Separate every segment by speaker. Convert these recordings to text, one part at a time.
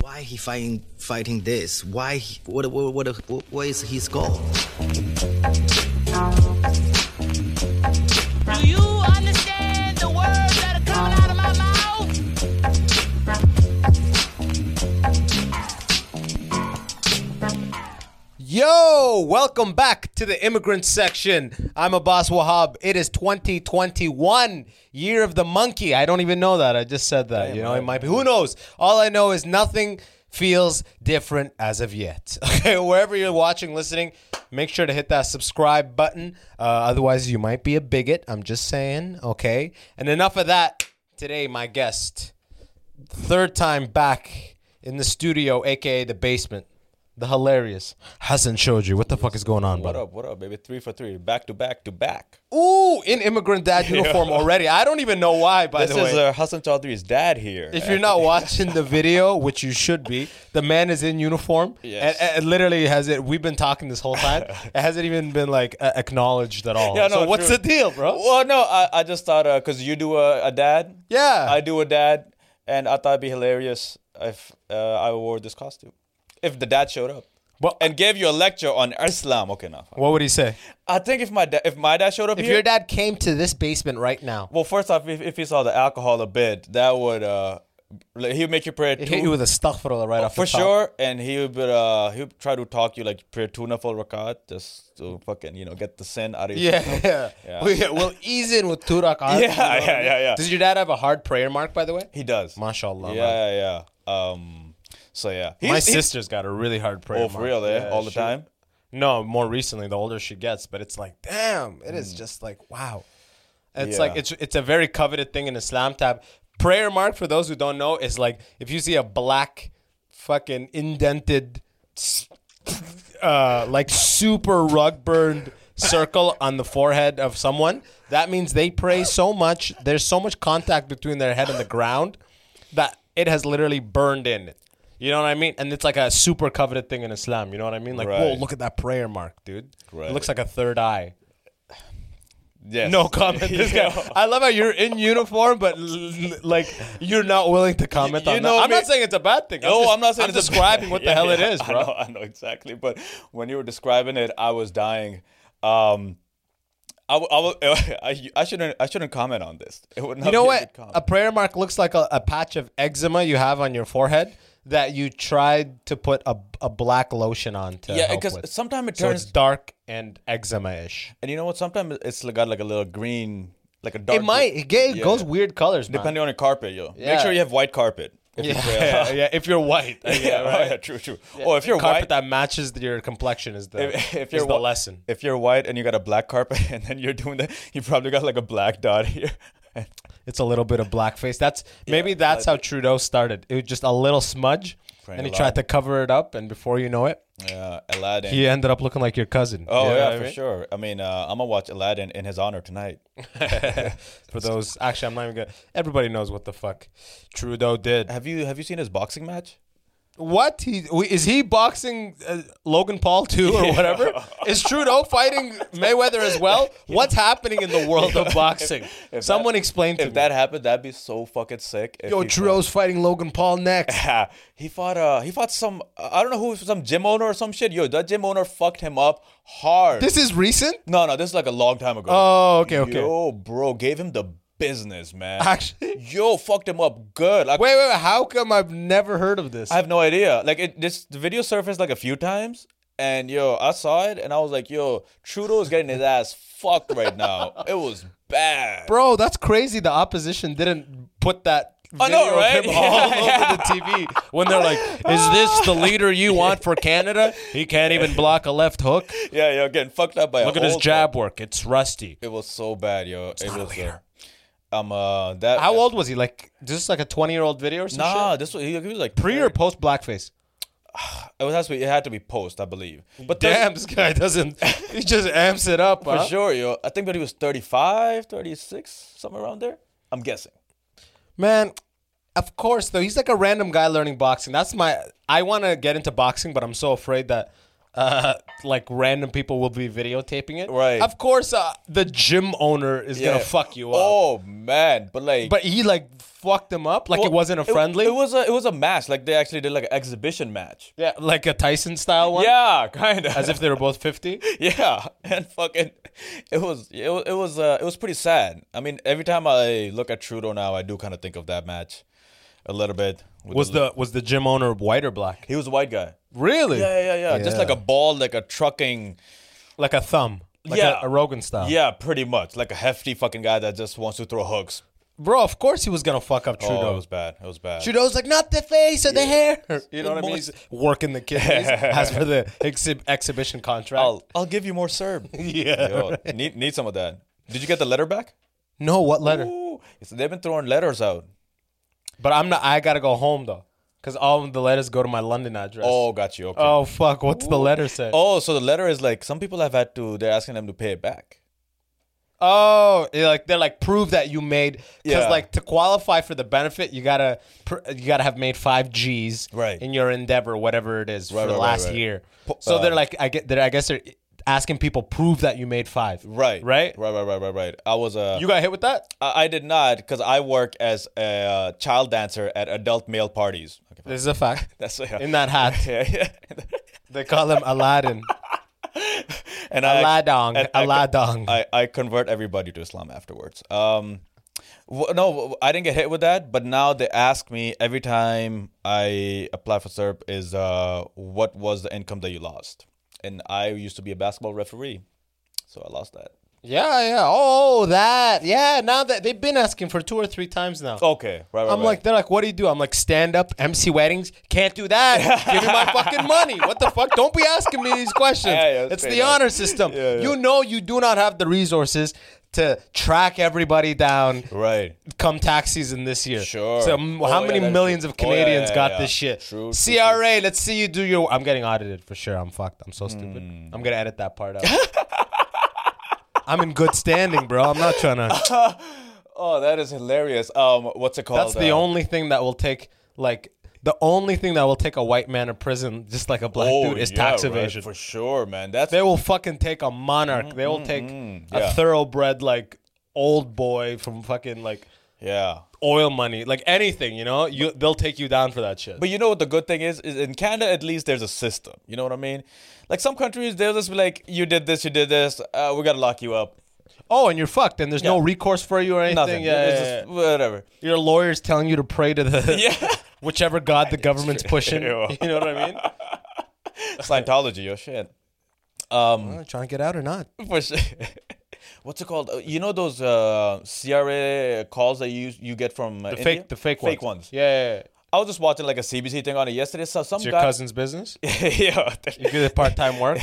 Speaker 1: why he fighting fighting this? Why he- what what what, what, what is his goal?
Speaker 2: Do you understand the words that are coming out of my mouth?
Speaker 3: Yo, welcome back to the immigrant section. I'm Abbas Wahab. It is 2021, year of the monkey. I don't even know that. I just said that. you know, it might be. Who knows? All I know is nothing feels different as of yet. Okay, wherever you're watching, listening, make sure to hit that subscribe button. Uh, otherwise, you might be a bigot. I'm just saying. Okay, and enough of that. Today, my guest, third time back in the studio, aka the basement. The hilarious Hassan Shoji. What the fuck is going on,
Speaker 4: What
Speaker 3: brother?
Speaker 4: up? What up, baby? Three for three, back to back to back.
Speaker 3: Ooh, in immigrant dad uniform already. I don't even know why. By
Speaker 4: this
Speaker 3: the way,
Speaker 4: is uh, Hassan Chaudhry's dad here.
Speaker 3: if you're not watching the video, which you should be, the man is in uniform.
Speaker 4: Yes.
Speaker 3: And, and literally has it. We've been talking this whole time. It hasn't even been like a- acknowledged at all.
Speaker 4: Yeah,
Speaker 3: so
Speaker 4: no,
Speaker 3: what's
Speaker 4: true.
Speaker 3: the deal, bro?
Speaker 4: well, no, I, I just thought because you do a, a dad,
Speaker 3: Yeah.
Speaker 4: I do a dad, and I thought it'd be hilarious if uh, I wore this costume, if the dad showed up.
Speaker 3: Well-
Speaker 4: and gave you a lecture on Islam. Okay, now
Speaker 3: What would he say?
Speaker 4: I think if my da- if my dad showed up
Speaker 3: If
Speaker 4: here,
Speaker 3: your dad came to this basement right now,
Speaker 4: well, first off, if, if he saw the alcohol a bit, that would uh, he would make you pray.
Speaker 3: hit you with a stuffalo right off
Speaker 4: Oh, for
Speaker 3: the top.
Speaker 4: sure. And he would uh he would try to talk you like prayer tuna full rakat just to fucking you know get the sin out of you.
Speaker 3: Yeah, yeah.
Speaker 4: Yeah.
Speaker 3: Well, yeah, We'll ease in with two rak'ahs.
Speaker 4: Yeah, yeah, yeah, yeah.
Speaker 3: Does your dad have a hard prayer mark, by the way?
Speaker 4: he does.
Speaker 3: Mashallah.
Speaker 4: yeah,
Speaker 3: man.
Speaker 4: yeah, yeah. Um, so yeah, he's,
Speaker 3: My
Speaker 4: he's-
Speaker 3: sister's got a really hard prayer
Speaker 4: Oh,
Speaker 3: mark.
Speaker 4: for real, eh?
Speaker 3: Yeah,
Speaker 4: All the
Speaker 3: she-
Speaker 4: time.
Speaker 3: No, more recently, the older she gets, but it's like, damn, it is just like, wow. It's
Speaker 4: Hmm. Yeah.
Speaker 3: like it's it's a very coveted thing in Islam. Tab prayer mark for those who don't know is like if you see a black, fucking indented, s- uh, like super rug burned circle on the forehead of someone, that means they pray so much. There's so much contact between their head and the ground that it has literally burned in. You know what I mean? And it's like a super coveted thing in Islam. You know what I mean? Like, whoa,
Speaker 4: Right.
Speaker 3: look at that prayer mark, dude.
Speaker 4: Right.
Speaker 3: It looks like a third eye.
Speaker 4: Yes.
Speaker 3: No comment. This guy.
Speaker 4: Yeah.
Speaker 3: I love how you're in uniform, but l- l- like you're not willing to comment
Speaker 4: You
Speaker 3: on
Speaker 4: know
Speaker 3: that. I'm
Speaker 4: me-
Speaker 3: not saying it's a bad thing.
Speaker 4: No,
Speaker 3: just-
Speaker 4: I'm not saying
Speaker 3: I'm
Speaker 4: it's a-
Speaker 3: describing what the
Speaker 4: Yeah,
Speaker 3: hell it
Speaker 4: yeah,
Speaker 3: is,
Speaker 4: I
Speaker 3: bro.
Speaker 4: know, I know exactly, but when you were describing it, I was dying. Um, I, w- I, w- I, I shouldn't I shouldn't comment on this. It would not
Speaker 3: You know
Speaker 4: be A,
Speaker 3: what?
Speaker 4: good comment.
Speaker 3: A prayer mark looks like a, a patch of eczema you have on your forehead that you tried to put a, a black lotion on to
Speaker 4: yeah,
Speaker 3: help
Speaker 4: because
Speaker 3: with.
Speaker 4: sometimes it
Speaker 3: so
Speaker 4: turns
Speaker 3: it's dark and eczema-ish.
Speaker 4: And you know what? Sometimes it's got like a little green, like a dark.
Speaker 3: It might. It, ga- it
Speaker 4: Yeah.
Speaker 3: goes weird colors, man.
Speaker 4: depending on your carpet, yo.
Speaker 3: Yeah.
Speaker 4: Make sure you have white carpet. If you
Speaker 3: yeah,
Speaker 4: trail.
Speaker 3: yeah, yeah, if you're white.
Speaker 4: yeah, right. yeah, true, true. Or if you're
Speaker 3: carpet
Speaker 4: white,
Speaker 3: that matches your complexion is the
Speaker 4: if, if
Speaker 3: is
Speaker 4: you're
Speaker 3: the
Speaker 4: whi-
Speaker 3: lesson.
Speaker 4: If you're white and you got a black carpet, and then you're doing that, you probably got like a black dot here.
Speaker 3: It's a little bit of blackface. That's maybe that's how Trudeau started. It was just a little smudge,
Speaker 4: Praying
Speaker 3: and he
Speaker 4: a lot.
Speaker 3: tried to cover it up, and before you know it,
Speaker 4: Yeah, Aladdin.
Speaker 3: he ended up looking like your cousin.
Speaker 4: Oh
Speaker 3: You know
Speaker 4: yeah,
Speaker 3: what I
Speaker 4: for
Speaker 3: mean?
Speaker 4: sure. I mean, uh, I'm gonna watch Aladdin in his honor tonight.
Speaker 3: For those, actually, I'm not even gonna. Everybody knows what the fuck Trudeau did.
Speaker 4: Have you have you seen his boxing match?
Speaker 3: What he we- is he boxing uh, Logan Paul too or whatever? Is Trudeau fighting Mayweather as well? What's happening in the world of boxing?
Speaker 4: if
Speaker 3: Someone
Speaker 4: that-
Speaker 3: explain to
Speaker 4: If
Speaker 3: me.
Speaker 4: that happened, that'd be so fucking sick. if
Speaker 3: Yo,
Speaker 4: he-
Speaker 3: Trudeau's fighting Logan Paul next.
Speaker 4: Yeah, he fought. Uh, he fought some. I don't know who, some gym owner or some shit. Yo, that gym owner fucked him up hard.
Speaker 3: This is recent.
Speaker 4: no, no, this is like a long time ago.
Speaker 3: Oh, okay, okay.
Speaker 4: Yo, bro, gave him the business, man.
Speaker 3: Actually,
Speaker 4: yo, fucked him up good. Like,
Speaker 3: Wait, wait, wait. How come I've never heard of this?
Speaker 4: I have no idea. Like, it this the video surfaced like a few times, and yo, I saw it, and I was like, yo, Trudeau's getting his ass fucked right now. It was bad.
Speaker 3: Bro, that's crazy. The opposition didn't put that. Video
Speaker 4: I know,
Speaker 3: Of
Speaker 4: right?
Speaker 3: him all
Speaker 4: Yeah,
Speaker 3: over the TV when they're like, "Is this the leader you want for Canada? He can't even block a left hook.
Speaker 4: Yeah, yo, getting fucked up by.
Speaker 3: Look
Speaker 4: an
Speaker 3: at his
Speaker 4: old
Speaker 3: jab work; it's rusty."
Speaker 4: guy. It was so bad, yo. it
Speaker 3: not a
Speaker 4: was.
Speaker 3: leader.
Speaker 4: Uh, um, uh, that.
Speaker 3: How old was he? Like, just like a twenty-year-old video or some
Speaker 4: Nah,
Speaker 3: shit?
Speaker 4: this was he, he was like
Speaker 3: Pre or post blackface?
Speaker 4: It was has to be, it had to be post, I believe. But
Speaker 3: Damn,
Speaker 4: then-
Speaker 3: this guy doesn't. He just amps it up.
Speaker 4: for
Speaker 3: huh?
Speaker 4: sure, yo. I think that he was 35, 36, somewhere around there. I'm guessing.
Speaker 3: Man, of course though. He's like a random guy learning boxing. That's my I want to get into boxing, but I'm so afraid that uh, like random people will be videotaping it.
Speaker 4: Right.
Speaker 3: Of course, uh, the gym owner is
Speaker 4: Yeah.
Speaker 3: gonna fuck you up.
Speaker 4: Oh man, but like,
Speaker 3: But he like fucked them up, like it
Speaker 4: Well,
Speaker 3: wasn't a friendly.
Speaker 4: It, was a it was a match. Like they actually did like an exhibition match.
Speaker 3: yeah, like a Tyson style one.
Speaker 4: Yeah, kind of.
Speaker 3: As if they were both fifty.
Speaker 4: yeah, and fucking, it was it, wa- it was uh, it was pretty sad. I mean, every time I look at Trudeau now, I do kind of think of that match, a little bit. with
Speaker 3: Was the was the gym owner white or black?
Speaker 4: he was a white guy?
Speaker 3: Really?
Speaker 4: Yeah, yeah, yeah, Just like a bald, like a trucking.
Speaker 3: Like a thumb. Like
Speaker 4: Yeah.
Speaker 3: a, a Rogan style.
Speaker 4: Yeah, pretty much like a hefty fucking guy that just wants to throw hooks.
Speaker 3: Bro, of course he was gonna fuck up
Speaker 4: Oh,
Speaker 3: Trudeau.
Speaker 4: it was bad. It was bad.
Speaker 3: Trudeau's like, not the face or the hair.
Speaker 4: You know what I mean?
Speaker 3: He's working the kidneys as for the exhi- exhibition contract.
Speaker 4: I'll I'll give you more Serb.
Speaker 3: yeah.
Speaker 4: Yo, need need some of that. Did you get the letter back?
Speaker 3: No, what letter?
Speaker 4: Ooh, it's- they've been throwing letters out.
Speaker 3: But I'm not. I gotta go home though, because all of the letters go to my London address.
Speaker 4: Oh, got you. Okay.
Speaker 3: Oh, fuck! What's the letter say? Oh,
Speaker 4: Oh, so the letter is like some people have had to. They're asking them to pay it back.
Speaker 3: Oh, it like they're like prove that you made because
Speaker 4: Yeah.
Speaker 3: like to qualify for the benefit, you gotta pr- you gotta have made five G's
Speaker 4: Right.
Speaker 3: in your endeavor, whatever it is for
Speaker 4: Right,
Speaker 3: the
Speaker 4: right, right,
Speaker 3: last
Speaker 4: right.
Speaker 3: year.
Speaker 4: Po-
Speaker 3: So they're
Speaker 4: uh,
Speaker 3: like, I get. They're, I guess they're asking people prove that you made five.
Speaker 4: Right.
Speaker 3: Right.
Speaker 4: Right. Right. Right. Right. Right. I was Uh,
Speaker 3: You got hit with that?
Speaker 4: I, I did not because I work as a uh, child dancer at adult male parties. Okay, fine.
Speaker 3: This is a fact.
Speaker 4: that's yeah.
Speaker 3: In that hat,
Speaker 4: Yeah, yeah.
Speaker 3: they call him Aladdin.
Speaker 4: and
Speaker 3: Aladong.
Speaker 4: and I-
Speaker 3: Aladong.
Speaker 4: I, I convert everybody to Islam afterwards. Um, w- no, w- I didn't get hit with that, but now they ask me every time I apply for SERP is uh, what was the income that you lost? And I used to be a basketball referee, so I lost that.
Speaker 3: Yeah, yeah. Oh, that. Yeah. Now that they've been asking for two or three times now.
Speaker 4: Okay, right, Oh, right.
Speaker 3: I'm like, they're like, what do you do? I'm like, stand up, MC weddings. Can't do that. Give me my fucking money. What the fuck? Don't be asking me these questions.
Speaker 4: Yeah, yeah,
Speaker 3: it's
Speaker 4: straight
Speaker 3: the
Speaker 4: up.
Speaker 3: honor system.
Speaker 4: Yeah, yeah.
Speaker 3: You know, you do not have the resources to track everybody down.
Speaker 4: right.
Speaker 3: Come tax season this year.
Speaker 4: Sure.
Speaker 3: So m-
Speaker 4: Oh,
Speaker 3: how
Speaker 4: yeah,
Speaker 3: many
Speaker 4: that's
Speaker 3: millions
Speaker 4: true.
Speaker 3: of
Speaker 4: Oh, yeah, yeah,
Speaker 3: Canadians
Speaker 4: yeah,
Speaker 3: got
Speaker 4: yeah.
Speaker 3: this shit?
Speaker 4: True, true,
Speaker 3: CRA, let's see you do your. I'm getting audited for sure. I'm fucked. I'm so stupid.
Speaker 4: Hmm.
Speaker 3: I'm gonna edit that part out. I'm in good standing, bro. I'm not trying to.
Speaker 4: Oh, that is hilarious. Um, what's it called?
Speaker 3: That's the
Speaker 4: Uh,
Speaker 3: only thing that will take like the only thing that will take a white man to prison, just like a black
Speaker 4: Oh,
Speaker 3: dude, is
Speaker 4: yeah,
Speaker 3: tax
Speaker 4: right,
Speaker 3: evasion.
Speaker 4: for sure, man. That's
Speaker 3: They will fucking take a monarch. They will take a
Speaker 4: mm-hmm. yeah.
Speaker 3: thoroughbred like old boy from fucking like
Speaker 4: yeah.
Speaker 3: oil money, like anything. You know, you they'll take you down for that shit.
Speaker 4: But you know what the good thing is? Is in Canada at least there's a system. You know what I mean? Like some countries they'll just be like, you did this, you did this, uh, we gotta lock you up.
Speaker 3: oh, and you're fucked, and there's no
Speaker 4: Yeah.
Speaker 3: recourse for you or anything.
Speaker 4: Nothing.
Speaker 3: Yeah,
Speaker 4: It's
Speaker 3: yeah, yeah.
Speaker 4: just whatever.
Speaker 3: your lawyer's telling you to pray to the
Speaker 4: Yeah.
Speaker 3: whichever god the government's pushing. You
Speaker 4: Ew.
Speaker 3: know what I mean?
Speaker 4: Scientology, your shit. Um,
Speaker 3: trying to get out or not?
Speaker 4: For sure. What's it called? Uh, You know those uh, CRA calls that you you get from
Speaker 3: The
Speaker 4: uh, India?
Speaker 3: fake, the fake,
Speaker 4: fake
Speaker 3: ones.
Speaker 4: ones.
Speaker 3: Yeah, yeah, yeah.
Speaker 4: I was just watching like a CBC thing on it yesterday. So some
Speaker 3: It's your
Speaker 4: guy,
Speaker 3: cousin's business.
Speaker 4: yeah,
Speaker 3: You do the part-time work.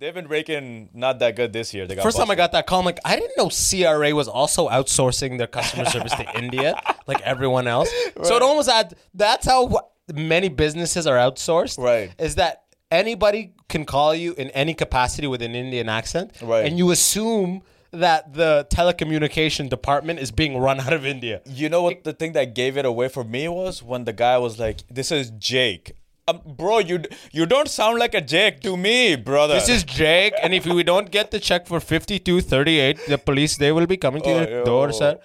Speaker 4: they've been raking not that good this year. They got
Speaker 3: First time I
Speaker 4: busted.
Speaker 3: got that call, I'm like, I didn't know CRA was also outsourcing their customer service to India, like everyone else. So it almost had, that's how wh- many businesses are outsourced.
Speaker 4: Right.
Speaker 3: Is that anybody can call you in any capacity with an Indian accent.
Speaker 4: Right.
Speaker 3: And you assume that the telecommunication department is being run out of India.
Speaker 4: You know what the thing that gave it away for me was when the guy was like, "This is Jake." Um, bro, you d- you don't sound like a Jake to me, brother.
Speaker 3: This is Jake, and if we don't get the check for 5238, the police they will be coming to
Speaker 4: Oh,
Speaker 3: your
Speaker 4: yo.
Speaker 3: door, sir.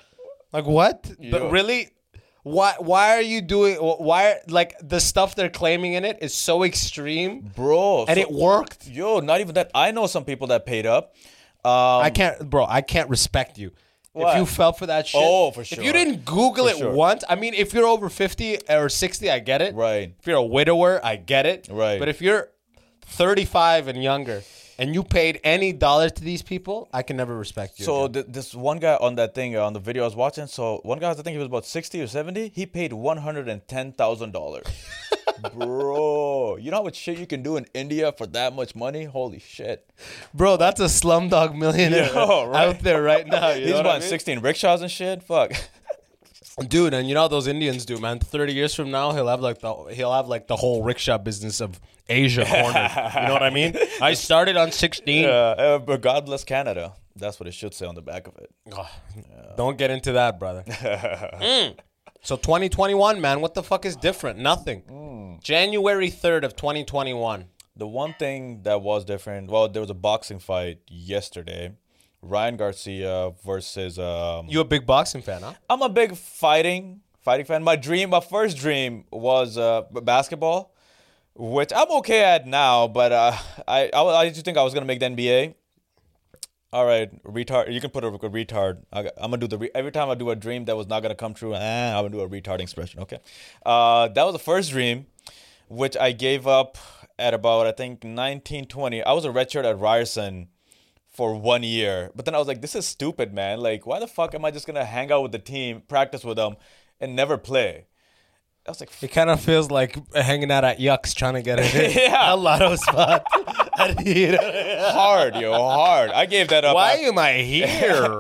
Speaker 3: Like what? But
Speaker 4: Yo.
Speaker 3: really why why are you doing wh- why are- like the stuff they're claiming in it is so extreme
Speaker 4: bro,
Speaker 3: and
Speaker 4: so-
Speaker 3: it worked.
Speaker 4: Yo, not even that. I know some people that paid up. Um,
Speaker 3: I can't bro, I can't respect you. If
Speaker 4: Why?
Speaker 3: you fell for that shit.
Speaker 4: Oh, for
Speaker 3: If you
Speaker 4: sure.
Speaker 3: didn't Google
Speaker 4: For
Speaker 3: it
Speaker 4: sure.
Speaker 3: once, I mean, if you're over 50 or 60, I get it.
Speaker 4: Right.
Speaker 3: If you're a widower, I get it.
Speaker 4: Right.
Speaker 3: But if you're 35 and younger and you paid any dollar to these people, I can never respect you.
Speaker 4: so
Speaker 3: again.
Speaker 4: th- this one guy on that thing uh, on the video I was watching. So one guy, I think he was about sixty or seventy. He paid one hundred and ten thousand dollars. bro, you know how much shit you can do in India for that much money? Holy shit!
Speaker 3: bro, that's a slumdog millionaire
Speaker 4: Yo, right.
Speaker 3: out there right now. You
Speaker 4: He's
Speaker 3: know what I
Speaker 4: buying
Speaker 3: mean?
Speaker 4: sixteen rickshaws and shit. Fuck.
Speaker 3: dude, and you know how those Indians do, man. 30 years from now, he'll have like the he'll have like the whole rickshaw business of Asia cornered. you know what I mean? I started on 16.
Speaker 4: Uh, uh, but God bless Canada. That's what it should say on the back of it.
Speaker 3: Ugh, Don't get into that, brother. Mm. So Mm. 2021, man, what the fuck is different? Nothing. January 3rd of 2021.
Speaker 4: The one thing that was different, well, there was a boxing fight yesterday. Ryan Garcia versus um,
Speaker 3: You a big boxing fan, huh?
Speaker 4: I'm a big fighting fighting fan. My dream, my first dream was uh, b- basketball, which I'm okay at now. But uh, I, I I used to think I was gonna make the NBA. All right, retard. You can put a, a retard. I, am gonna do the re- every time I do a dream that was not gonna come true. eh, I'm gonna do a retard expression. Okay, uh, that was the first dream, which I gave up at about I think 19, 20. I was a redshirt at Ryerson for one year. But then I was like, this is stupid, man. Like, why the fuck am I just gonna hang out with the team, practice with them, and never play? I was like,
Speaker 3: It kind of feels like hanging out at Yucks trying to get it in. A
Speaker 4: Yeah.
Speaker 3: lotto spot. at Hero.
Speaker 4: hard, yo, hard. I gave that up.
Speaker 3: Why
Speaker 4: after-
Speaker 3: am I here?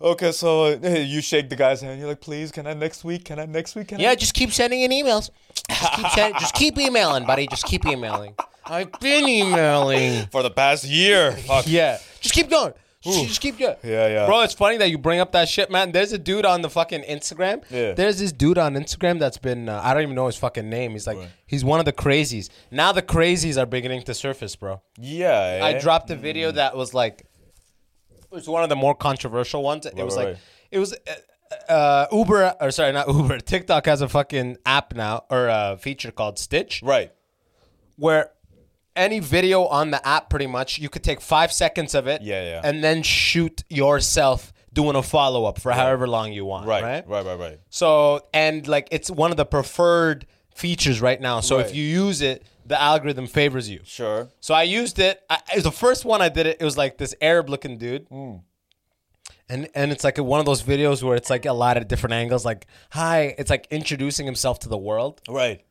Speaker 4: okay, so uh, you shake the guy's hand. You're like, please, can I next week? Can I next week? Can I?
Speaker 3: yeah, just keep sending in emails. Just keep, send- just keep emailing, buddy. Just keep emailing. I've been emailing.
Speaker 4: For the past year. Fuck.
Speaker 3: Yeah. Just keep going. Just, just keep going.
Speaker 4: Yeah, yeah.
Speaker 3: Bro, it's funny that you bring up that shit, man. There's a dude on the fucking Instagram.
Speaker 4: Yeah.
Speaker 3: There's this dude on Instagram that's been, uh, I don't even know his fucking name. He's like, he's one of the crazies. Now the crazies are beginning to surface, bro.
Speaker 4: Yeah.
Speaker 3: I
Speaker 4: eh?
Speaker 3: dropped a video that was like, it was one of the more controversial ones. it was
Speaker 4: right,
Speaker 3: like,
Speaker 4: right.
Speaker 3: it was uh, uh, Uber or sorry, not Uber. TikTok has a fucking app now or a feature called Stitch,
Speaker 4: Right.
Speaker 3: where any video on the app, pretty much, you could take five seconds of it,
Speaker 4: Yeah, yeah.
Speaker 3: and then shoot yourself doing a follow up for however long you want,
Speaker 4: Right. Right. Right. Right.
Speaker 3: so and like it's one of the preferred features right now. So if
Speaker 4: Right.
Speaker 3: you use it, the algorithm favors you.
Speaker 4: Sure.
Speaker 3: So I used it. I, it was the first one I did it. It was like this Arab looking dude.
Speaker 4: Hmm.
Speaker 3: And, and it's like one of those videos where it's like a lot of different angles. Like, hi, it's like introducing himself to the world.
Speaker 4: Right.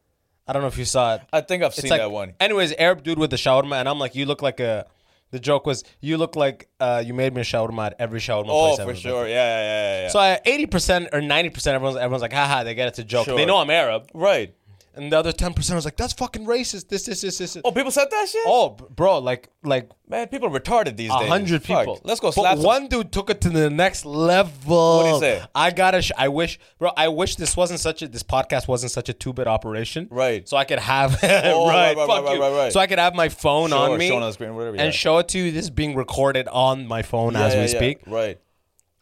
Speaker 3: I don't know if you saw it.
Speaker 4: I think I've
Speaker 3: It's
Speaker 4: seen
Speaker 3: like,
Speaker 4: that one.
Speaker 3: Anyways, Arab dude with the shawarma, and I'm like, you look like a. The joke was, you look like uh, you made me a shawarma at every shawarma
Speaker 4: Oh,
Speaker 3: place. I've
Speaker 4: for
Speaker 3: ever been
Speaker 4: sure. Yeah. Yeah. Yeah. yeah.
Speaker 3: to. So I eighty percent or ninety percent, everyone's everyone's like, haha, they get it's a joke. They
Speaker 4: Sure.
Speaker 3: know I'm Arab,
Speaker 4: right.
Speaker 3: and the other ten percent was like, that's fucking racist. This, this, this, this.
Speaker 4: Oh, people said that shit.
Speaker 3: oh b- bro, like, like
Speaker 4: man, people are retarded these
Speaker 3: a
Speaker 4: days.
Speaker 3: hundred
Speaker 4: Fuck.
Speaker 3: people.
Speaker 4: Let's go.
Speaker 3: But
Speaker 4: Slap some-
Speaker 3: one dude took it to the next level.
Speaker 4: What'd he say?
Speaker 3: I gotta. Sh- I wish, bro. I wish this wasn't such a. This podcast wasn't such a two bit operation.
Speaker 4: Right. Oh,
Speaker 3: So I could have.
Speaker 4: right, right,
Speaker 3: fuck
Speaker 4: right, right,
Speaker 3: you.
Speaker 4: right, right.
Speaker 3: So I could have my phone
Speaker 4: Sure,
Speaker 3: on me
Speaker 4: show it on the screen, whatever, yeah.
Speaker 3: and show it to you. This is being recorded on my phone
Speaker 4: Yeah,
Speaker 3: as we
Speaker 4: yeah, yeah.
Speaker 3: speak.
Speaker 4: Right.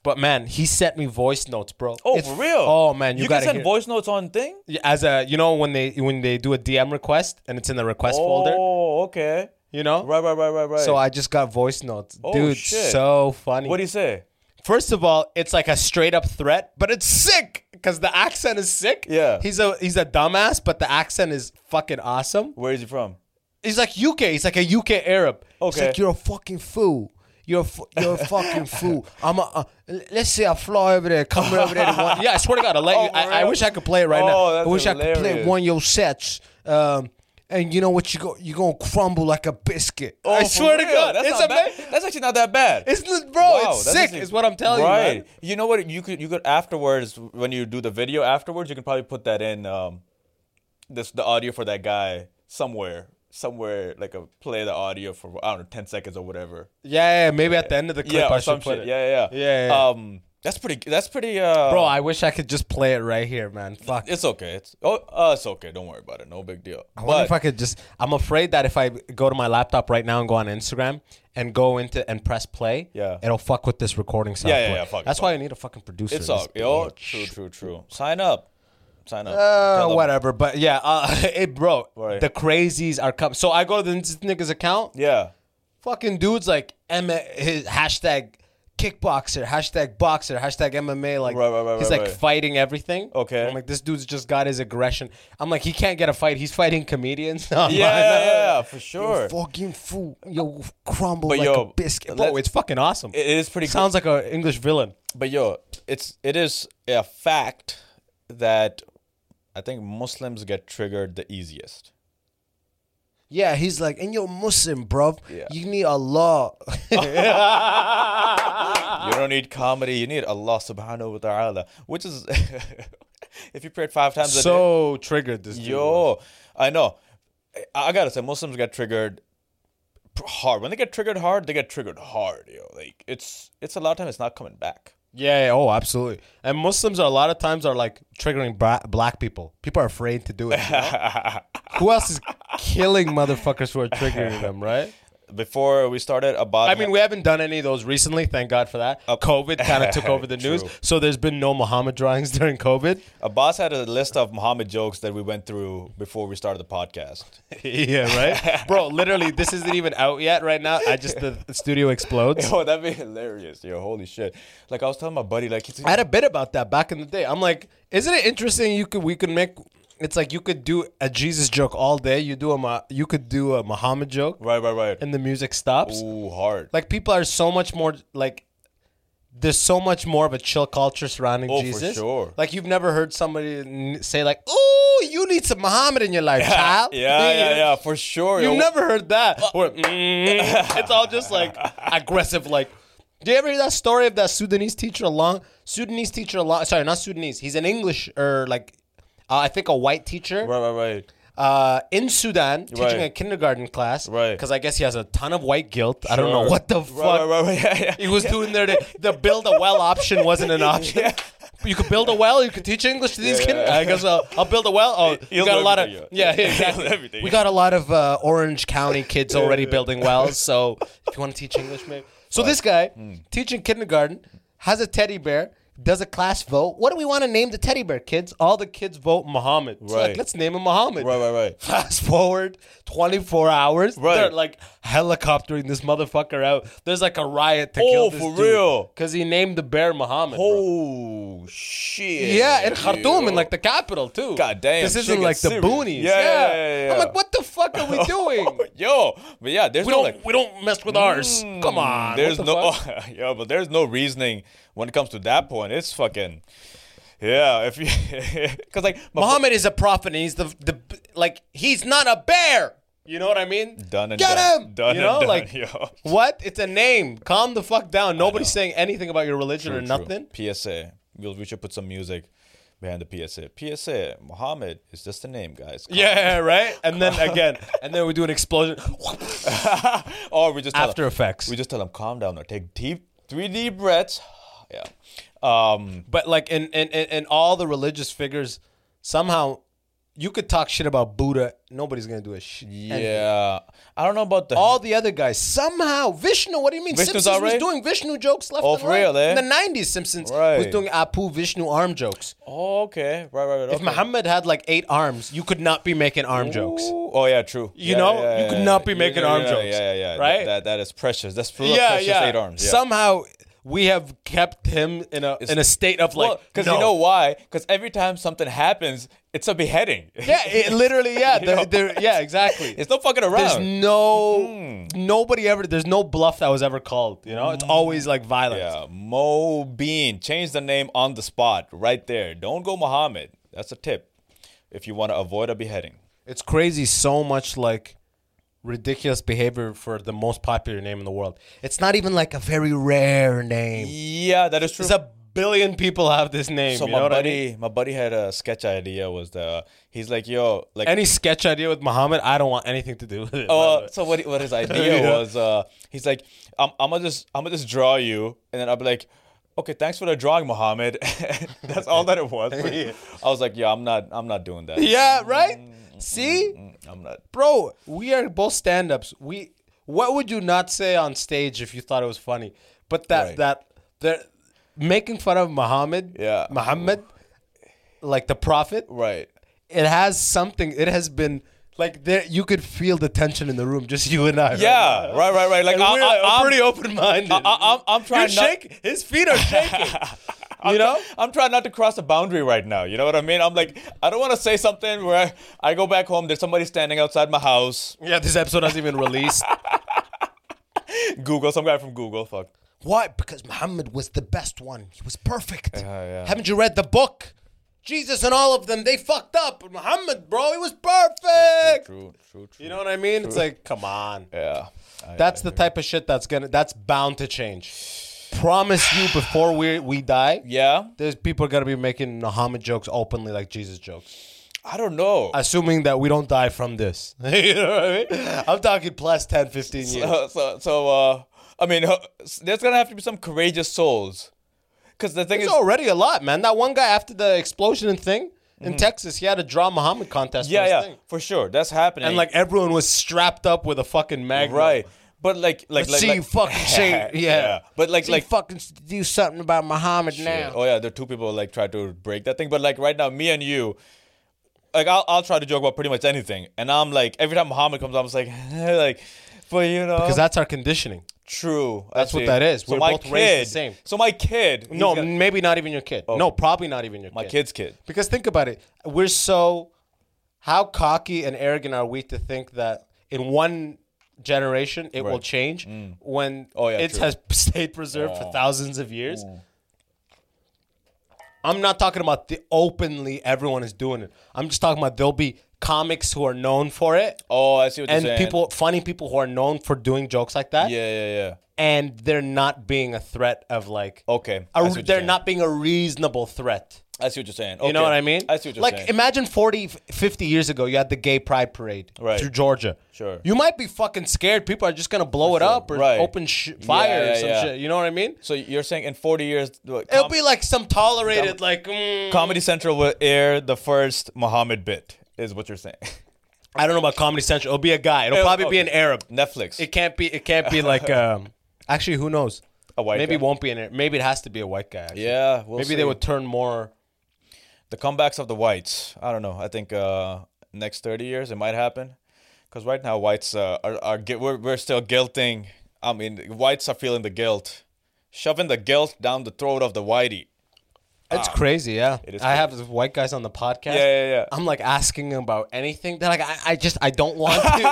Speaker 3: But man, he sent me voice notes, bro.
Speaker 4: Oh,
Speaker 3: It's-
Speaker 4: for real?
Speaker 3: Oh man, you,
Speaker 4: you can
Speaker 3: gotta
Speaker 4: send
Speaker 3: hear-
Speaker 4: voice notes on thing.
Speaker 3: as a you know when they when they do a DM request and it's in the request folder.
Speaker 4: Oh, okay.
Speaker 3: You know.
Speaker 4: Right, right, right, right, right.
Speaker 3: So I just got voice notes,
Speaker 4: Oh,
Speaker 3: dude.
Speaker 4: shit.
Speaker 3: So funny.
Speaker 4: What do you say?
Speaker 3: First of all, it's like a straight up threat, but it's sick because the accent is sick.
Speaker 4: Yeah.
Speaker 3: he's a he's a dumbass, but the accent is fucking awesome.
Speaker 4: Where is he from?
Speaker 3: He's like UK. He's like a UK Arab. He's
Speaker 4: Okay.
Speaker 3: like you're a fucking fool. You're a, fu- you're a fucking fool. I'm a, uh, let's say I fly over there, come over there. To one. Yeah, I swear to God, I, let
Speaker 4: Oh,
Speaker 3: you,
Speaker 4: for
Speaker 3: I, I
Speaker 4: real?
Speaker 3: wish I could play it right
Speaker 4: Oh,
Speaker 3: now. I
Speaker 4: that's
Speaker 3: wish I could play
Speaker 4: hilarious.
Speaker 3: one of your sets. Um, and you know what? You go, you're gonna crumble like a biscuit.
Speaker 4: Oh,
Speaker 3: I
Speaker 4: for
Speaker 3: swear to
Speaker 4: real?
Speaker 3: God,
Speaker 4: That's
Speaker 3: it's
Speaker 4: not
Speaker 3: a
Speaker 4: bad. That's actually not that bad.
Speaker 3: It's not- bro, it's
Speaker 4: that's
Speaker 3: sick.
Speaker 4: actually-
Speaker 3: Is what I'm telling you.
Speaker 4: right.
Speaker 3: man.
Speaker 4: You know what? You could you could afterwards when you do the video afterwards, you can probably put that in um, this the audio for that guy somewhere somewhere like a play the audio for I don't know ten seconds or whatever.
Speaker 3: Yeah, yeah, maybe at the end of the clip
Speaker 4: yeah,
Speaker 3: I
Speaker 4: or
Speaker 3: should
Speaker 4: some
Speaker 3: put
Speaker 4: shit.
Speaker 3: it.
Speaker 4: Yeah, yeah,
Speaker 3: Yeah, yeah.
Speaker 4: Um, that's pretty. That's pretty. Uh,
Speaker 3: Bro, I wish I could just play it right here, man. Fuck.
Speaker 4: it's okay. It's oh, uh, it's okay. Don't worry about it. No big deal.
Speaker 3: I wonder if I could just. I'm afraid that if I go to my laptop right now and go on Instagram and go into and press play,
Speaker 4: Yeah.
Speaker 3: it'll fuck with this recording software.
Speaker 4: yeah, yeah, fuck it,
Speaker 3: That's
Speaker 4: fuck
Speaker 3: why
Speaker 4: it.
Speaker 3: I need a fucking producer.
Speaker 4: It's all
Speaker 3: this
Speaker 4: yo,
Speaker 3: bitch.
Speaker 4: true, true, true. Sign up, sign up.
Speaker 3: Uh,
Speaker 4: Tell them-
Speaker 3: whatever, but yeah, uh, it, bro,
Speaker 4: Right.
Speaker 3: the crazies are coming. So I go to this nigga's account.
Speaker 4: Yeah,
Speaker 3: Fucking dudes like M- his hashtag kickboxer, hashtag boxer, hashtag MMA. Like
Speaker 4: Right, right, right,
Speaker 3: he's
Speaker 4: right,
Speaker 3: like
Speaker 4: right.
Speaker 3: fighting everything.
Speaker 4: Okay.
Speaker 3: I'm like this dude's just got his aggression. I'm like he can't get a fight. He's fighting comedians. I'm like,
Speaker 4: yeah, yeah, yeah, for sure.
Speaker 3: fucking fool. Yo, crumble
Speaker 4: But
Speaker 3: like
Speaker 4: yo,
Speaker 3: a biscuit.
Speaker 4: let's-
Speaker 3: Bro, it's fucking awesome.
Speaker 4: It is pretty. cool.
Speaker 3: Sounds like an English villain.
Speaker 4: but yo, it's it is a fact that I think Muslims get triggered the easiest.
Speaker 3: Yeah, he's like, and you're Muslim, bruv.
Speaker 4: Yeah.
Speaker 3: You need Allah.
Speaker 4: You don't need comedy. You need Allah Subhanahu wa Taala, which is if you prayed five times a day.
Speaker 3: so triggered this dude.
Speaker 4: Yo, I know. I, I gotta say, Muslims get triggered p- hard. When they get triggered hard, they get triggered hard. Yo, like it's it's a lot of time. It's not coming back.
Speaker 3: Yeah, yeah, oh, absolutely. And Muslims are a lot of times are like triggering bra- black people. People are afraid to do it. you know? Who else is killing motherfuckers who are triggering them, right?
Speaker 4: Before we started, about
Speaker 3: I mean, we haven't done any of those recently. Thank God for that. COVID kind of took over the news,
Speaker 4: True.
Speaker 3: so there's been no Muhammad drawings during COVID.
Speaker 4: Abbas had a list of Muhammad jokes that we went through before we started the podcast.
Speaker 3: yeah, right, bro. Literally, this isn't even out yet. Right now, I just the studio explodes.
Speaker 4: Oh, that'd be hilarious, yo! Holy shit! Like I was telling my buddy, like he's
Speaker 3: I had a bit about that back in the day. I'm like, isn't it interesting? You could we could make. It's like you could do a Jesus joke all day. You do a Ma- you could do a Muhammad joke,
Speaker 4: right, right, right.
Speaker 3: and the music stops.
Speaker 4: Ooh, hard.
Speaker 3: Like people are so much more like. There's so much more of a chill culture surrounding
Speaker 4: Oh, for
Speaker 3: Jesus.
Speaker 4: sure.
Speaker 3: Like you've never heard somebody n- say like, "Ooh, you need some Muhammad in your life,
Speaker 4: yeah,
Speaker 3: child."
Speaker 4: yeah, yeah, for sure.
Speaker 3: You've
Speaker 4: yo.
Speaker 3: never heard that. Or, Uh, "Mm." it's all just like aggressive. Like, do you ever hear that story of that Sudanese teacher along? Sudanese teacher along. Sorry, not Sudanese. He's an English or like, uh, I think a white teacher
Speaker 4: Right, right, right.
Speaker 3: uh, in Sudan teaching
Speaker 4: Right.
Speaker 3: a kindergarten class.
Speaker 4: Right.
Speaker 3: Because I guess he has a ton of white guilt. I don't know
Speaker 4: Sure.
Speaker 3: what the
Speaker 4: Right,
Speaker 3: fuck
Speaker 4: right, right, right. Yeah, yeah.
Speaker 3: he was doing there. To, the build a well option wasn't an option. You could build a well. You could teach English to these
Speaker 4: Yeah,
Speaker 3: kids.
Speaker 4: yeah.
Speaker 3: I guess I'll, I'll build a well. Oh, you
Speaker 4: He'll
Speaker 3: got a
Speaker 4: know
Speaker 3: lot of
Speaker 4: everything,
Speaker 3: yeah,
Speaker 4: yeah.
Speaker 3: yeah, exactly.
Speaker 4: He'll know everything,
Speaker 3: We
Speaker 4: yeah.
Speaker 3: got a lot of uh, Orange County kids already building wells. So if you want to teach English, maybe. So this guy
Speaker 4: hmm.
Speaker 3: teaching kindergarten has a teddy bear. Does a class vote? What do we want to name the teddy bear, kids? All the kids vote Muhammad. So like,
Speaker 4: Right.
Speaker 3: let's name him Muhammad.
Speaker 4: Right, right, right.
Speaker 3: Fast forward 24 hours.
Speaker 4: Right.
Speaker 3: They're like helicoptering this motherfucker out. There's like a riot to
Speaker 4: Oh,
Speaker 3: kill this
Speaker 4: for real?
Speaker 3: Because he named the bear Muhammad. bro.
Speaker 4: Oh shit!
Speaker 3: yeah, in Khartoum,
Speaker 4: yo.
Speaker 3: in like the capital too.
Speaker 4: God damn,
Speaker 3: This
Speaker 4: shit
Speaker 3: isn't
Speaker 4: gets
Speaker 3: like the
Speaker 4: serious.
Speaker 3: boonies.
Speaker 4: Yeah, yeah, yeah, yeah,
Speaker 3: I'm
Speaker 4: yeah. Oh
Speaker 3: like, what the fuck are we doing?
Speaker 4: yo, but yeah, there's
Speaker 3: we
Speaker 4: no
Speaker 3: don't
Speaker 4: like, mm,
Speaker 3: we don't mess with ours. Come on.
Speaker 4: There's
Speaker 3: what the
Speaker 4: no,
Speaker 3: fuck?
Speaker 4: yeah, but there's no reasoning when it comes to that point. It's fucking, yeah. If you, because like my
Speaker 3: Muhammad is a prophet and he's the the like he's not a bear. You know what I mean?
Speaker 4: Done and
Speaker 3: Get
Speaker 4: done.
Speaker 3: him.
Speaker 4: Done
Speaker 3: you
Speaker 4: and
Speaker 3: know,
Speaker 4: done,
Speaker 3: like
Speaker 4: yo.
Speaker 3: what? It's a name. Calm the fuck down. Nobody's saying anything about your religion or
Speaker 4: True, true.
Speaker 3: nothing.
Speaker 4: PSA. We'll, we should put some music behind the PSA. PSA. Muhammad is just a name, guys. Calm
Speaker 3: Yeah, right. And then again, and then we do an explosion.
Speaker 4: or Oh, we just tell
Speaker 3: After
Speaker 4: them-
Speaker 3: effects.
Speaker 4: We just tell them calm down or take deep three deep breaths. yeah. Um.
Speaker 3: But like in in, in in all the religious figures, somehow you could talk shit about Buddha. Nobody's gonna do a shit.
Speaker 4: Yeah. I don't know about the
Speaker 3: All the other guys somehow Vishnu. What do you mean?
Speaker 4: Vishnu's
Speaker 3: Simpsons was
Speaker 4: alright?
Speaker 3: doing Vishnu jokes left
Speaker 4: Oh,
Speaker 3: and
Speaker 4: for
Speaker 3: right.
Speaker 4: real, eh?
Speaker 3: In the nineties, Simpsons was
Speaker 4: Right.
Speaker 3: doing Apu Vishnu arm jokes.
Speaker 4: Oh, okay. Right. Right. Right.
Speaker 3: If Muhammad had like eight arms, you could not be making arm jokes.
Speaker 4: Oh yeah, true.
Speaker 3: You
Speaker 4: Yeah,
Speaker 3: know?
Speaker 4: yeah, yeah,
Speaker 3: You could
Speaker 4: yeah,
Speaker 3: not be
Speaker 4: yeah,
Speaker 3: making
Speaker 4: yeah,
Speaker 3: arm
Speaker 4: yeah,
Speaker 3: jokes,
Speaker 4: Yeah, yeah, yeah.
Speaker 3: right?
Speaker 4: That, that is precious. That's full of precious eight arms. Yeah.
Speaker 3: Somehow we have kept him in a in a state of like
Speaker 4: because
Speaker 3: no.
Speaker 4: you know why? Because every time something happens, it's a beheading.
Speaker 3: Yeah, it literally. Yeah,
Speaker 4: You
Speaker 3: they're-
Speaker 4: know?
Speaker 3: they're- yeah, exactly.
Speaker 4: it's Hmm. no fucking around.
Speaker 3: there's no nobody ever. There's no bluff that was ever called. You know, it's always like violence.
Speaker 4: Hmm. Yeah, Mo Bean. Change the name on the spot, right there. Don't go Muhammad. That's a tip. If you want to avoid a beheading.
Speaker 3: It's crazy. So much like ridiculous behavior for the most popular name in the world. It's not even like a very rare name.
Speaker 4: Yeah, that is true.
Speaker 3: There's a billion people have this name.
Speaker 4: so
Speaker 3: you
Speaker 4: my
Speaker 3: know what I
Speaker 4: buddy,
Speaker 3: mean?
Speaker 4: my buddy had a sketch idea. Was the he's like, yo, like
Speaker 3: Any sketch idea with Muhammad, I don't want anything to do with it. by the way.
Speaker 4: Uh, so what, what his idea
Speaker 3: Yeah.
Speaker 4: was, uh, he's like, I'm, I'm gonna just I'm gonna just draw you, and then I'll be like, okay, thanks for the drawing, Mohammed. That's all that it was. I was like, yeah, I'm not I'm not doing that.
Speaker 3: yeah, right. See,
Speaker 4: I'm not.
Speaker 3: bro we are both stand-ups we what would you not say on stage if you thought it was funny but that
Speaker 4: Right.
Speaker 3: that the making fun of muhammad
Speaker 4: Yeah.
Speaker 3: muhammad like the prophet
Speaker 4: Right.
Speaker 3: it has something it has been like there you could feel the tension in the room just you and i
Speaker 4: Yeah. Right. Right. Right. Like
Speaker 3: and
Speaker 4: I,
Speaker 3: we're
Speaker 4: I,
Speaker 3: I'm
Speaker 4: am
Speaker 3: pretty open-minded
Speaker 4: I, I, am I'm
Speaker 3: You're
Speaker 4: trying. not,
Speaker 3: shaking. His feet are shaking. you know,
Speaker 4: I'm trying not to cross a boundary right now. You know what I mean? I'm like, I don't want to say something where I go back home. There's somebody standing outside my house.
Speaker 3: yeah. This episode hasn't even released.
Speaker 4: Google, some guy from Google. Fuck.
Speaker 3: Why? Because Muhammad was the best one. He was perfect.
Speaker 4: yeah.
Speaker 3: Haven't you read the book? Jesus and all of them, they fucked up. But Muhammad, bro, he was perfect.
Speaker 4: True. True. True.
Speaker 3: You know what I mean? It's like, come on.
Speaker 4: Yeah.
Speaker 3: That's the type of shit that's gonna that's bound to change. Promise you before we we die.
Speaker 4: Yeah.
Speaker 3: There's people are gonna be making Muhammad jokes openly like Jesus jokes.
Speaker 4: I don't know.
Speaker 3: Assuming that we don't die from this. you know what I mean? I'm talking plus 10, 15 years.
Speaker 4: so so, so uh, I mean, uh, there's gonna have to be some courageous souls, because the thing
Speaker 3: It's
Speaker 4: is,
Speaker 3: already a lot, man. That one guy after the explosion and thing, in Texas. He had a draw Muhammad contest. for
Speaker 4: Mm-hmm. Yeah,
Speaker 3: his
Speaker 4: yeah,
Speaker 3: thing.
Speaker 4: for sure. That's happening.
Speaker 3: And like everyone was strapped up with a fucking magnum.
Speaker 4: right, but like, like, like,
Speaker 3: see
Speaker 4: like-
Speaker 3: you fucking say yeah.
Speaker 4: But like, like,
Speaker 3: fucking do something about Muhammad now.
Speaker 4: oh yeah, there are two people like try to break that thing. But like right now, me and you, like I'll, I'll try to joke about pretty much anything, and I'm like every time Muhammad comes, I'm just like, like, but you know,
Speaker 3: Because that's our conditioning.
Speaker 4: true. I
Speaker 3: that's what
Speaker 4: see.
Speaker 3: that is.
Speaker 4: So
Speaker 3: We're
Speaker 4: my
Speaker 3: both
Speaker 4: kid,
Speaker 3: raised the same.
Speaker 4: So my kid, he's
Speaker 3: No,
Speaker 4: got- Oh.
Speaker 3: maybe not even your kid. No, probably not even your
Speaker 4: my
Speaker 3: kid.
Speaker 4: kid's kid.
Speaker 3: Because think about it. We're so how cocky and arrogant are we to think that in one generation it will
Speaker 4: Right.
Speaker 3: change when
Speaker 4: Oh, yeah,
Speaker 3: it
Speaker 4: true. Oh. Mm.
Speaker 3: has stayed preserved for thousands of years? I'm not talking about the openly everyone is doing it. I'm just talking about there'll be comics who are known for it
Speaker 4: Oh, I see what
Speaker 3: and
Speaker 4: you're saying.
Speaker 3: people funny people who are known for doing jokes like that
Speaker 4: Yeah, yeah, yeah.
Speaker 3: and they're not being a threat of like
Speaker 4: Okay,
Speaker 3: a-
Speaker 4: I see what you're
Speaker 3: they're
Speaker 4: saying.
Speaker 3: not being a reasonable threat.
Speaker 4: I see what you're saying.
Speaker 3: You know
Speaker 4: Okay.
Speaker 3: what I mean?
Speaker 4: I see what you're
Speaker 3: like,
Speaker 4: saying.
Speaker 3: imagine 40, 50 years ago, you had the gay pride parade
Speaker 4: Right.
Speaker 3: through Georgia.
Speaker 4: Sure.
Speaker 3: You might be fucking scared people are just going to blow it up or
Speaker 4: Right.
Speaker 3: open sh- fire
Speaker 4: Yeah,
Speaker 3: or
Speaker 4: yeah,
Speaker 3: some
Speaker 4: yeah.
Speaker 3: shit. You know what I mean?
Speaker 4: so you're saying in 40 years, what,
Speaker 3: It'll
Speaker 4: com-
Speaker 3: be like some tolerated, like, mm,
Speaker 4: Comedy Central will air the first Muhammad bit, is what you're saying.
Speaker 3: I don't know about Comedy Central. It'll be a guy. It'll
Speaker 4: It'll-
Speaker 3: probably be an
Speaker 4: okay.
Speaker 3: Arab.
Speaker 4: Netflix.
Speaker 3: It can't be, it can't be like, um, actually, who knows?
Speaker 4: A white
Speaker 3: Maybe
Speaker 4: guy.
Speaker 3: won't be an Arab. Maybe it has to be a white guy. actually.
Speaker 4: yeah, we'll
Speaker 3: Maybe
Speaker 4: see.
Speaker 3: they would turn more.
Speaker 4: the comebacks of the whites. I don't know. I think uh, next 30 years it might happen, because right now whites uh, are are gui- we're we're still guilting. I mean, whites are feeling the guilt, shoving the guilt down the throat of the whitey.
Speaker 3: It's crazy, yeah.
Speaker 4: It is
Speaker 3: I have the white guys on the podcast.
Speaker 4: Yeah, yeah, yeah.
Speaker 3: I'm like asking them about anything. They're like, I, I just, I don't want to.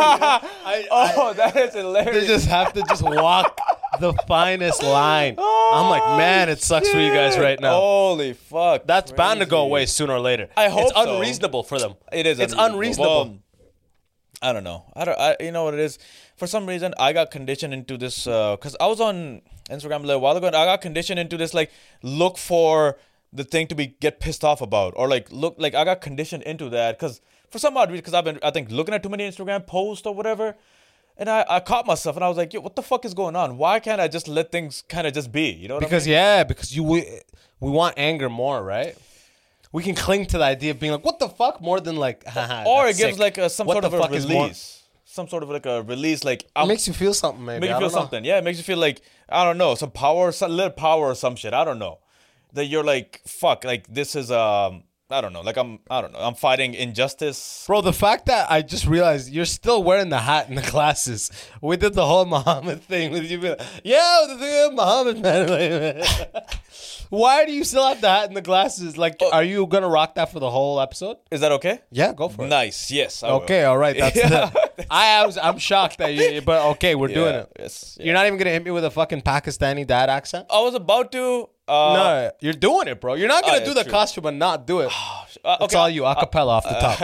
Speaker 4: oh, that is
Speaker 3: they
Speaker 4: hilarious.
Speaker 3: just have to just walk the finest line. I'm
Speaker 4: Oh,
Speaker 3: like, man, it sucks for you guys right now.
Speaker 4: Holy fuck!
Speaker 3: That's bound to go
Speaker 4: Oh, crazy.
Speaker 3: away sooner or later.
Speaker 4: I hope
Speaker 3: it's
Speaker 4: so.
Speaker 3: unreasonable for them.
Speaker 4: It is.
Speaker 3: It's unreasonable.
Speaker 4: Well, I don't know. I don't. I, you know what it is? For some reason, I got conditioned into this because I was on Instagram a little while ago, and I got conditioned into this like look for the thing to be get pissed off about, or like look like I got conditioned into that because for some odd reason, because I've been I think looking at too many Instagram posts or whatever. And I, I caught myself and I was like, yo, what the fuck is going on? Why can't I just let things kind of just be? You know what
Speaker 3: because yeah, because you we, we want anger more, right? We can cling to the idea of being like, what the fuck, more than like, haha.
Speaker 4: I mean? Or it
Speaker 3: that's
Speaker 4: gives
Speaker 3: sick.
Speaker 4: like a, some
Speaker 3: What
Speaker 4: sort
Speaker 3: the
Speaker 4: of a
Speaker 3: fuck is more-
Speaker 4: release. Some sort of like a release. Like,
Speaker 3: It
Speaker 4: I'm,
Speaker 3: makes you feel something, maybe.
Speaker 4: Make
Speaker 3: I
Speaker 4: you feel
Speaker 3: don't know.
Speaker 4: something. Yeah, it makes you feel like I don't know, some power, some little power or some shit. I don't know. That you're like, fuck, like this is um I don't know, like I'm I don't know, I'm fighting injustice.
Speaker 3: Bro, the fact that I just realized you're still wearing the hat in the classes. We did the whole Muhammad thing with you. being Like, yeah, the thing of Muhammad, man. Why do you still have the hat and the glasses? Like,
Speaker 4: Oh.
Speaker 3: are you gonna rock that for the whole episode?
Speaker 4: Is that okay?
Speaker 3: Yeah, go for it.
Speaker 4: Nice, yes. I will.
Speaker 3: Okay, all right. That's
Speaker 4: Yeah.
Speaker 3: the, I was I'm shocked that you, but okay, we're doing
Speaker 4: Yeah,
Speaker 3: it.
Speaker 4: yes, yeah.
Speaker 3: You're not even gonna hit me with a fucking Pakistani dad accent.
Speaker 4: I was about to uh, Oh,
Speaker 3: no, you're doing it, bro. You're not gonna
Speaker 4: yeah,
Speaker 3: do the
Speaker 4: true.
Speaker 3: costume and not do it.
Speaker 4: uh,
Speaker 3: It's
Speaker 4: okay.
Speaker 3: all you, a cappella off the top.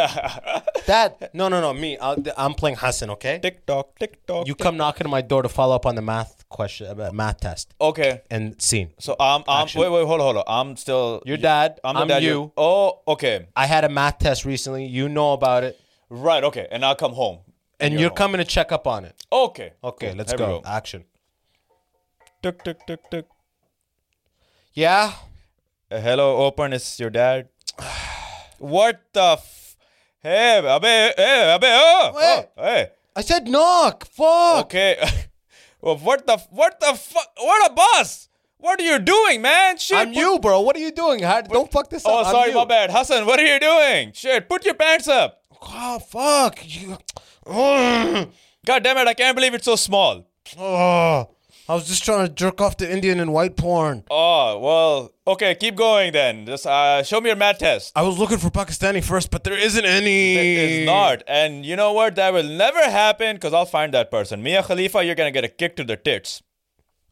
Speaker 3: Dad, no, no, no, me. I'll, I'm playing Hassan, okay?
Speaker 4: Tick tock, tick tock.
Speaker 3: You come knocking to my door to follow up on the math question, uh, math test,
Speaker 4: Okay.
Speaker 3: and scene.
Speaker 4: So um um wait wait hold on hold on. I'm still
Speaker 3: Your dad,
Speaker 4: the
Speaker 3: I'm
Speaker 4: you're-
Speaker 3: you.
Speaker 4: Oh, okay.
Speaker 3: I had a math test recently. You know about it,
Speaker 4: Right, okay. And I'll come home.
Speaker 3: and you're, coming to check up on it.
Speaker 4: Okay.
Speaker 3: Okay,
Speaker 4: cool.
Speaker 3: let's
Speaker 4: Here we
Speaker 3: go. Action.
Speaker 4: Tick tick tick tick.
Speaker 3: Yeah.
Speaker 4: Uh, hello, open. It's your dad. what the? F- hey, abe, hey, abe, oh,
Speaker 3: Wait.
Speaker 4: oh, hey.
Speaker 3: I said knock. Fuck.
Speaker 4: Okay. well, what the? f- What the fuck? What a bus! What are you doing, man? Shit.
Speaker 3: I'm
Speaker 4: put-
Speaker 3: you, bro. What are you doing? How, don't fuck this
Speaker 4: Oh,
Speaker 3: up. I'm
Speaker 4: sorry,
Speaker 3: you.
Speaker 4: my bad, Hassan. What are you doing? Shit, put your pants up.
Speaker 3: Oh, fuck. You. Mm.
Speaker 4: God damn it! I can't believe it's so small.
Speaker 3: Oh, I was just trying to jerk off to Indian and white porn.
Speaker 4: Oh well. Okay, keep going then. Just uh, show me your mat test.
Speaker 3: I was looking for Pakistani first, but there isn't any.
Speaker 4: It is not. And you know what? That will never happen because I'll find that person. Mia Khalifa, you're going to get a kick to the tits.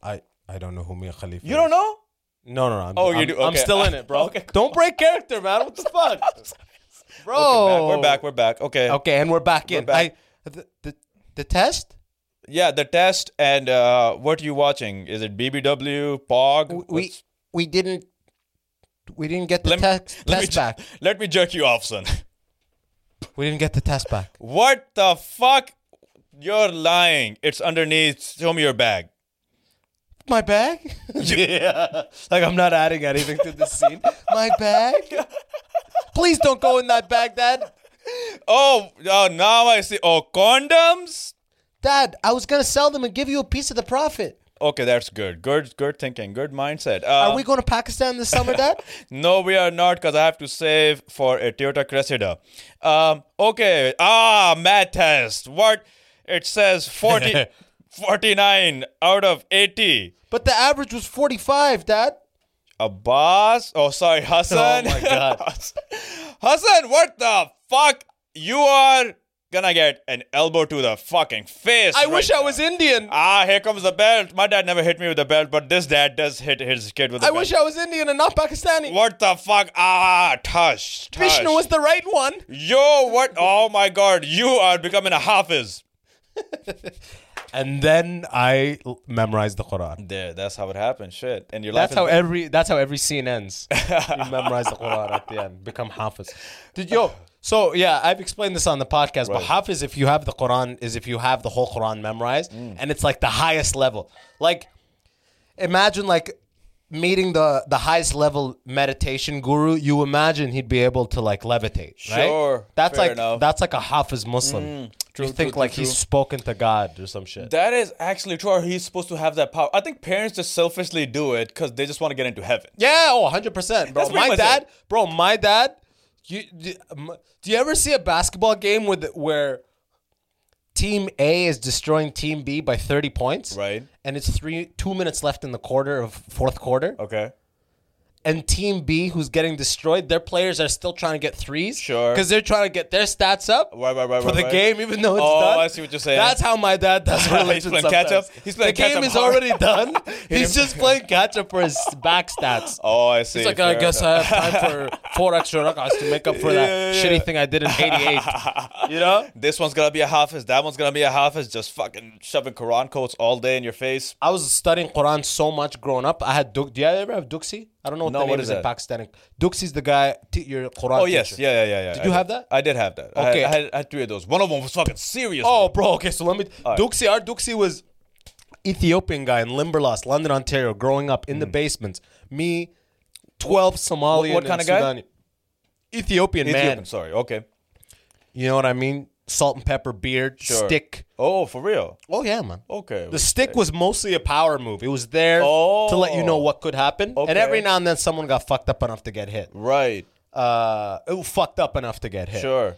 Speaker 3: I I don't know who Mia Khalifa.
Speaker 4: You don't know?
Speaker 3: No, no, no. I'm,
Speaker 4: Oh, you
Speaker 3: I'm-
Speaker 4: do?
Speaker 3: I'm
Speaker 4: Okay.
Speaker 3: still in it, bro.
Speaker 4: Okay, cool.
Speaker 3: Don't break character, man. What the fuck, bro?
Speaker 4: Back, We're back. We're back. Okay.
Speaker 3: Okay, and we're back in.
Speaker 4: back.
Speaker 3: I, the, the the test.
Speaker 4: Yeah, the test and uh, what are you watching? Is it BBW, POG?
Speaker 3: We
Speaker 4: What's-
Speaker 3: we didn't we didn't get the
Speaker 4: Lem-
Speaker 3: test
Speaker 4: let me
Speaker 3: test
Speaker 4: ju-
Speaker 3: back.
Speaker 4: Let me jerk you off, son.
Speaker 3: We didn't get the test back.
Speaker 4: What the fuck? You're lying. It's underneath. Show me your bag.
Speaker 3: my bag. yeah. Like I'm not adding anything to the scene. my bag. Please don't go in that bag, Dad.
Speaker 4: Oh, oh, now I see. Oh, condoms.
Speaker 3: Dad, I was gonna sell them and give you a piece of the profit.
Speaker 4: Okay, that's good. Good, good thinking. Good mindset. Uh,
Speaker 3: Are we going to Pakistan this summer, Dad?
Speaker 4: No, we are not, because I have to save for a Toyota Cressida. Um, okay. Ah, math test. What? It says 40, 49 out of 80.
Speaker 3: but the average was 45, Dad.
Speaker 4: Abbas? Oh, sorry, Hassan.
Speaker 3: Oh, my God.
Speaker 4: Hassan, what the fuck? You are gonna get an elbow to the fucking face.
Speaker 3: I
Speaker 4: right
Speaker 3: wish I
Speaker 4: now.
Speaker 3: was Indian. I,
Speaker 4: Ah, here comes the belt. My dad never hit me with a belt, but this dad does hit his kid with a belt.
Speaker 3: wish I was Indian and not Pakistani.
Speaker 4: What the fuck? Ah, tush, tush.
Speaker 3: Vishnu was the right one.
Speaker 4: Yo, what? Oh my god, you are becoming a hafiz.
Speaker 3: And then I l- memorized the Quran.
Speaker 4: There, that's how it happened. Shit, and your life.
Speaker 3: That's
Speaker 4: is
Speaker 3: how
Speaker 4: better.
Speaker 3: every that's how every scene ends. you memorize the Quran at the end, become Hafiz. Did yo? So yeah, I've explained this on the podcast, but Hafiz, if you have the Quran, is if you have the whole Quran memorized,
Speaker 4: Mm.
Speaker 3: and it's like the highest level. Like, imagine like meeting the the highest level meditation guru. You imagine he'd be able to like levitate. right?
Speaker 4: Sure,
Speaker 3: That's
Speaker 4: fair
Speaker 3: like
Speaker 4: enough. Mm.
Speaker 3: that's like a Hafiz Muslim.
Speaker 4: true,
Speaker 3: you think
Speaker 4: true,
Speaker 3: like
Speaker 4: true,
Speaker 3: he's
Speaker 4: true.
Speaker 3: spoken to God or some shit.
Speaker 4: That is actually true. Or he's supposed to have that power. I think parents just selfishly do it because they just want to get into heaven.
Speaker 3: Yeah, oh, 100%. Bro,
Speaker 4: That's pretty
Speaker 3: my
Speaker 4: much
Speaker 3: dad,
Speaker 4: it.
Speaker 3: bro, my dad, you, you- m- do you ever see a basketball game with where team A is destroying team B by 30 points?
Speaker 4: Right.
Speaker 3: And it's 3 2 minutes left in the quarter of fourth quarter.
Speaker 4: Okay.
Speaker 3: And team B who's getting destroyed, their players are still trying to get threes
Speaker 4: Sure.
Speaker 3: cuz they're trying to get their stats up
Speaker 4: Right, right, right,
Speaker 3: for
Speaker 4: right,
Speaker 3: the
Speaker 4: right.
Speaker 3: game even though it's
Speaker 4: Oh,
Speaker 3: done.
Speaker 4: I see what you're saying.
Speaker 3: That's how my dad does religion
Speaker 4: He's playing catch up.
Speaker 3: sometimes.
Speaker 4: He's playing
Speaker 3: the game
Speaker 4: catch up
Speaker 3: is
Speaker 4: hard.
Speaker 3: already done. He's just playing catch up for his back stats.
Speaker 4: Oh, I see.
Speaker 3: It's like, I
Speaker 4: Fair
Speaker 3: guess
Speaker 4: enough.
Speaker 3: I have time for four extra rakahs to make up for that
Speaker 4: Yeah, yeah, yeah.
Speaker 3: shitty thing I did in 88. you know?
Speaker 4: This one's gonna be a hafiz. That one's gonna be a hafiz. Just fucking shoving Quran quotes all day in your face.
Speaker 3: I was studying Quran so much growing up. I had Duk. Do you ever have Duksi? I don't know what
Speaker 4: No,
Speaker 3: the name
Speaker 4: what
Speaker 3: is,
Speaker 4: is
Speaker 3: in
Speaker 4: that?
Speaker 3: Pakistani. Duksi's the guy, t- your Quran
Speaker 4: Oh yes,
Speaker 3: teacher.
Speaker 4: yeah, yeah, yeah, yeah. Did
Speaker 3: you have that?
Speaker 4: I did have that. I
Speaker 3: Okay.
Speaker 4: had, I had, I had three of those. One of them was fucking serious.
Speaker 3: Oh, bro. Okay, so let me. Duksi, our Duksi was Ethiopian guy in Limberlost, London, Ontario, growing up in the basements. Me, 12 Somali.
Speaker 4: Mm. what kind of guy?
Speaker 3: Ethiopian,
Speaker 4: Ethiopian.
Speaker 3: man.
Speaker 4: Sorry. Okay.
Speaker 3: You know what I mean? Salt and pepper, beard,
Speaker 4: Sure.
Speaker 3: stick.
Speaker 4: Oh, for real.
Speaker 3: Oh, yeah, man.
Speaker 4: Okay.
Speaker 3: The stick was mostly a power move. It was there to let you know
Speaker 4: Oh.
Speaker 3: what could happen. And
Speaker 4: Okay.
Speaker 3: every now and then someone got fucked up enough to get hit.
Speaker 4: Right.
Speaker 3: Uh, it was fucked up enough to get hit.
Speaker 4: Sure.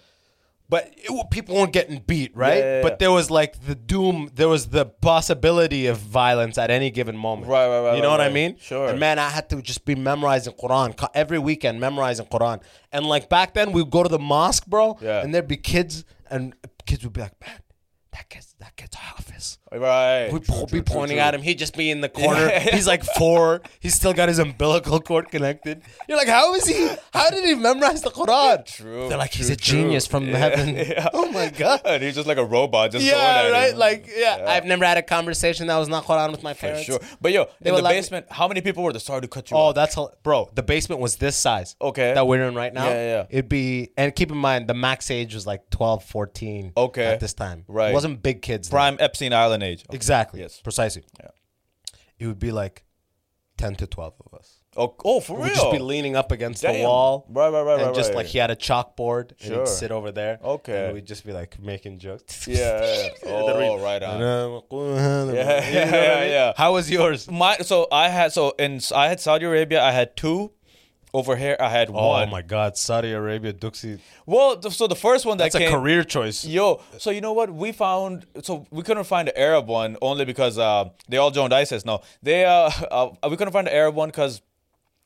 Speaker 3: But it, wa- people weren't getting beat, right?
Speaker 4: Yeah, yeah, yeah.
Speaker 3: But there was like the doom, there was the possibility of violence at any given moment.
Speaker 4: Right, right, right,
Speaker 3: You know
Speaker 4: right,
Speaker 3: what I
Speaker 4: right.
Speaker 3: mean?
Speaker 4: Sure.
Speaker 3: And man, I had to just be memorizing Quran co- every weekend, memorizing Quran. And like back then, we'd go to the mosque, bro,
Speaker 4: Yeah.
Speaker 3: and there'd be kids, and kids would be like, man, that kid's, that kid's office.
Speaker 4: Right.
Speaker 3: We'd
Speaker 4: Eh, True,
Speaker 3: po-
Speaker 4: true,
Speaker 3: be
Speaker 4: true,
Speaker 3: pointing
Speaker 4: true.
Speaker 3: at him. He'd just be in the corner. He's like four. He's still got his umbilical cord connected. You're like, how is he? How did he memorize the Quran?
Speaker 4: True,
Speaker 3: They're like, he's
Speaker 4: true,
Speaker 3: a genius
Speaker 4: true.
Speaker 3: from
Speaker 4: Yeah,
Speaker 3: heaven.
Speaker 4: yeah.
Speaker 3: Oh my god.
Speaker 4: And he's just like a robot, just
Speaker 3: Yeah,
Speaker 4: going at
Speaker 3: right.
Speaker 4: him.
Speaker 3: Like, yeah. I've never had a conversation that was not Quran with my
Speaker 4: For
Speaker 3: parents.
Speaker 4: sure. But yo, in
Speaker 3: were
Speaker 4: the
Speaker 3: like-
Speaker 4: basement, how many people were there? Sorry to cut you
Speaker 3: Oh,
Speaker 4: off.
Speaker 3: that's hel- bro. The basement was this size.
Speaker 4: Okay.
Speaker 3: That we're in right now.
Speaker 4: Yeah, yeah, yeah.
Speaker 3: It'd be and keep in mind the max age was like 12, 14
Speaker 4: Okay.
Speaker 3: At this time.
Speaker 4: Right.
Speaker 3: It wasn't big kids. then.
Speaker 4: Prime Epstein Island age. Okay.
Speaker 3: Exactly.
Speaker 4: Yes.
Speaker 3: Precisely.
Speaker 4: Yeah.
Speaker 3: It would be like ten to twelve of us.
Speaker 4: Oh, oh, for real.
Speaker 3: We'd just be leaning up against the
Speaker 4: Damn.
Speaker 3: wall.
Speaker 4: Right, right, right,
Speaker 3: And
Speaker 4: right,
Speaker 3: just
Speaker 4: right.
Speaker 3: like he had a chalkboard and
Speaker 4: Sure.
Speaker 3: he'd sit over there.
Speaker 4: Okay.
Speaker 3: And we'd just be like making jokes.
Speaker 4: Yeah, yeah. Oh, right on.
Speaker 3: yeah,
Speaker 4: Yeah, yeah, yeah.
Speaker 3: How was yours?
Speaker 4: My so I had so in I had Saudi Arabia. I had two. Over here, I had
Speaker 3: Oh
Speaker 4: one.
Speaker 3: my God, Saudi Arabia, Duxi.
Speaker 4: Well, th- so the first one that
Speaker 3: That's a
Speaker 4: came,
Speaker 3: career choice.
Speaker 4: Yo, so you know what we found? So we couldn't find the Arab one only because uh, they all joined ISIS. No, they uh, uh we couldn't find the Arab one because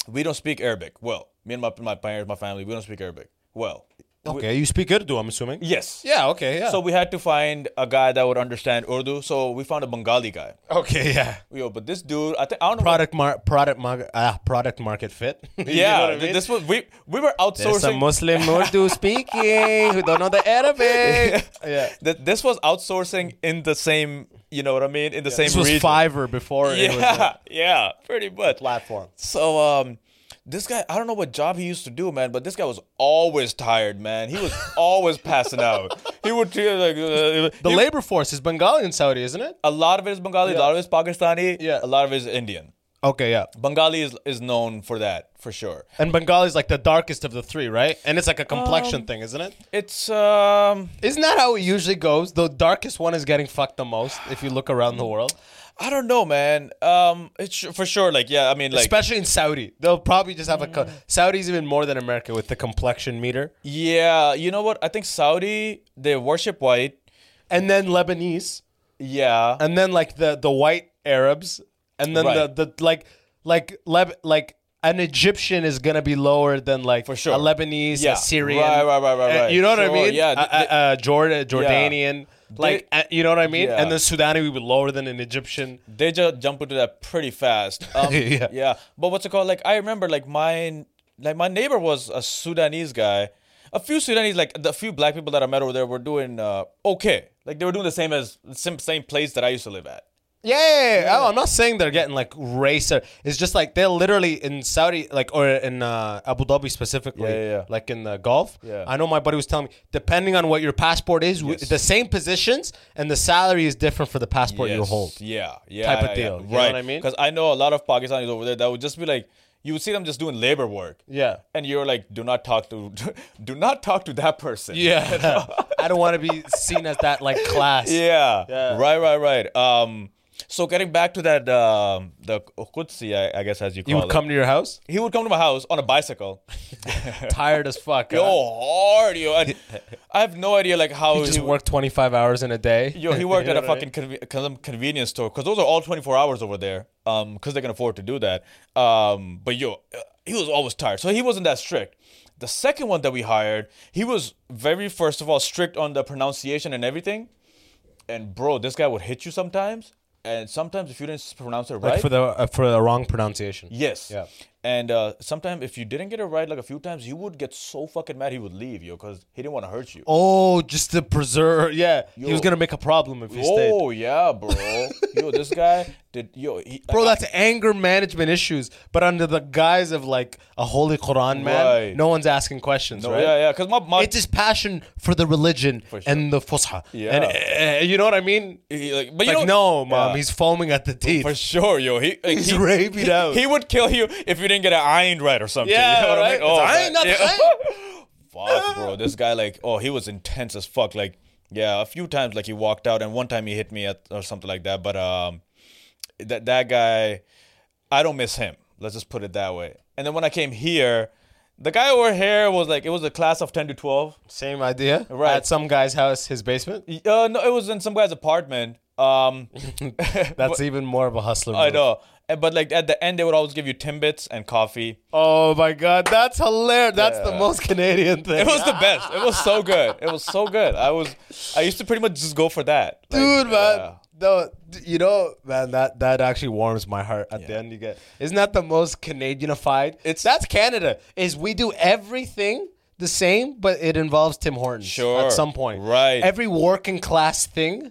Speaker 4: we don't speak Arabic. Well, me and my my parents, my family, we don't speak Arabic. Well,
Speaker 3: Okay, you speak Urdu, I'm assuming.
Speaker 4: yes,
Speaker 3: Yeah. Okay. Yeah.
Speaker 4: So we had to find a guy that would understand Urdu. So we found a Bengali guy.
Speaker 3: okay. Yeah.
Speaker 4: Yo, but this dude, I think I don't know.
Speaker 3: Product mar- product mar- ah, product market fit. You know
Speaker 4: yeah,
Speaker 3: what I mean?
Speaker 4: this was we we were
Speaker 3: There's
Speaker 4: outsourcing.
Speaker 3: some Muslim Urdu speaking who don't know the Arabic.
Speaker 4: yeah, Th- this was outsourcing in the same. You know what I mean? In the same
Speaker 3: This was
Speaker 4: region.
Speaker 3: Fiverr before it was
Speaker 4: Yeah, yeah, pretty much.
Speaker 3: platform.
Speaker 4: So um This guy, I don't know what job he used to do, man, but this guy was always tired, man. He was always passing out. He would feel like uh,
Speaker 3: The
Speaker 4: he-
Speaker 3: labor force is Bengali in Saudi, isn't it?
Speaker 4: a lot of it is Bengali, a lot of it is Pakistani,
Speaker 3: Yeah.
Speaker 4: a lot of it is Indian.
Speaker 3: Okay, yeah.
Speaker 4: Bengali is is known for that for sure.
Speaker 3: And Bengali is like the darkest of the three, right? And it's like a complexion thing, isn't it?
Speaker 4: It's um
Speaker 3: Isn't that how it usually goes? The darkest one is getting fucked the most if you look around the world,
Speaker 4: I don't know, man. Um, it's su- for sure. Like, yeah, I mean, like,
Speaker 3: especially in Saudi. They'll probably just have a co- Saudi's even more than America with the complexion meter,
Speaker 4: yeah, you know what? I think Saudi they worship white.
Speaker 3: and then Lebanese,
Speaker 4: Yeah,
Speaker 3: and then like the the white Arabs, and then
Speaker 4: Right.
Speaker 3: the the like like Leb like. An Egyptian is gonna be lower than like For
Speaker 4: sure.
Speaker 3: a Lebanese,
Speaker 4: Yeah.
Speaker 3: a Syrian,
Speaker 4: Right, right, right, right,
Speaker 3: uh,
Speaker 4: right.
Speaker 3: You know what I
Speaker 4: Sure,
Speaker 3: mean?
Speaker 4: yeah,
Speaker 3: a, a, a Jordan, Jordanian, like uh, you know what I mean?
Speaker 4: Yeah.
Speaker 3: And then Sudani would be lower than an Egyptian.
Speaker 4: they just jump into that pretty fast. Um,
Speaker 3: Yeah.
Speaker 4: yeah. But what's it called? Like, I remember, like my like my neighbor was a Sudanese guy. A few Sudanese, like the few black people that I met over there, were doing uh, okay. Like they were doing the same as same same place that I used to live at.
Speaker 3: Yeah, yeah, yeah. Oh, I'm not saying they're getting like racer. It's just like they're literally in Saudi, like or in uh, Abu Dhabi specifically,
Speaker 4: Yeah, yeah, yeah.
Speaker 3: like in the Gulf.
Speaker 4: Yeah.
Speaker 3: I know my buddy was telling me depending on what your passport is, w
Speaker 4: Yes.
Speaker 3: the same positions and the salary is different for the passport you
Speaker 4: Yes,
Speaker 3: hold.
Speaker 4: Yeah, yeah,
Speaker 3: Type of
Speaker 4: yeah,
Speaker 3: deal. You
Speaker 4: Yeah.
Speaker 3: know
Speaker 4: right.
Speaker 3: what I mean?
Speaker 4: Because I know a lot of Pakistanis over there that would just be like, you would see them just doing labor work.
Speaker 3: Yeah.
Speaker 4: And you're like, do not talk to, do not talk to that person.
Speaker 3: Yeah, I don't want to be seen as that like class.
Speaker 4: Yeah.
Speaker 3: Yeah.
Speaker 4: Right. Right. Right. Um. So getting back to that, um, the Qudsi, I, I guess as you
Speaker 3: You
Speaker 4: call
Speaker 3: would
Speaker 4: it,
Speaker 3: come to your house
Speaker 4: he would come to my house on a bicycle.
Speaker 3: tired as fuck.
Speaker 4: Yo,
Speaker 3: huh?
Speaker 4: hard yo. And I have no idea like how
Speaker 3: You just
Speaker 4: he-
Speaker 3: work 25 hours in a day.
Speaker 4: Yo, he worked
Speaker 3: You know
Speaker 4: at a
Speaker 3: what I mean?
Speaker 4: fucking conve- some convenience store because those are all 24 hours over there. Um, because they can afford to do that. Um, but yo, uh, he was always tired, so he wasn't that strict. The second one that we hired, he was very first of all strict on the pronunciation and everything. And bro, this guy would hit you sometimes, and sometimes if you didn't pronounce it right,
Speaker 3: Like for the uh, for the wrong pronunciation.
Speaker 4: yes,
Speaker 3: Yeah.
Speaker 4: And uh, sometimes if you didn't get it right, like a few times, he would get so fucking mad he would leave, yo, because he didn't want to hurt you.
Speaker 3: Oh, just to preserve. Yeah, he
Speaker 4: Yo.
Speaker 3: was gonna make a problem if he stayed.
Speaker 4: Oh yeah, bro. yo, this guy did yo. He,
Speaker 3: Bro, that's anger management issues, but under the guise of like a holy Quran, man.
Speaker 4: Right.
Speaker 3: No one's asking questions,
Speaker 4: No,
Speaker 3: right?
Speaker 4: yeah, yeah. Because my, my
Speaker 3: It's his passion for the religion and the fusha.
Speaker 4: Yeah.
Speaker 3: And uh, you know what I mean?
Speaker 4: he, like, but you
Speaker 3: like,
Speaker 4: know,
Speaker 3: no, mom,
Speaker 4: Yeah.
Speaker 3: he's foaming at the teeth.
Speaker 4: for sure, yo. He like,
Speaker 3: He's
Speaker 4: he,
Speaker 3: raping
Speaker 4: he,
Speaker 3: out.
Speaker 4: He would kill you if you didn't get an iron right or something.
Speaker 3: Yeah,
Speaker 4: you know
Speaker 3: right?
Speaker 4: What
Speaker 3: It's
Speaker 4: I
Speaker 3: iron,
Speaker 4: mean?
Speaker 3: not
Speaker 4: Oh, man.
Speaker 3: iron.
Speaker 4: Fuck, bro. This guy, like, oh, he was intense as fuck. Like, yeah, a few times, like, he walked out, and one time he hit me at or something like that. But um, that that guy, I don't miss him. Let's just put it that way. And then when I came here, the guy over here was like, it was a class of ten to twelve.
Speaker 3: Same idea.
Speaker 4: Right.
Speaker 3: At some guy's house, his basement.
Speaker 4: Uh, no, it was in some guy's apartment. Um,
Speaker 3: That's even more of a hustler.
Speaker 4: I
Speaker 3: move.
Speaker 4: know. Uh, But like at the end, they would always give you Timbits and coffee.
Speaker 3: Oh my god, that's hilarious. That's the most Canadian thing.
Speaker 4: It was the best. It was so good. It was so good. I was, I used to pretty much just go for that, Like,
Speaker 3: dude, man.
Speaker 4: yeah.
Speaker 3: No, d- you know, man, that that actually warms my heart. At the
Speaker 4: Yeah.
Speaker 3: end, you get isn't that the most Canadianified? It's that's Canada. Is we do everything the same, but it involves Tim Hortons
Speaker 4: Sure.
Speaker 3: at some point,
Speaker 4: Right.
Speaker 3: Every working class thing.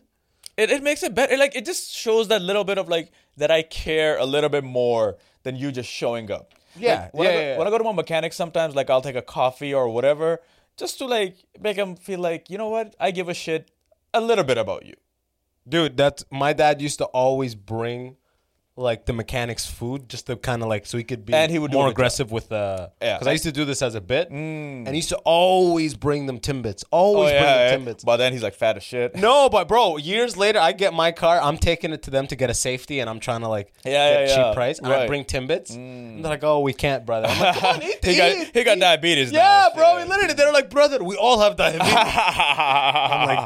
Speaker 4: It, it makes it better. Like it just shows that little bit of like that I care a little bit more than you just showing up.
Speaker 3: Yeah, yeah,
Speaker 4: Like, when I go,
Speaker 3: yeah, yeah.
Speaker 4: When I go to my mechanic, sometimes like I'll take a coffee or whatever, just to like make him feel like you know what I give a shit a little bit about you.
Speaker 3: Dude, that's my dad used to always bring like the mechanic's food just to kind of like so he could be
Speaker 4: And he would do
Speaker 3: more
Speaker 4: it with-
Speaker 3: aggressive with Mm. uh
Speaker 4: Yeah.
Speaker 3: because I used to do this as a bit and he used to always bring them timbits
Speaker 4: Oh,
Speaker 3: always bring them timbits
Speaker 4: By then he's like fat as shit.
Speaker 3: No, but bro, years later, I get my car. I'm taking it to them to get a safety, and I'm trying to like
Speaker 4: Yeah,
Speaker 3: get
Speaker 4: yeah,
Speaker 3: cheap
Speaker 4: yeah.
Speaker 3: price. And I
Speaker 4: Right. Mm.
Speaker 3: bring Timbits. And they're like, "Oh, we can't, brother." I'm like, "Come on, eat,
Speaker 4: he got
Speaker 3: eat,
Speaker 4: he got
Speaker 3: eat."
Speaker 4: diabetes.
Speaker 3: Yeah,
Speaker 4: now,
Speaker 3: bro.
Speaker 4: shit.
Speaker 3: and Literally, they're like, "Brother, we all have diabetes." I'm like,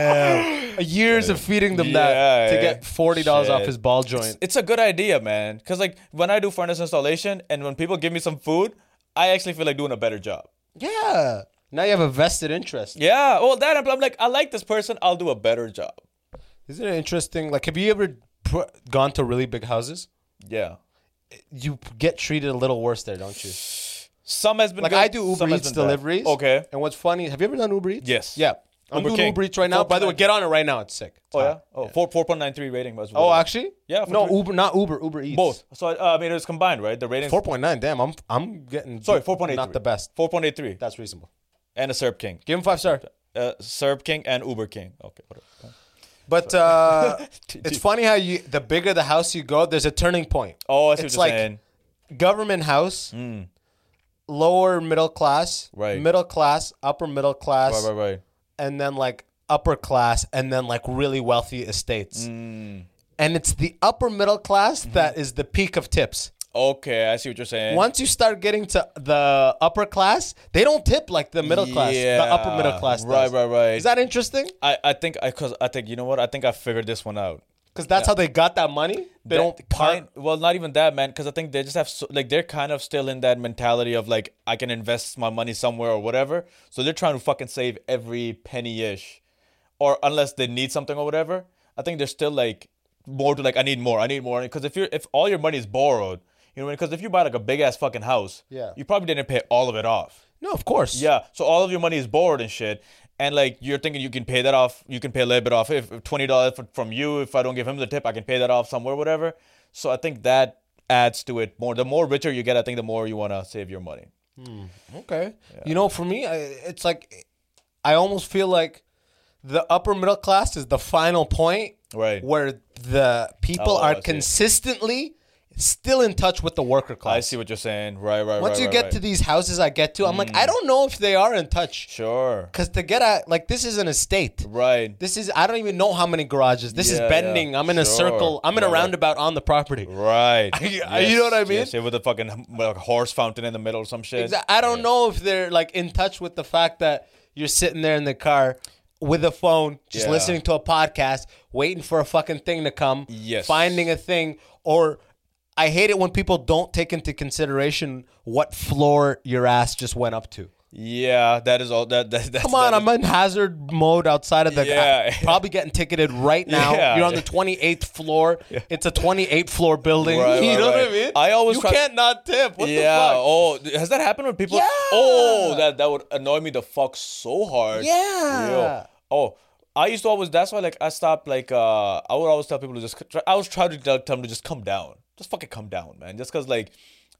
Speaker 3: "Damn." Years of feeding them that
Speaker 4: Yeah,
Speaker 3: to
Speaker 4: yeah.
Speaker 3: get forty dollars off
Speaker 4: Shit.
Speaker 3: his ball joint.
Speaker 4: it's a good idea, man. Cause like when I do furnace installation and when people give me some food, I actually feel like doing a better job.
Speaker 3: yeah. Now you have a vested interest.
Speaker 4: Yeah. Well, that I'm, I'm like I like this person. I'll do a better job.
Speaker 3: Isn't it interesting? Like, have you ever pr- gone to really big houses?
Speaker 4: Yeah.
Speaker 3: You get treated a little worse there, don't you?
Speaker 4: Some has been
Speaker 3: Like
Speaker 4: good,
Speaker 3: I do Uber
Speaker 4: some has
Speaker 3: Eats
Speaker 4: been bad.
Speaker 3: deliveries.
Speaker 4: Okay.
Speaker 3: And what's funny, have you ever done Uber Eats?
Speaker 4: Yes.
Speaker 3: Yeah. I'm
Speaker 4: Uber
Speaker 3: doing
Speaker 4: King.
Speaker 3: Uber Eats right now. By the way, get on it right now. It's sick. It's
Speaker 4: Oh yeah.
Speaker 3: hot.
Speaker 4: Oh, four four point nine three rating was.
Speaker 3: Oh, actually?
Speaker 4: Yeah, for
Speaker 3: No,
Speaker 4: three-
Speaker 3: Uber, not Uber. Uber Eats.
Speaker 4: both. So uh, I mean, it was combined, right? The ratings.
Speaker 3: Four point nine. Damn, I'm I'm getting
Speaker 4: sorry, four point eight.
Speaker 3: Not the best.
Speaker 4: Four point eight three.
Speaker 3: That's reasonable.
Speaker 4: And a Serb King.
Speaker 3: Give him five star.
Speaker 4: Uh, Serb King and Uber King. Okay. Whatever.
Speaker 3: But uh, it's funny how you the bigger the house you go, there's a turning point.
Speaker 4: Oh, I see
Speaker 3: it's
Speaker 4: what
Speaker 3: like
Speaker 4: you're saying.
Speaker 3: government house, lower middle class,
Speaker 4: Right.
Speaker 3: middle class, upper middle class,
Speaker 4: Right, right, right.
Speaker 3: and then like upper class, and then like really wealthy estates.
Speaker 4: Mm.
Speaker 3: And it's the upper middle class
Speaker 4: Mm-hmm.
Speaker 3: that is the peak of tips.
Speaker 4: Okay, I see what you're saying.
Speaker 3: Once you start getting to the upper class, they don't tip like the middle class, the upper middle
Speaker 4: Yeah.
Speaker 3: class.
Speaker 4: Right,
Speaker 3: does.
Speaker 4: right, right.
Speaker 3: Is that interesting?
Speaker 4: I, I think I cause I think you know what I think I figured this one out.
Speaker 3: Because that's how they got that money. They
Speaker 4: That
Speaker 3: don't part.
Speaker 4: kind, well not even that man because I think they just have so, like they're kind of still in that mentality of like I can invest my money somewhere or whatever so they're trying to fucking save every penny ish or unless they need something or whatever I think they're still like more to like I need more I need more because if you're if all your money is borrowed you know because if you buy like a big ass fucking house
Speaker 3: Yeah.
Speaker 4: you probably didn't pay all of it off
Speaker 3: No, of course.
Speaker 4: Yeah. So all of your money is borrowed and shit. And like you're thinking you can pay that off. You can pay a little bit off. If if twenty dollars from you, if I don't give him the tip, I can pay that off somewhere, whatever. So I think that adds to it more. The more richer you get, I think the more you want to save your money.
Speaker 3: Okay. You know, for me, I, it's like I almost feel like the upper middle class is the final point
Speaker 4: Right.
Speaker 3: where the people
Speaker 4: Oh, I
Speaker 3: are
Speaker 4: see.
Speaker 3: consistently still in touch with the worker class.
Speaker 4: I see what you're saying. Right, right.
Speaker 3: Once
Speaker 4: right,
Speaker 3: you
Speaker 4: right,
Speaker 3: get
Speaker 4: right. Mm.
Speaker 3: to these houses I get to, I'm like, I don't know if they are in touch.
Speaker 4: sure.
Speaker 3: Because to get at, like, this is an estate.
Speaker 4: Right.
Speaker 3: This is, I don't even know how many garages. This
Speaker 4: Yeah,
Speaker 3: is bending.
Speaker 4: yeah.
Speaker 3: I'm in a
Speaker 4: Sure.
Speaker 3: circle. I'm in a
Speaker 4: Right, right.
Speaker 3: roundabout on the property.
Speaker 4: Right.
Speaker 3: you know what I mean?
Speaker 4: Yes, yeah, with a fucking like, horse fountain in the middle or some shit.
Speaker 3: Exa- I don't know if they're like in touch with the fact that you're sitting there in the car with a phone, just
Speaker 4: Yeah.
Speaker 3: listening to a podcast, waiting for a fucking thing to come,
Speaker 4: Yes.
Speaker 3: finding a thing, or I hate it when people don't take into consideration what floor your ass just went up to.
Speaker 4: Yeah, that is all. That, that that's,
Speaker 3: Come on,
Speaker 4: that
Speaker 3: I'm in hazard mode outside of the.
Speaker 4: Yeah.
Speaker 3: I'm probably getting ticketed right now.
Speaker 4: Yeah.
Speaker 3: You're on the 28th floor. It's a 28th floor building.
Speaker 4: Right,
Speaker 3: you
Speaker 4: right,
Speaker 3: know what I
Speaker 4: right.
Speaker 3: mean?
Speaker 4: I always
Speaker 3: you
Speaker 4: try-
Speaker 3: can't not tip. What
Speaker 4: yeah.
Speaker 3: the fuck?
Speaker 4: Oh, th- has that happened with people?
Speaker 3: Yeah.
Speaker 4: Oh, that that would annoy me the fuck so hard.
Speaker 3: Yeah.
Speaker 4: Yo. Oh, I used to always. That's why, like, I stopped. Like, uh, I would always tell people to just. c- Try, I was trying to tell them to just come down. Just fucking come down, man. Just cause like,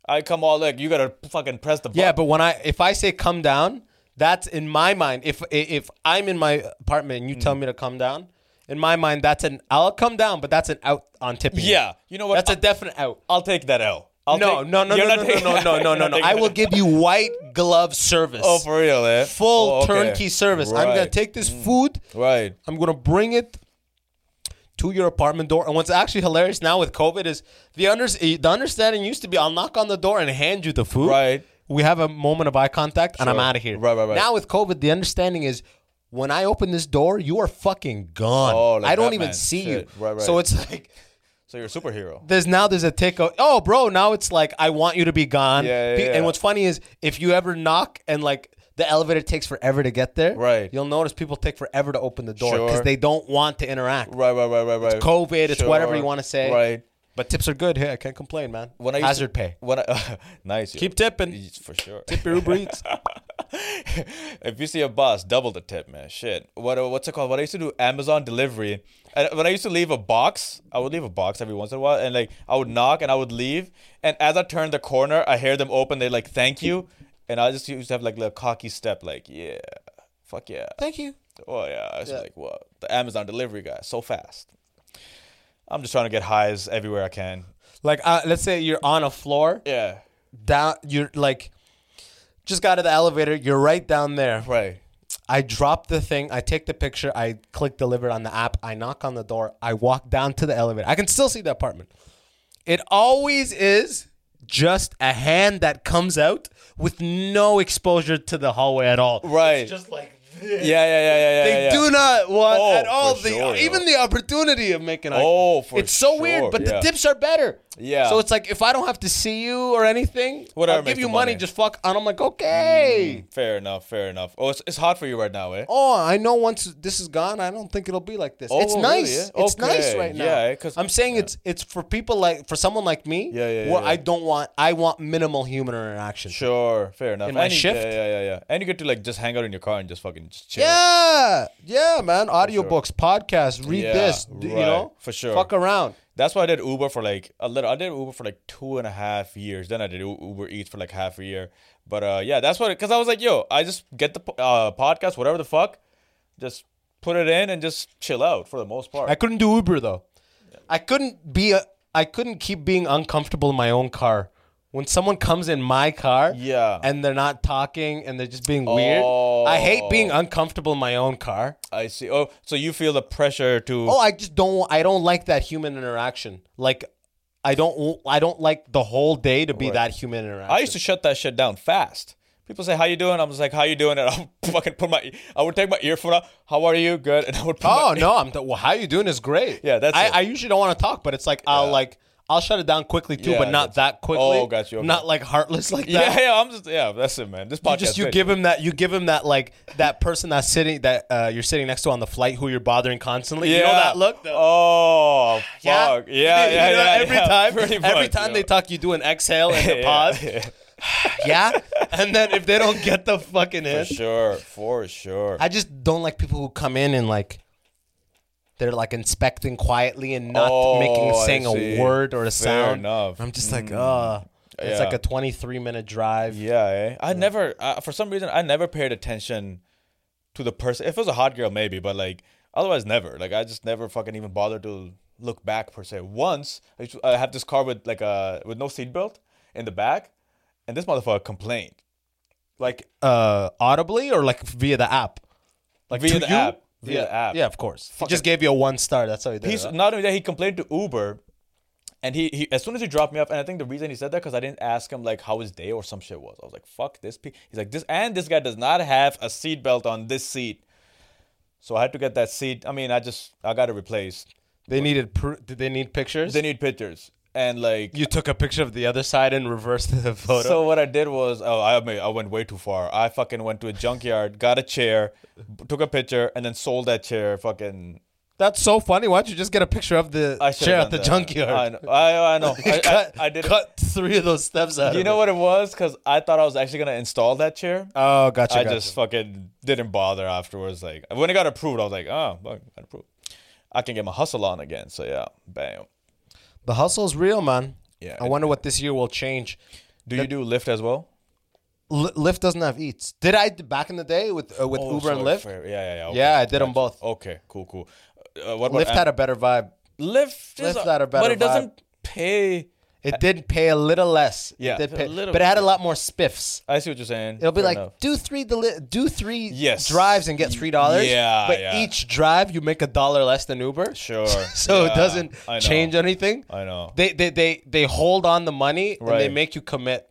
Speaker 4: I come all like you gotta fucking press the button.
Speaker 3: Yeah, but when I if I say come down, that's in my mind. If if I'm in my apartment and you
Speaker 4: Mm.
Speaker 3: tell me to come down, in my mind that's an I'll come down, but that's an out on tipping. you.
Speaker 4: Yeah. You know what?
Speaker 3: that's
Speaker 4: I,
Speaker 3: a definite out.
Speaker 4: I'll take that L. I'll
Speaker 3: no,
Speaker 4: take-
Speaker 3: no, no, no,
Speaker 4: You're
Speaker 3: no, no,
Speaker 4: not
Speaker 3: no,
Speaker 4: taking-
Speaker 3: no, no, no,
Speaker 4: you're
Speaker 3: no,
Speaker 4: not
Speaker 3: no.
Speaker 4: taking
Speaker 3: I
Speaker 4: that
Speaker 3: will
Speaker 4: L.
Speaker 3: give you white glove service.
Speaker 4: Oh, for real, eh?
Speaker 3: full
Speaker 4: Oh, okay.
Speaker 3: turnkey service. I'm gonna
Speaker 4: Right. Mm.
Speaker 3: take this food.
Speaker 4: Right.
Speaker 3: I'm gonna bring it to your apartment door. And what's actually hilarious now with COVID is the under the understanding used to be I'll knock on the door and hand you the food.
Speaker 4: Right.
Speaker 3: We have a moment of eye contact and I'm
Speaker 4: Sure.
Speaker 3: out of here.
Speaker 4: Right, right, right.
Speaker 3: Now with COVID, the understanding is when I open this door, you are fucking gone.
Speaker 4: Oh, like
Speaker 3: I don't
Speaker 4: Batman.
Speaker 3: even see
Speaker 4: Shit.
Speaker 3: you.
Speaker 4: Right, right.
Speaker 3: So it's like
Speaker 4: So you're a superhero.
Speaker 3: there's now there's a take o- oh bro now it's like i want you to be gone
Speaker 4: Yeah, yeah,
Speaker 3: Pe-
Speaker 4: yeah.
Speaker 3: and what's funny is if you ever knock and like the elevator takes forever to get there
Speaker 4: Right.
Speaker 3: you'll notice people take forever to open the door because
Speaker 4: Sure.
Speaker 3: they don't want to interact
Speaker 4: Right, right, right, right, right. It's
Speaker 3: covid it's whatever you want to say
Speaker 4: Right.
Speaker 3: but tips are good hey i can't complain man
Speaker 4: When I used
Speaker 3: hazard
Speaker 4: to,
Speaker 3: pay
Speaker 4: When I, nice.
Speaker 3: keep tipping
Speaker 4: For sure.
Speaker 3: tip your uber eats
Speaker 4: if you see a bus, double the tip, man. Shit. What uh, what's it called? What I used to do Amazon delivery. And when I used to leave a box, I would leave a box every once in a while, and like I would knock and I would leave. And as I turned the corner, I hear them open. They like thank you, and I just used to have like a cocky step, like yeah, fuck yeah,
Speaker 3: thank you
Speaker 4: oh yeah. I was like, what? The Amazon delivery guy, so fast. I'm just trying to get highs everywhere I can.
Speaker 3: like uh, let's say you're on a floor
Speaker 4: Yeah.
Speaker 3: down you're like just got out of the elevator you're right down there
Speaker 4: Right.
Speaker 3: I drop the thing. I take the picture. I click deliver on the app. I knock on the door. I walk down to the elevator. I can still see the apartment. It always is just a hand that comes out with no exposure to the hallway at all.
Speaker 4: Right.
Speaker 3: It's just like this.
Speaker 4: Yeah, yeah, yeah, yeah, yeah.
Speaker 3: They
Speaker 4: yeah.
Speaker 3: do not want
Speaker 4: Oh,
Speaker 3: at all
Speaker 4: for
Speaker 3: the
Speaker 4: sure, yo.
Speaker 3: even the opportunity of making. eye-
Speaker 4: Oh, for
Speaker 3: it's so
Speaker 4: sure,
Speaker 3: weird, but
Speaker 4: yeah.
Speaker 3: the tips are better.
Speaker 4: Yeah.
Speaker 3: So it's like if I don't have to see you or anything,
Speaker 4: Whatever
Speaker 3: I'll
Speaker 4: makes
Speaker 3: give you
Speaker 4: the
Speaker 3: money,
Speaker 4: money.
Speaker 3: just fuck. And I'm like, okay.
Speaker 4: Mm, Fair enough. Fair enough. Oh, it's, it's hot for you right now, eh?
Speaker 3: Oh, I know once this is gone, I don't think it'll be like this.
Speaker 4: Oh,
Speaker 3: it's
Speaker 4: really,
Speaker 3: nice.
Speaker 4: eh?
Speaker 3: It's nice
Speaker 4: Okay.
Speaker 3: right now.
Speaker 4: Yeah, eh, 'cause-
Speaker 3: I'm saying it's it's for people like for someone like me.
Speaker 4: Yeah, yeah, yeah,
Speaker 3: Where
Speaker 4: yeah.
Speaker 3: I don't want I want minimal human interaction.
Speaker 4: Sure. Fair enough.
Speaker 3: In my
Speaker 4: And you-
Speaker 3: shift?
Speaker 4: Yeah, yeah, yeah, yeah. And you get to like just hang out in your car and just fucking just chill.
Speaker 3: Yeah, yeah, man. Audiobooks, podcasts, read
Speaker 4: Yeah,
Speaker 3: this. d- You
Speaker 4: right,
Speaker 3: know,
Speaker 4: for sure.
Speaker 3: Fuck around.
Speaker 4: That's why I did Uber for like a little. I did Uber for like two and a half years. Then I did U- Uber Eats for like half a year. But uh, yeah, that's what. Because I was like, yo, I just get the po- uh, podcast, whatever the fuck, just put it in and just chill out for the most part.
Speaker 3: I couldn't do Uber though. I couldn't be. A, I couldn't keep being uncomfortable in my own car. When someone comes in my car,
Speaker 4: Yeah.
Speaker 3: and they're not talking and they're just being weird. I hate being
Speaker 4: Oh.
Speaker 3: uncomfortable in my own car.
Speaker 4: I see. Oh, so you feel the pressure to?
Speaker 3: Oh, I just don't. I don't like that human interaction. Like, I don't. I don't like the whole day to be that human interaction.
Speaker 4: I used to shut that shit down fast. People say, "How you doing?" I was like, "How you doing?" And I'll fucking put my, I would take my earphone out. How are you? Good. And I would. Put
Speaker 3: Oh
Speaker 4: my,
Speaker 3: no, I'm. Th- well, how you doing is great.
Speaker 4: Yeah, that's
Speaker 3: I,
Speaker 4: it.
Speaker 3: I usually don't want to talk, but it's like I'll like I'll shut it down quickly too,
Speaker 4: Yeah,
Speaker 3: but not
Speaker 4: that's-
Speaker 3: that quickly.
Speaker 4: Oh, got you, okay.
Speaker 3: Not like heartless like that.
Speaker 4: Yeah, yeah. I'm just yeah. That's it, man. This podcast.
Speaker 3: You just you
Speaker 4: bitch.
Speaker 3: give him that you give him that like that person that's sitting that uh, you're sitting next to on the flight who you're bothering constantly. You know that look. though?
Speaker 4: Oh, fuck. Yeah, yeah, yeah.
Speaker 3: You know, every
Speaker 4: yeah,
Speaker 3: time,
Speaker 4: pretty
Speaker 3: every
Speaker 4: much,
Speaker 3: time
Speaker 4: yeah.
Speaker 3: they talk, you do an exhale and a
Speaker 4: Yeah,
Speaker 3: pause. Yeah.
Speaker 4: yeah.
Speaker 3: and then if they don't get the fucking
Speaker 4: For
Speaker 3: hint,
Speaker 4: sure, for sure.
Speaker 3: I just don't like people who come in and like they're like inspecting quietly and not
Speaker 4: Oh,
Speaker 3: making
Speaker 4: I
Speaker 3: saying a
Speaker 4: see.
Speaker 3: word or a
Speaker 4: Fair
Speaker 3: sound.
Speaker 4: enough. Mm.
Speaker 3: I'm just like, uh it's
Speaker 4: Yeah.
Speaker 3: like a 23 minute drive.
Speaker 4: yeah, eh? I never, uh, for some reason, I never paid attention to the person. If it was a hot girl, maybe, but like, otherwise, never. Like, I just never fucking even bothered to look back per se. Once I, used to- I had this car with like a with no seatbelt in the back, and this motherfucker complained.
Speaker 3: Like uh audibly or like via the app. Like
Speaker 4: Via
Speaker 3: to
Speaker 4: the
Speaker 3: you?
Speaker 4: app. Via
Speaker 3: yeah,
Speaker 4: the app.
Speaker 3: Yeah, of course. He just gave you a one star. That's how he did
Speaker 4: he's
Speaker 3: it. huh?
Speaker 4: not only that he complained to Uber, and he, he as soon as he dropped me off, and I think the reason he said that because I didn't ask him like how his day or some shit was. I was like, fuck this. Pe-. He's like this, and this guy does not have a seat belt on this seat, so I had to get that seat. I mean, I just I got it replaced.
Speaker 3: They needed pr- did they need pictures?
Speaker 4: They need pictures, and like
Speaker 3: you took a picture of the other side and reversed the photo.
Speaker 4: So what I did was, oh, I mean, I went way too far. I fucking went to a junkyard, got a chair, b- took a picture, and then sold that chair. Fucking,
Speaker 3: That's so funny. Why don't you just get a picture of the
Speaker 4: I should've
Speaker 3: chair at
Speaker 4: done
Speaker 3: the
Speaker 4: that.
Speaker 3: junkyard?
Speaker 4: I know, I, I know. I, I-
Speaker 3: cut,
Speaker 4: I did it.
Speaker 3: cut three of those steps out.
Speaker 4: You
Speaker 3: of
Speaker 4: know
Speaker 3: it.
Speaker 4: what it was? Because I thought I was actually gonna install that chair.
Speaker 3: Oh, gotcha.
Speaker 4: I
Speaker 3: gotcha.
Speaker 4: just fucking didn't bother afterwards. Like when it got approved, I was like, oh, fuck, got approved. I can get my hustle on again. So yeah, bam.
Speaker 3: the hustle's real, man.
Speaker 4: Yeah,
Speaker 3: I
Speaker 4: it-
Speaker 3: wonder what this year will change.
Speaker 4: Do you do Lyft as well?
Speaker 3: L- Lyft doesn't have eats. Did I back in the day with uh, with
Speaker 4: Oh,
Speaker 3: Uber and
Speaker 4: sorry,
Speaker 3: Lyft?
Speaker 4: fair. Yeah, yeah, yeah. okay.
Speaker 3: Yeah, I did them both.
Speaker 4: Okay, cool, cool. Uh, what
Speaker 3: Lyft
Speaker 4: about
Speaker 3: had a better vibe.
Speaker 4: Lyft? Is
Speaker 3: Lyft
Speaker 4: a,
Speaker 3: had a better
Speaker 4: but it
Speaker 3: vibe.
Speaker 4: doesn't pay.
Speaker 3: It did pay a little less.
Speaker 4: uh, Yeah,
Speaker 3: it did
Speaker 4: a
Speaker 3: pay,
Speaker 4: little
Speaker 3: but it had a
Speaker 4: bit.
Speaker 3: lot more spiffs.
Speaker 4: I see what you're saying.
Speaker 3: It'll be
Speaker 4: Fair
Speaker 3: like
Speaker 4: enough.
Speaker 3: do three deli- do three
Speaker 4: Yes.
Speaker 3: drives and get three dollars.
Speaker 4: Yeah,
Speaker 3: but
Speaker 4: yeah.
Speaker 3: each drive you make a dollar less than Uber.
Speaker 4: sure.
Speaker 3: so
Speaker 4: Yeah,
Speaker 3: it doesn't
Speaker 4: I know.
Speaker 3: change anything.
Speaker 4: I know.
Speaker 3: They they they they hold on the money and they
Speaker 4: Right.
Speaker 3: make you commit.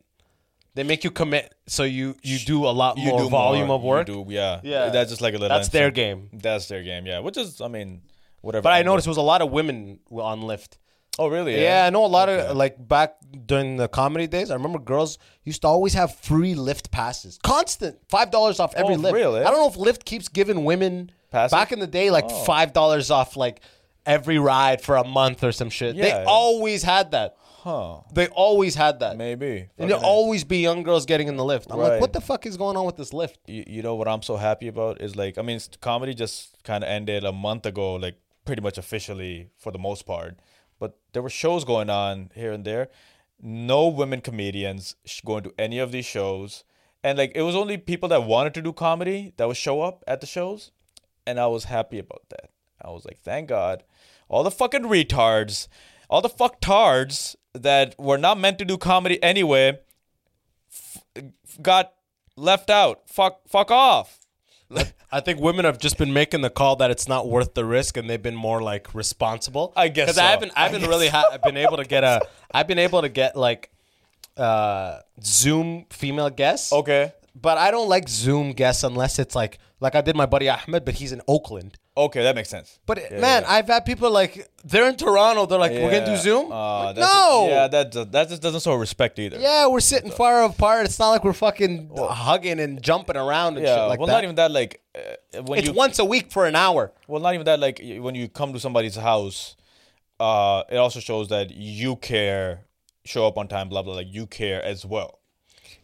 Speaker 3: They make you commit, so you you do a lot
Speaker 4: You
Speaker 3: more
Speaker 4: do
Speaker 3: volume
Speaker 4: more,
Speaker 3: of work.
Speaker 4: You do, yeah,
Speaker 3: Yeah.
Speaker 4: That's just like a little.
Speaker 3: That's their
Speaker 4: incentive.
Speaker 3: game.
Speaker 4: That's their game. Yeah, which is, I mean, whatever.
Speaker 3: But I noticed there was a lot of women w- on Lyft.
Speaker 4: Oh, really?
Speaker 3: Yeah, I know a lot of like back during the comedy days. I remember girls used to always have free Lyft passes, constant five dollars off every
Speaker 4: Oh,
Speaker 3: Lyft.
Speaker 4: really?
Speaker 3: I don't know if Lyft keeps giving women
Speaker 4: Passes? Oh.
Speaker 3: back in the day like five dollars off like every ride for a month or some shit. they
Speaker 4: Yeah.
Speaker 3: always had that.
Speaker 4: Huh.
Speaker 3: They always had that.
Speaker 4: Maybe.
Speaker 3: And there'll
Speaker 4: Fucking A.
Speaker 3: always be young girls getting in the lift. I'm like,
Speaker 4: Right.
Speaker 3: what the fuck is going on with this lift?
Speaker 4: you, you know what I'm so happy about is like I mean s- comedy just kind of ended a month ago like pretty much officially for the most part but there were shows going on here and there no women comedians sh- going to any of these shows and like it was only people that wanted to do comedy that would show up at the shows and I was happy about that I was like thank god all the fucking retards all the fucktards that were not meant to do comedy anyway got left out. Fuck, fuck off.
Speaker 3: I think women have just been making the call that it's not worth the risk, and they've been more like responsible.
Speaker 4: I guess
Speaker 3: I
Speaker 4: so.
Speaker 3: haven't, I
Speaker 4: I
Speaker 3: haven't
Speaker 4: guess
Speaker 3: really, ha- I've been able to get a, I've been able to get like, uh, Zoom female guests.
Speaker 4: Okay.
Speaker 3: but I don't like Zoom guests unless it's like like I did my buddy Ahmed, but he's in Oakland.
Speaker 4: Okay, that makes sense.
Speaker 3: But
Speaker 4: Yeah,
Speaker 3: man,
Speaker 4: yeah.
Speaker 3: I've had people like they're in Toronto. They're like, we're gonna do
Speaker 4: Yeah.
Speaker 3: Zoom.
Speaker 4: Uh,
Speaker 3: Like,
Speaker 4: that's-
Speaker 3: no.
Speaker 4: Yeah, that ju- that just doesn't show respect either.
Speaker 3: Yeah, we're sitting far apart. It's not like we're fucking hugging and jumping around and
Speaker 4: Yeah,
Speaker 3: shit like
Speaker 4: well,
Speaker 3: that.
Speaker 4: not even that. Like uh, when
Speaker 3: it's
Speaker 4: you
Speaker 3: once a week for an hour.
Speaker 4: well, not even that. Like y- when you come to somebody's house, uh, it also shows that you care, show up on time, blah blah. Like you care as well.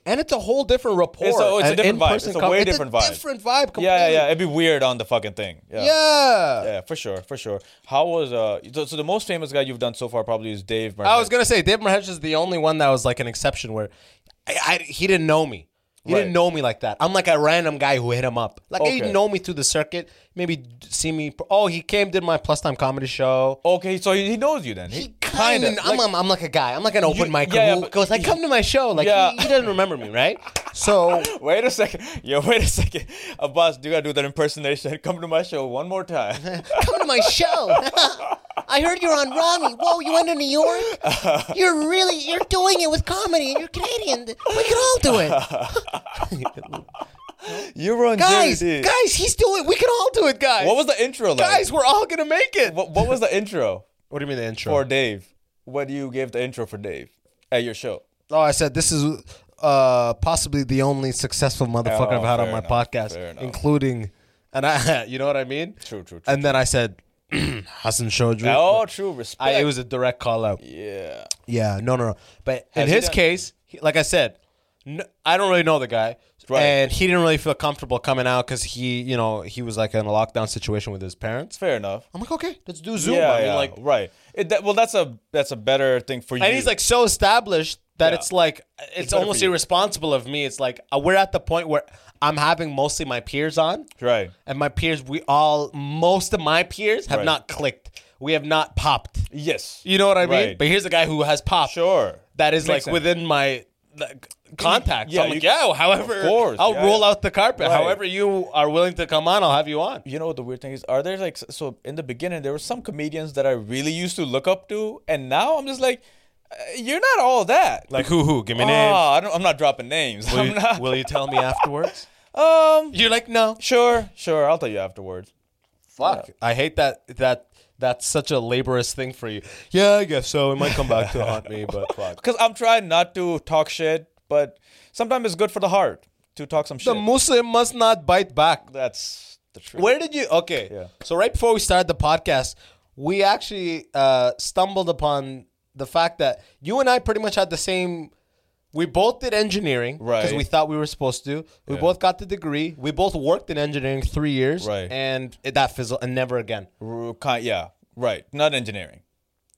Speaker 3: And it's a whole different rapport.
Speaker 4: It's a- it's a
Speaker 3: An
Speaker 4: different vibe.
Speaker 3: in-person
Speaker 4: It's a
Speaker 3: com-
Speaker 4: way different vibe.
Speaker 3: different vibe completely.
Speaker 4: Yeah, yeah, yeah. It'd be weird on the fucking thing. Yeah.
Speaker 3: Yeah.
Speaker 4: Yeah, for sure, for sure. How was uh? So, so the most famous guy you've done so far probably is Dave. Martin.
Speaker 3: I was gonna say Dave Mahesh is the only one that was like an exception where I, I he didn't know me. He
Speaker 4: Right.
Speaker 3: didn't know me like that. I'm like a random guy who hit him up. Like he
Speaker 4: Okay.
Speaker 3: know me through the circuit, maybe d- see me. Oh, he came did my plus time comedy show.
Speaker 4: Okay, so he, he knows you then.
Speaker 3: He kind of. I'm, I'm, I'm like a guy. I'm like an open mic
Speaker 4: yeah, yeah,
Speaker 3: who
Speaker 4: but-
Speaker 3: goes like, "Come to my show." Like
Speaker 4: Yeah.
Speaker 3: he, he doesn't remember me, right? So
Speaker 4: Wait a second. Yo, wait a second. Abbas, you gotta do that impersonation. Come to my show one more time.
Speaker 3: come to my show. I heard you're on Rami. Whoa, you went to New York? You're really you're doing it with comedy and you're Canadian. We can all do it.
Speaker 4: you were on
Speaker 3: Guys,
Speaker 4: JD.
Speaker 3: guys, he's doing we can all do it, guys.
Speaker 4: What was the intro like?
Speaker 3: Guys, we're all gonna make it.
Speaker 4: what, what was the intro
Speaker 3: What do you mean the intro?
Speaker 4: for Dave? What do you give the intro for Dave at your show?
Speaker 3: oh, I said this is uh, possibly the only successful motherfucker
Speaker 4: Oh,
Speaker 3: I've had on
Speaker 4: fair
Speaker 3: my
Speaker 4: enough, fair
Speaker 3: podcast,
Speaker 4: enough.
Speaker 3: including, and I, you know what I mean.
Speaker 4: True, true, true,
Speaker 3: And then I said, Hassan Chaudhry.
Speaker 4: Oh, true respect.
Speaker 3: I, it was a direct call out.
Speaker 4: yeah.
Speaker 3: Yeah, no, no, no. But in
Speaker 4: Has he
Speaker 3: his
Speaker 4: done-
Speaker 3: case, he, like I said, n I don't really know the guy,
Speaker 4: Right.
Speaker 3: and he didn't really feel comfortable coming out because he, you know, he was like in a lockdown situation with his parents.
Speaker 4: Fair enough.
Speaker 3: I'm like, okay, let's do Zoom.
Speaker 4: yeah,
Speaker 3: I mean,
Speaker 4: yeah,
Speaker 3: like,
Speaker 4: right. It, that, well, that's a that's a better thing for you.
Speaker 3: and he's like so established that
Speaker 4: Yeah.
Speaker 3: it's like it's,
Speaker 4: better for
Speaker 3: almost
Speaker 4: you.
Speaker 3: irresponsible of me. It's like uh, we're at the point where I'm having mostly my peers on,
Speaker 4: right.
Speaker 3: and my peers, we all, most of my peers have
Speaker 4: Right.
Speaker 3: not clicked. We have not popped.
Speaker 4: Yes.
Speaker 3: You know what I mean?
Speaker 4: Right.
Speaker 3: But here's a guy who has popped.
Speaker 4: Sure.
Speaker 3: that is
Speaker 4: Makes
Speaker 3: like
Speaker 4: sense.
Speaker 3: within my like, contact.
Speaker 4: Yeah,
Speaker 3: so I'm like,
Speaker 4: you-
Speaker 3: yeah, however,
Speaker 4: Of course,
Speaker 3: I'll
Speaker 4: yeah,
Speaker 3: roll
Speaker 4: yeah.
Speaker 3: out the carpet.
Speaker 4: Right.
Speaker 3: However, you are willing to come on, I'll have you on.
Speaker 4: you know what the weird thing is? Are there like so in the beginning there were some comedians that I really used to look up to, and now I'm just like, uh, you're not all that.
Speaker 3: Like who? Who? Give me
Speaker 4: oh,
Speaker 3: names.
Speaker 4: I don't, I'm not dropping names.
Speaker 3: Will
Speaker 4: I'm
Speaker 3: you,
Speaker 4: not.
Speaker 3: will you tell me afterwards?
Speaker 4: Um,
Speaker 3: You're like, no,
Speaker 4: sure, sure. I'll tell you afterwards.
Speaker 3: fuck. I hate that. That that's such a laborious thing for you. Yeah, I guess so. It might come back to haunt me, but fuck.
Speaker 4: Because I'm trying not to talk shit, but sometimes it's good for the heart to talk some
Speaker 3: The
Speaker 4: shit.
Speaker 3: Muslim must not bite back.
Speaker 4: That's the truth.
Speaker 3: Where did you? Okay.
Speaker 4: Yeah.
Speaker 3: So right before we started the podcast, we actually uh, stumbled upon the fact that you and I pretty much had the same. We both did engineering
Speaker 4: Right.
Speaker 3: we thought we were supposed to. We
Speaker 4: Yeah.
Speaker 3: both got the degree. We both worked in engineering three years,
Speaker 4: Right.
Speaker 3: And it, that fizzled, and never again.
Speaker 4: R- kind- yeah, right. Not engineering.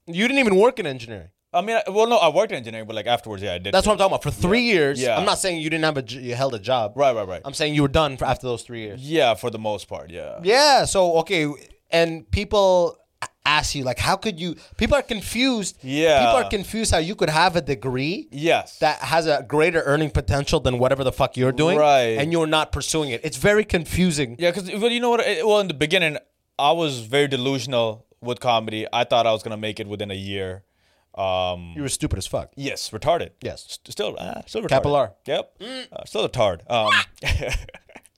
Speaker 3: You didn't even work in engineering.
Speaker 4: I mean, I, well, no, I worked in engineering, but like afterwards, yeah, I did.
Speaker 3: That's what I'm talking about. For three years,
Speaker 4: Yeah.
Speaker 3: I'm not saying you didn't have a j- you held a job.
Speaker 4: Right, right, right.
Speaker 3: I'm saying you were done for after those three years.
Speaker 4: yeah, for the most part, yeah.
Speaker 3: Yeah. So okay, and people ask you like, how could you? People are confused.
Speaker 4: Yeah.
Speaker 3: People are confused how you could have a degree
Speaker 4: Yes.
Speaker 3: that has a greater earning potential than whatever the fuck you're doing,
Speaker 4: Right.
Speaker 3: And you're not pursuing it. It's very confusing.
Speaker 4: Yeah, because well, you know what? eh, Well, in the beginning, I was very delusional with comedy. I thought I was gonna make it within a year. Um,
Speaker 3: You were stupid as fuck.
Speaker 4: yes, retarded.
Speaker 3: Yes.
Speaker 4: St- still, uh, still retarded.
Speaker 3: Capital R.
Speaker 4: Yep, uh, still retarded. Um,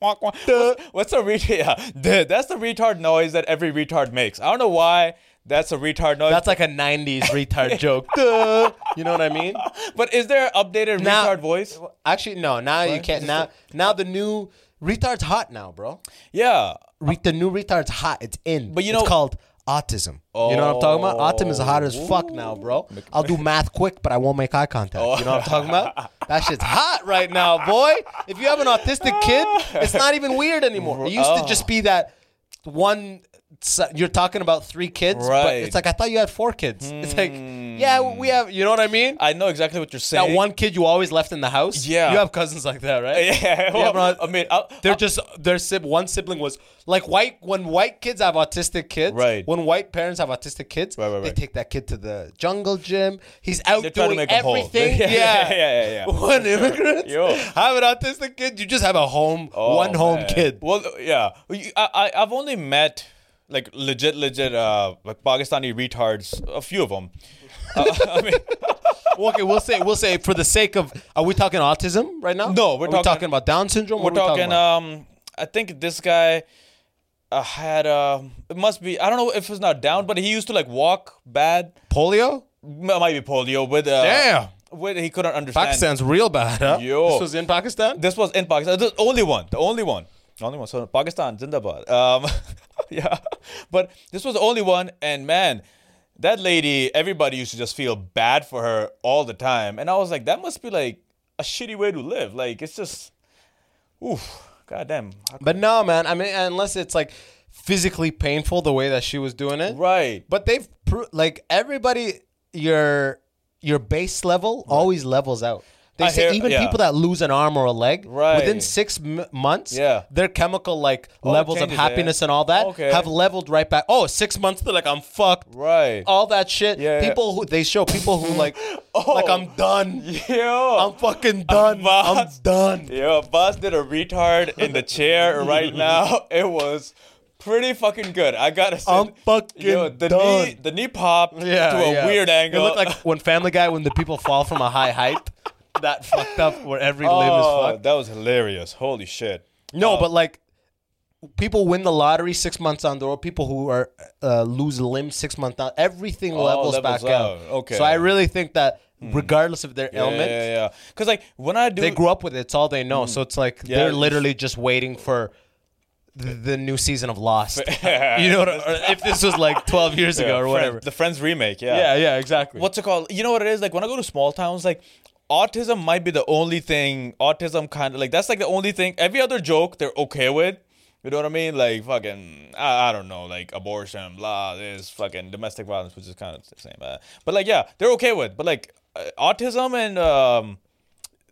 Speaker 4: wonk, wonk. What's, what's a retard? Yeah, duh. that's the retard noise that every retard makes. I don't know why that's a retard noise.
Speaker 3: That's like a '90s retard joke. Duh. You know what I mean?
Speaker 4: but is there an updated
Speaker 3: Now-
Speaker 4: retard voice?
Speaker 3: Actually, no. Now you can't. Now, now the new retard's hot now, bro.
Speaker 4: Yeah.
Speaker 3: Re- the new retard's hot. It's in.
Speaker 4: But you
Speaker 3: it's
Speaker 4: know- Oh.
Speaker 3: called autism. You know what I'm talking about? Autism is hot as fuck now, bro. I'll do math quick, but I won't make eye contact. You know
Speaker 4: Oh.
Speaker 3: what I'm talking about? That shit's hot right now, boy. If you have an autistic kid, it's not even weird anymore. It used to just
Speaker 4: Oh.
Speaker 3: be that one. so- You're talking about three kids, but
Speaker 4: Right. Hmm.
Speaker 3: it's like I thought you had four kids. It's like, yeah, we have. You know what I mean?
Speaker 4: I know exactly what you're saying.
Speaker 3: that one kid you always left in the house.
Speaker 4: Yeah.
Speaker 3: you have cousins like that, right?
Speaker 4: Yeah.
Speaker 3: Yeah,
Speaker 4: Well,
Speaker 3: bro.
Speaker 4: I mean, I'll,
Speaker 3: They're just their sib- one sibling was like white when white kids have autistic kids.
Speaker 4: Right.
Speaker 3: When white parents have autistic kids,
Speaker 4: Right, right,
Speaker 3: they
Speaker 4: right.
Speaker 3: take that kid to the jungle gym. He's out
Speaker 4: They're trying to
Speaker 3: doing
Speaker 4: make 'em whole.
Speaker 3: everything.
Speaker 4: Yeah,
Speaker 3: Yeah.
Speaker 4: yeah, yeah, yeah, yeah.
Speaker 3: When immigrants
Speaker 4: Yo.
Speaker 3: have an autistic kid, you just have a home,
Speaker 4: Oh,
Speaker 3: one home
Speaker 4: man.
Speaker 3: kid.
Speaker 4: Well, yeah. You- I, I, I've only met like Uh, legit, legit, uh, like Pakistani retards, a few of them. I mean,
Speaker 3: okay, we'll say we'll say for the sake of are we talking autism right now?
Speaker 4: No, we're
Speaker 3: Are we
Speaker 4: talking-
Speaker 3: about Down syndrome.
Speaker 4: We're
Speaker 3: What are we
Speaker 4: talking.
Speaker 3: about?
Speaker 4: um, I think this guy uh, had. Uh, it must be. I don't know if it's not down, but he used to like walk bad.
Speaker 3: polio.
Speaker 4: M- Might be polio with. Uh,
Speaker 3: Damn.
Speaker 4: With he couldn't understand.
Speaker 3: Pakistan's real bad. Huh?
Speaker 4: Yo.
Speaker 3: This was in Pakistan.
Speaker 4: This was in Pakistan. The only one. The only one. The only one. So Pakistan, Zindabad. Um, yeah. But this was the only one, and man, that lady, everybody used to just feel bad for her all the time, and I was like, that must be like a shitty way to live. Like it's just, oof, goddamn. How
Speaker 3: But no, man. I mean, unless it's like physically painful the way that she was doing it.
Speaker 4: Right.
Speaker 3: But they've pro- like everybody your your base level always levels out. They
Speaker 4: I
Speaker 3: say
Speaker 4: hear-
Speaker 3: even
Speaker 4: yeah.
Speaker 3: people that lose an arm or a leg
Speaker 4: Right.
Speaker 3: within six m- months,
Speaker 4: Yeah. Oh,
Speaker 3: their chemical like levels of
Speaker 4: changes, yeah.
Speaker 3: happiness and all that
Speaker 4: Okay.
Speaker 3: have leveled right back. Oh, six months they're like I'm fucked.
Speaker 4: Right.
Speaker 3: All that shit.
Speaker 4: Yeah, Oh. yeah.
Speaker 3: people who they show people who like like I'm done.
Speaker 4: Yo.
Speaker 3: I'm fucking done. I'm
Speaker 4: boss.
Speaker 3: done.
Speaker 4: Yo, Buzz did a retard in the chair right now. It was pretty fucking good. I gotta say.
Speaker 3: I'm fucking
Speaker 4: the
Speaker 3: done.
Speaker 4: knee the knee popped
Speaker 3: yeah,
Speaker 4: to a
Speaker 3: yeah.
Speaker 4: weird angle.
Speaker 3: It looked like when Family Guy when the people fall from a high height. That fucked up where every
Speaker 4: oh,
Speaker 3: limb is fucked.
Speaker 4: that was hilarious. Holy shit.
Speaker 3: No, but like people win the lottery six months on the road. People who are uh, lose a limb six months on everything levels,
Speaker 4: Oh, levels
Speaker 3: back out.
Speaker 4: out. Okay. Hmm.
Speaker 3: So I really think that regardless of their
Speaker 4: Yeah,
Speaker 3: ailment,
Speaker 4: yeah, yeah. Cause like when I do
Speaker 3: they grew up with it. It's all they know. So it's like
Speaker 4: Yeah,
Speaker 3: they're
Speaker 4: it's-
Speaker 3: literally just waiting for. The the new season of Lost, you know, what, I- or if this was like twelve years
Speaker 4: Yeah,
Speaker 3: ago or
Speaker 4: Friends-
Speaker 3: whatever.
Speaker 4: the Friends remake, yeah.
Speaker 3: Yeah, yeah, exactly.
Speaker 4: what's it called? You know what it is? Like when I go to small towns, like autism might be the only thing. Autism kind of like that's like the only thing. Every other joke they're okay with. You know what I mean? Like fucking, I, I don't know, like abortion, blah, this fucking domestic violence, which is kind of the same. Uh, but like, yeah, they're okay with. But like, uh, autism and um,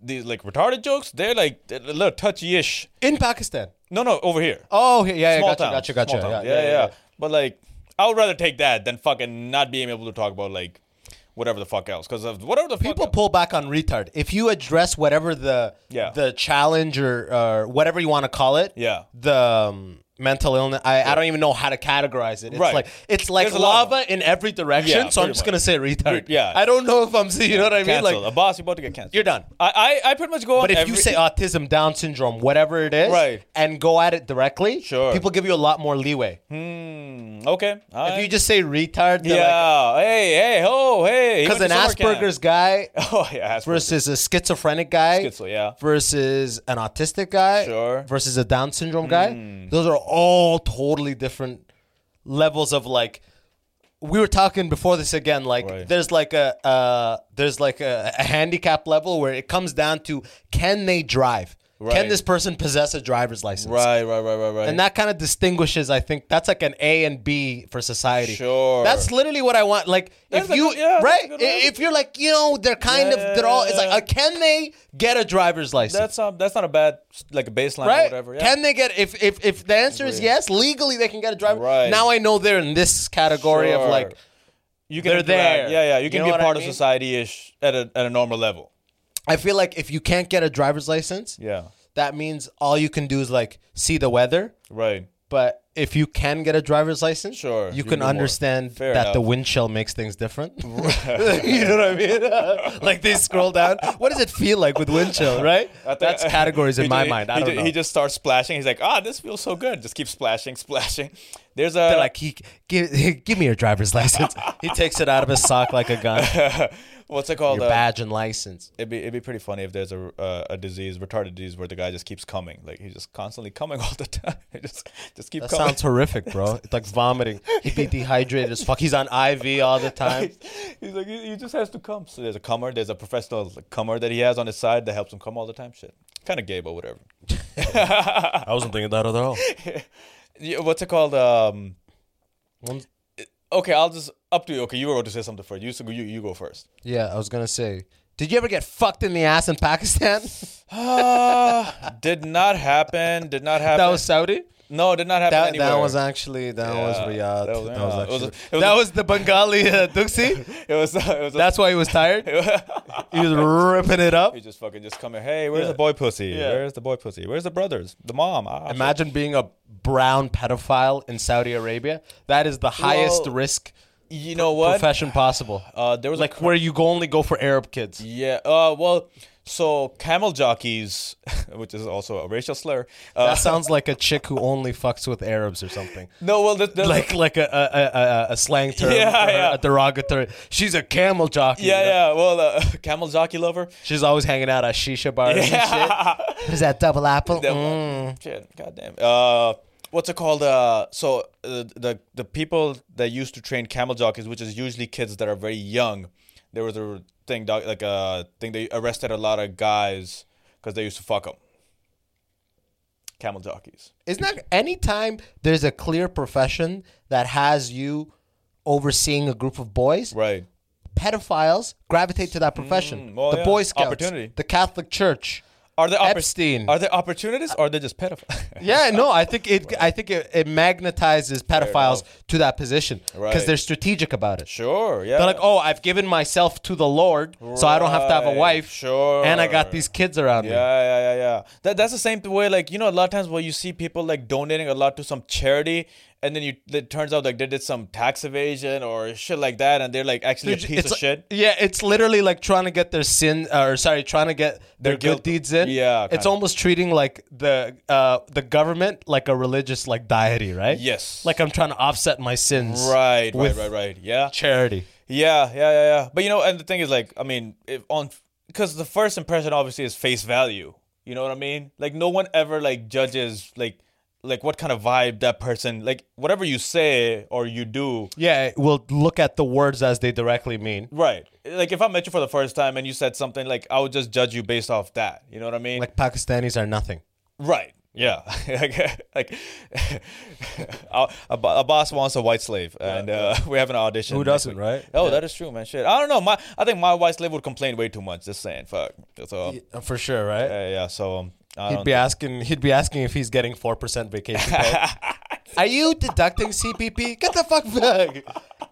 Speaker 4: these like retarded jokes, they're like they're a little touchy-ish.
Speaker 3: in Pakistan?
Speaker 4: No, no, over here.
Speaker 3: Oh, yeah, yeah,
Speaker 4: Small
Speaker 3: gotcha,
Speaker 4: town,
Speaker 3: gotcha, gotcha,
Speaker 4: small town. yeah, But like, I would rather take that than fucking not being able to talk about like whatever the fuck else. Because whatever the
Speaker 3: people
Speaker 4: fuck
Speaker 3: pull back on retard if you address whatever the
Speaker 4: Yeah.
Speaker 3: the challenge or uh, whatever you want to call it
Speaker 4: Yeah.
Speaker 3: the um, mental illness I, I don't even know how to categorize it it's
Speaker 4: Right.
Speaker 3: like it's like
Speaker 4: There's a lot of
Speaker 3: lava in every direction
Speaker 4: Yeah,
Speaker 3: so i'm
Speaker 4: pretty
Speaker 3: just
Speaker 4: much.
Speaker 3: gonna say retard
Speaker 4: Re- yeah.
Speaker 3: i don't know if i'm you know what i mean
Speaker 4: Cancel.
Speaker 3: like
Speaker 4: a boss, you're about to get canceled.
Speaker 3: you're done
Speaker 4: I, I, I pretty much go on.
Speaker 3: but if
Speaker 4: every,
Speaker 3: you say uh, autism down syndrome whatever it is
Speaker 4: Right.
Speaker 3: and go at it directly
Speaker 4: Sure.
Speaker 3: people give you a lot more leeway
Speaker 4: okay, all
Speaker 3: if you
Speaker 4: right.
Speaker 3: just say retard they're like
Speaker 4: yeah, oh, hey, hey, ho, hey, he
Speaker 3: because an
Speaker 4: went to summer camp.
Speaker 3: asperger's guy
Speaker 4: oh yeah, Asperger's.
Speaker 3: versus a schizophrenic guy
Speaker 4: Schizo, yeah.
Speaker 3: versus an autistic guy
Speaker 4: Sure. Hmm.
Speaker 3: versus a down syndrome guy those are all totally different levels of like we were talking before this again like
Speaker 4: Right.
Speaker 3: there's like a uh, there's like a, a handicap level where it comes down to can they drive can
Speaker 4: Right.
Speaker 3: this person possess a driver's license
Speaker 4: Right, right, right, right, right.
Speaker 3: and that kind of distinguishes i think that's like an a and b for society
Speaker 4: Sure.
Speaker 3: that's literally what i want like
Speaker 4: That's
Speaker 3: if
Speaker 4: a
Speaker 3: you
Speaker 4: good- yeah, that's
Speaker 3: right
Speaker 4: a good
Speaker 3: I-
Speaker 4: one.
Speaker 3: if you're like you know they're kind of they're all it's like
Speaker 4: Yeah.
Speaker 3: uh, can they get a driver's license
Speaker 4: that's not that's not a bad like a baseline or
Speaker 3: right
Speaker 4: whatever. Yeah.
Speaker 3: can they get if if if the answer is
Speaker 4: Agree.
Speaker 3: yes legally they can get a driver
Speaker 4: Right.
Speaker 3: now i know they're in this category of
Speaker 4: Sure.
Speaker 3: like
Speaker 4: you can
Speaker 3: they're
Speaker 4: interact.
Speaker 3: there.
Speaker 4: Yeah, yeah. You
Speaker 3: You
Speaker 4: can
Speaker 3: know
Speaker 4: be a
Speaker 3: what I
Speaker 4: part
Speaker 3: mean?
Speaker 4: of society ish at a at a normal level.
Speaker 3: i feel like if you can't get a driver's license
Speaker 4: Yeah.
Speaker 3: that means all you can do is like see the weather
Speaker 4: Right.
Speaker 3: but if you can get a driver's license,
Speaker 4: Sure,
Speaker 3: you,
Speaker 4: you
Speaker 3: can
Speaker 4: know more.
Speaker 3: understand
Speaker 4: Fair
Speaker 3: that the
Speaker 4: enough.
Speaker 3: windshield makes things different. you know what I mean? like they scroll down. What does it feel like with windshield? Right?
Speaker 4: I think-
Speaker 3: That's categories in
Speaker 4: He
Speaker 3: my
Speaker 4: ju-
Speaker 3: mind.
Speaker 4: he
Speaker 3: I
Speaker 4: ju-
Speaker 3: don't know.
Speaker 4: He just starts splashing. He's like, ah, this feels so good. Just keep splashing, splashing. There's a
Speaker 3: They're like, he, give, give me your driver's license. he takes it out of his sock like a gun.
Speaker 4: what's it called?
Speaker 3: Your
Speaker 4: Uh,
Speaker 3: badge and license.
Speaker 4: It'd be it'd be pretty funny if there's a uh, a disease, retarded disease, where the guy just keeps coming. Like he's just constantly coming all the time. He just just keep
Speaker 3: That
Speaker 4: coming.
Speaker 3: sounds horrific, bro. It's like vomiting. He'd be dehydrated as fuck. He's on IV all the time.
Speaker 4: He's like he, he just has to come. So there's a comer. There's a professional comer that he has on his side that helps him come all the time. Shit, kind of gay, but whatever.
Speaker 3: I wasn't thinking that at all.
Speaker 4: Yeah, What's it called? Um,
Speaker 3: One-
Speaker 4: okay, I'll just up to you. Okay, you were about to say something first. You s- you you go first.
Speaker 3: Yeah, I was gonna say. Did you ever get fucked in the ass in Pakistan?
Speaker 4: Uh, did not happen. Did not happen.
Speaker 3: that was Saudi.
Speaker 4: no, did not happen
Speaker 3: That,
Speaker 4: anywhere.
Speaker 3: that was actually that was
Speaker 4: Yeah,
Speaker 3: Riyadh. That
Speaker 4: that
Speaker 3: was, actually,
Speaker 4: was- yeah, it was- it was-
Speaker 3: that was the Bengali uh, Duxi.
Speaker 4: it was. It was.
Speaker 3: That's why he was tired. He was ripping it up.
Speaker 4: you just fucking just come here. Hey, where's
Speaker 3: Yeah.
Speaker 4: the boy pussy?
Speaker 3: Yeah.
Speaker 4: Where's the boy pussy? Where's the brothers? The mom? Ah, shit.
Speaker 3: Imagine being a brown pedophile in Saudi Arabia. That is the highest
Speaker 4: Well,
Speaker 3: risk
Speaker 4: you know what?
Speaker 3: profession possible?
Speaker 4: Uh, there was a
Speaker 3: like where you go only go for Arab kids.
Speaker 4: Yeah. Uh, well, so camel jockeys, which is also a racial slur. Uh,
Speaker 3: That sounds like a chick who only fucks with Arabs or something.
Speaker 4: no, well, there's, there's
Speaker 3: Like like a a, a- a, a slang term,
Speaker 4: Yeah,
Speaker 3: or
Speaker 4: yeah.
Speaker 3: a derogatory. She's a camel jockey.
Speaker 4: yeah,
Speaker 3: you know?
Speaker 4: yeah. Well, uh, camel jockey lover.
Speaker 3: She's always hanging out at shisha bars and shit. Mm. Is that double apple?
Speaker 4: That- Shit, goddamn. Uh, what's it called? Uh, so uh, the the people that used to train camel jockeys, which is usually kids that are very young, there was a thing doc- like a thing they arrested a lot of guys because they used to fuck them. Camel jockeys.
Speaker 3: Isn't that anytime there's a clear profession that has you overseeing a group of boys,
Speaker 4: Right. Mm,
Speaker 3: pedophiles gravitate to that profession.
Speaker 4: well,
Speaker 3: the
Speaker 4: yeah.
Speaker 3: Boy Scouts,
Speaker 4: Opportunity.
Speaker 3: the Catholic Church.
Speaker 4: Are there oppor-
Speaker 3: Epstein.
Speaker 4: Are there opportunities? Or are they just pedophiles?
Speaker 3: Yeah, no, I think it. I think it, it magnetizes pedophiles
Speaker 4: enough.
Speaker 3: to that position because
Speaker 4: Right.
Speaker 3: they're strategic about it.
Speaker 4: Sure. Yeah.
Speaker 3: They're like, oh, I've given myself to the Lord, so I don't have to have a
Speaker 4: Right,
Speaker 3: wife.
Speaker 4: sure.
Speaker 3: and I got these kids around me.
Speaker 4: Yeah, yeah, yeah, yeah. That that's the same way. Like you know, a lot of times where you see people like donating a lot to some charity, and then you it turns out like they did some tax evasion or shit like that, and they're like actually a
Speaker 3: Dude,
Speaker 4: piece
Speaker 3: it's
Speaker 4: of
Speaker 3: like-
Speaker 4: shit.
Speaker 3: Yeah, it's literally like trying to get their sin, uh, or sorry, trying to get their,
Speaker 4: Their
Speaker 3: good
Speaker 4: guilt.
Speaker 3: deeds in.
Speaker 4: Yeah,
Speaker 3: it's
Speaker 4: kinda.
Speaker 3: almost treating like the uh, the government like a religious like deity, right?
Speaker 4: Yes.
Speaker 3: like I'm trying to offset my sins.
Speaker 4: Right, right,
Speaker 3: with
Speaker 4: right, right. Yeah,
Speaker 3: Charity.
Speaker 4: yeah, yeah, yeah, yeah. But you know, and the thing is, like, I mean, if on because the first impression obviously is face value. You know what I mean? Like, no one ever like judges like like what kind of vibe that person like whatever you say or you do
Speaker 3: Yeah, we'll look at the words as they directly mean.
Speaker 4: Right. Like if I met you for the first time and you said something like I would just judge you based off that. You know what I mean?
Speaker 3: Like Pakistanis are nothing.
Speaker 4: right. Yeah. like like a, a bo- a boss wants a white slave and uh, we have an audition.
Speaker 3: Who
Speaker 4: next
Speaker 3: doesn't,
Speaker 4: week.
Speaker 3: right?
Speaker 4: Oh, that is true, man. Shit. I don't know. My I think my white slave would complain way too much just saying. Fuck. So yeah,
Speaker 3: Uh, For sure, right?
Speaker 4: yeah so um, I
Speaker 3: He'd
Speaker 4: don't
Speaker 3: be asking. He'd be asking if he's getting four percent vacation pay. Are you deducting CPP? Get the fuck back!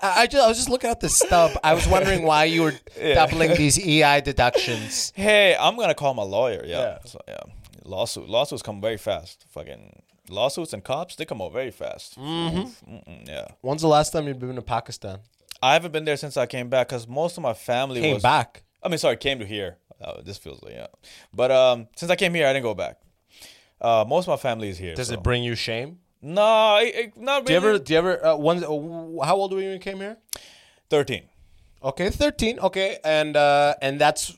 Speaker 3: I, I just, I was just looking at the stub. I was wondering why you were doubling these EI deductions.
Speaker 4: hey, I'm gonna call my lawyer. Yeah.
Speaker 3: Yeah.
Speaker 4: So yeah, lawsuit lawsuits come very fast. Fucking lawsuits and cops they come out very fast. Mm-hmm. Yeah.
Speaker 3: When's the last time you've been to Pakistan?
Speaker 4: I haven't been there since I came back because most of my family
Speaker 3: Came
Speaker 4: was
Speaker 3: back.
Speaker 4: I mean, sorry, came to here. Oh, this feels like yeah. But um, since I came here, I didn't go back. Uh, most of my family is here.
Speaker 3: Does
Speaker 4: so-
Speaker 3: it bring you shame?
Speaker 4: No, it, it- not
Speaker 3: Do you
Speaker 4: really.
Speaker 3: ever? Do you ever? Uh, one, uh, how old were you when you came here?
Speaker 4: Thirteen.
Speaker 3: Okay, thirteen. Okay, and uh, and that's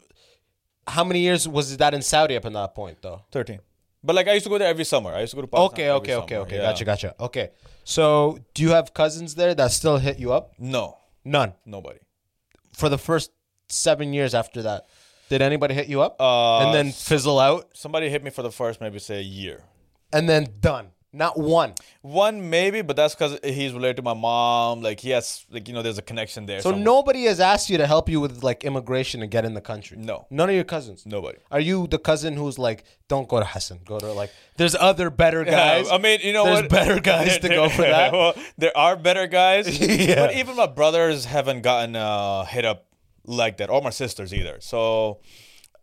Speaker 3: how many years was that in Saudi up in that point though?
Speaker 4: Thirteen. But like, I used to go there every summer. I used to go to Pakistan
Speaker 3: Okay,
Speaker 4: every
Speaker 3: okay, okay,
Speaker 4: summer,
Speaker 3: okay.
Speaker 4: yeah.
Speaker 3: Gotcha, gotcha. Okay. So, do you have cousins there that still hit you up?
Speaker 4: No,
Speaker 3: None.
Speaker 4: nobody.
Speaker 3: For the first seven years after that, did anybody hit you up?
Speaker 4: Uh,
Speaker 3: and then fizzle out,
Speaker 4: Somebody hit me for the first maybe say year.
Speaker 3: and then done. Not one.
Speaker 4: One maybe, but that's because he's related to my mom. Like he has, like you know, there's a connection there.
Speaker 3: So
Speaker 4: somewhere.
Speaker 3: nobody has asked you to help you with like immigration and get in the country.
Speaker 4: No.
Speaker 3: None of your cousins.
Speaker 4: Nobody.
Speaker 3: Are you the cousin who's like, don't go to Hassan, go to like, there's other better
Speaker 4: Yeah,
Speaker 3: guys.
Speaker 4: I mean, you know
Speaker 3: there's
Speaker 4: what?
Speaker 3: better guys to
Speaker 4: There-
Speaker 3: go
Speaker 4: there-
Speaker 3: for that.
Speaker 4: well, there are better guys,
Speaker 3: Yeah.
Speaker 4: but even my brothers haven't gotten uh, hit up like that, or my sisters either. So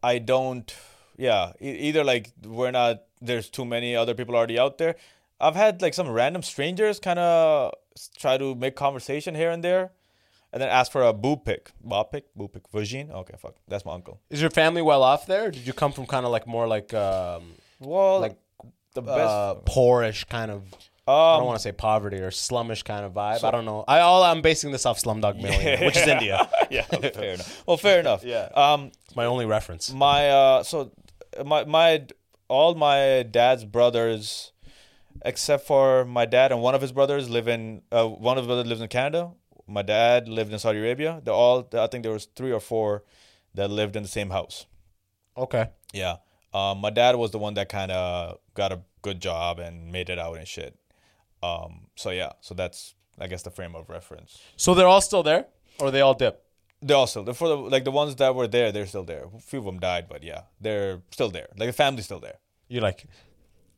Speaker 4: I don't. Yeah, e- either like we're not. There's too many other people already out there. I've had like some random strangers kind of try to make conversation here and there, and then ask for a boo pick, bob pick, boo pick, virgin. Okay, fuck, that's my uncle.
Speaker 3: Is your family well off there? Or did you come from kind of like more like, um,
Speaker 4: Well,
Speaker 3: Like,
Speaker 4: the best.
Speaker 3: uh, poorish kind of. I
Speaker 4: um,
Speaker 3: don't want to say poverty or slumish kind of vibe. I don't know. I all I'm basing this off Slumdog Millionaire, which is India.
Speaker 4: yeah, fair enough. Well, fair enough.
Speaker 3: Yeah.
Speaker 4: Um,
Speaker 3: It's my only reference.
Speaker 4: my uh so my my all my dad's brothers except for my dad and one of his brothers live in uh, one of his brothers lives in canada my dad lived in saudi arabia they all i think there was three or four that lived in the same house
Speaker 3: Okay.
Speaker 4: yeah um, my dad was the one that kind of got a good job and made it out and shit um, so yeah so that's i guess the frame of reference
Speaker 3: So they're all still there, or they all dip.
Speaker 4: they're all still for the like the ones that were there they're still there a few of them died but yeah they're still there like the family's still there
Speaker 3: You're like,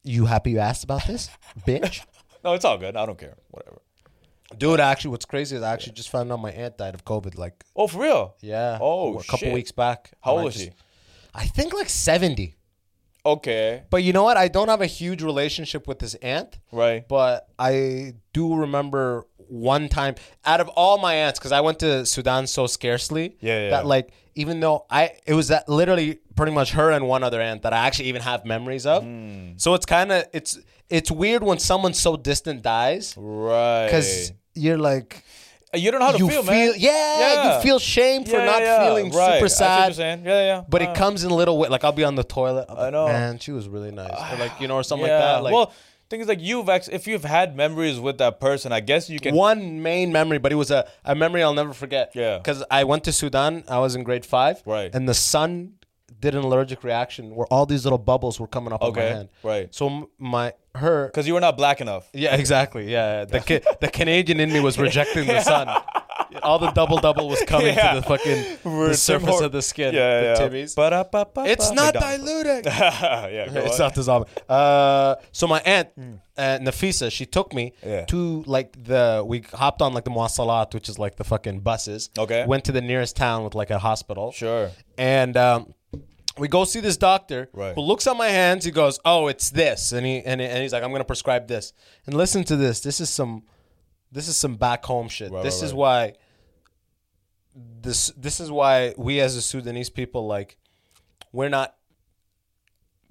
Speaker 3: you happy you asked about this, bitch?
Speaker 4: No, it's all good. I don't care. Whatever.
Speaker 3: Dude, actually, what's crazy is I actually just found out my aunt died of COVID. Like,
Speaker 4: Oh, for real?
Speaker 3: yeah,
Speaker 4: Oh,
Speaker 3: a couple
Speaker 4: shit.
Speaker 3: weeks back.
Speaker 4: How
Speaker 3: And I
Speaker 4: old is
Speaker 3: just-
Speaker 4: she?
Speaker 3: I think like seventy.
Speaker 4: Okay.
Speaker 3: But you know what? I don't have a huge relationship with this aunt.
Speaker 4: Right.
Speaker 3: But I do remember one time out of all my aunts because I went to Sudan so scarcely.
Speaker 4: Yeah, yeah,
Speaker 3: That
Speaker 4: yeah.
Speaker 3: like even though I it was that literally pretty much her and one other aunt that I actually even have memories of.
Speaker 4: Hmm.
Speaker 3: So it's kind of it's it's weird when someone so distant dies
Speaker 4: Right. Uh,
Speaker 3: because you're like
Speaker 4: you don't know how to
Speaker 3: you
Speaker 4: feel,
Speaker 3: feel,
Speaker 4: man.
Speaker 3: Yeah, you feel shame for
Speaker 4: Yeah,
Speaker 3: not
Speaker 4: yeah, yeah.
Speaker 3: feeling
Speaker 4: Right. I see
Speaker 3: super
Speaker 4: what
Speaker 3: sad.
Speaker 4: you're saying. Yeah, yeah.
Speaker 3: But
Speaker 4: Uh,
Speaker 3: it comes in little way. Like I'll be on the toilet. i
Speaker 4: I know.
Speaker 3: Man, she was really nice. Or like you know, or something
Speaker 4: yeah.
Speaker 3: like that. Like
Speaker 4: well, thing is, like you've ex- if you've had memories with that person, I guess you can.
Speaker 3: one main memory, but it was a, a memory I'll never forget.
Speaker 4: Yeah.
Speaker 3: Because I went to Sudan. I was in grade five.
Speaker 4: Right.
Speaker 3: And the sun did an allergic reaction where all these little bubbles were coming up on
Speaker 4: Okay,
Speaker 3: my hand.
Speaker 4: right.
Speaker 3: So m- my her.
Speaker 4: because you were not black enough.
Speaker 3: Yeah, exactly. Yeah, yeah. the ca- the Canadian in me was rejecting the sun. All the double double was coming
Speaker 4: Yeah.
Speaker 3: to the fucking the surface of the skin.
Speaker 4: Yeah,
Speaker 3: the
Speaker 4: yeah.
Speaker 3: tibbies.
Speaker 4: Ba-da-ba-ba-ba.
Speaker 3: It's not
Speaker 4: McDonald's.
Speaker 3: diluting.
Speaker 4: yeah, go
Speaker 3: it's
Speaker 4: on.
Speaker 3: not dissolving. Uh, so my aunt uh, Nafisa, she took me
Speaker 4: Hmm. Yeah.
Speaker 3: to like the we hopped on like the muasalat, which is like the fucking buses.
Speaker 4: Okay.
Speaker 3: Went to the nearest town with like a hospital.
Speaker 4: Sure.
Speaker 3: And um, we go see this doctor
Speaker 4: Right.
Speaker 3: who looks at my hands. He goes, "Oh, it's this," and he and, he- and he's like, "I'm gonna prescribe this." And listen to this. This is some, this is some back home shit.
Speaker 4: Right,
Speaker 3: this
Speaker 4: right,
Speaker 3: is
Speaker 4: right.
Speaker 3: why. This this is why we as the Sudanese people like, we're not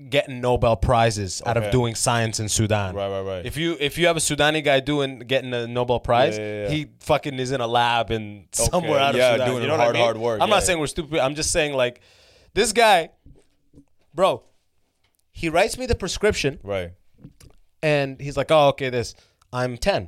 Speaker 3: getting Nobel prizes out of
Speaker 4: Okay.
Speaker 3: doing science in Sudan.
Speaker 4: Right, right, right.
Speaker 3: If you if you have a Sudani guy doing getting a Nobel Prize,
Speaker 4: Yeah, yeah, yeah.
Speaker 3: he fucking is in a lab and somewhere out of
Speaker 4: yeah,
Speaker 3: Sudan.
Speaker 4: doing
Speaker 3: you know what I
Speaker 4: hard,
Speaker 3: mean?
Speaker 4: hard work,
Speaker 3: I'm
Speaker 4: yeah.
Speaker 3: not saying we're stupid. I'm just saying like, this guy, bro, he writes me the prescription
Speaker 4: Right.
Speaker 3: and he's like, oh okay, this. I'm ten.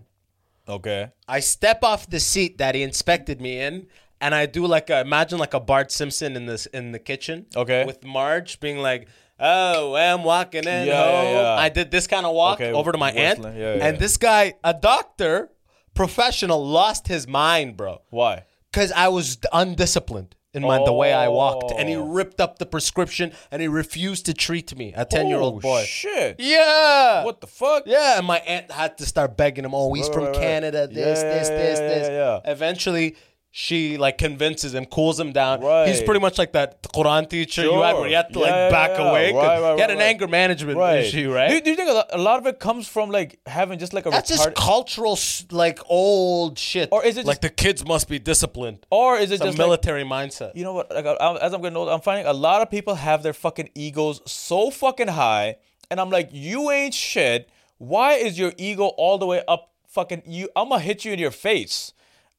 Speaker 4: Okay.
Speaker 3: I step off the seat that he inspected me in, and I do like a, imagine like a Bart Simpson in this in the kitchen.
Speaker 4: Okay.
Speaker 3: With Marge being like, "Oh, I'm walking in home."
Speaker 4: Yeah, yeah, yeah.
Speaker 3: I did this kind of walk
Speaker 4: Okay,
Speaker 3: over to my aunt,
Speaker 4: whistling. Yeah, yeah,
Speaker 3: and
Speaker 4: yeah.
Speaker 3: this guy, a doctor, professional, lost his mind, bro,
Speaker 4: Why?
Speaker 3: because I was undisciplined. In my, the way I walked, and he
Speaker 4: Oh.
Speaker 3: ripped up the prescription, and he refused to treat me, a ten-year-old
Speaker 4: Oh,
Speaker 3: boy.
Speaker 4: Shit.
Speaker 3: yeah,
Speaker 4: What the fuck?
Speaker 3: yeah, and my aunt had to start begging him. Oh, he's
Speaker 4: Right,
Speaker 3: from
Speaker 4: right, right.
Speaker 3: Canada. This,
Speaker 4: Yeah,
Speaker 3: this,
Speaker 4: yeah,
Speaker 3: this,
Speaker 4: yeah,
Speaker 3: this.
Speaker 4: yeah, yeah.
Speaker 3: Eventually, she like convinces him, cools him down. He's
Speaker 4: Right.
Speaker 3: pretty much like that Quran teacher you had, where you had to
Speaker 4: Sure.
Speaker 3: like
Speaker 4: Yeah, yeah,
Speaker 3: back
Speaker 4: yeah.
Speaker 3: away. 'cause
Speaker 4: Right, right,
Speaker 3: he had
Speaker 4: right,
Speaker 3: an
Speaker 4: right.
Speaker 3: anger management issue,
Speaker 4: Do,
Speaker 3: right?
Speaker 4: you- do you think a lot, a lot of it comes from like having just like a
Speaker 3: That's just
Speaker 4: retard-
Speaker 3: cultural, s- like old shit.
Speaker 4: Or is it
Speaker 3: like
Speaker 4: just-
Speaker 3: the kids must be disciplined?
Speaker 4: or is it
Speaker 3: It's a
Speaker 4: just like,
Speaker 3: military mindset.
Speaker 4: you know what? Like, I, I, as I'm getting older, I'm finding a lot of people have their fucking egos so fucking high, and I'm like, you ain't shit. Why is your ego all the way up? Fucking you! I'm gonna hit you in your face.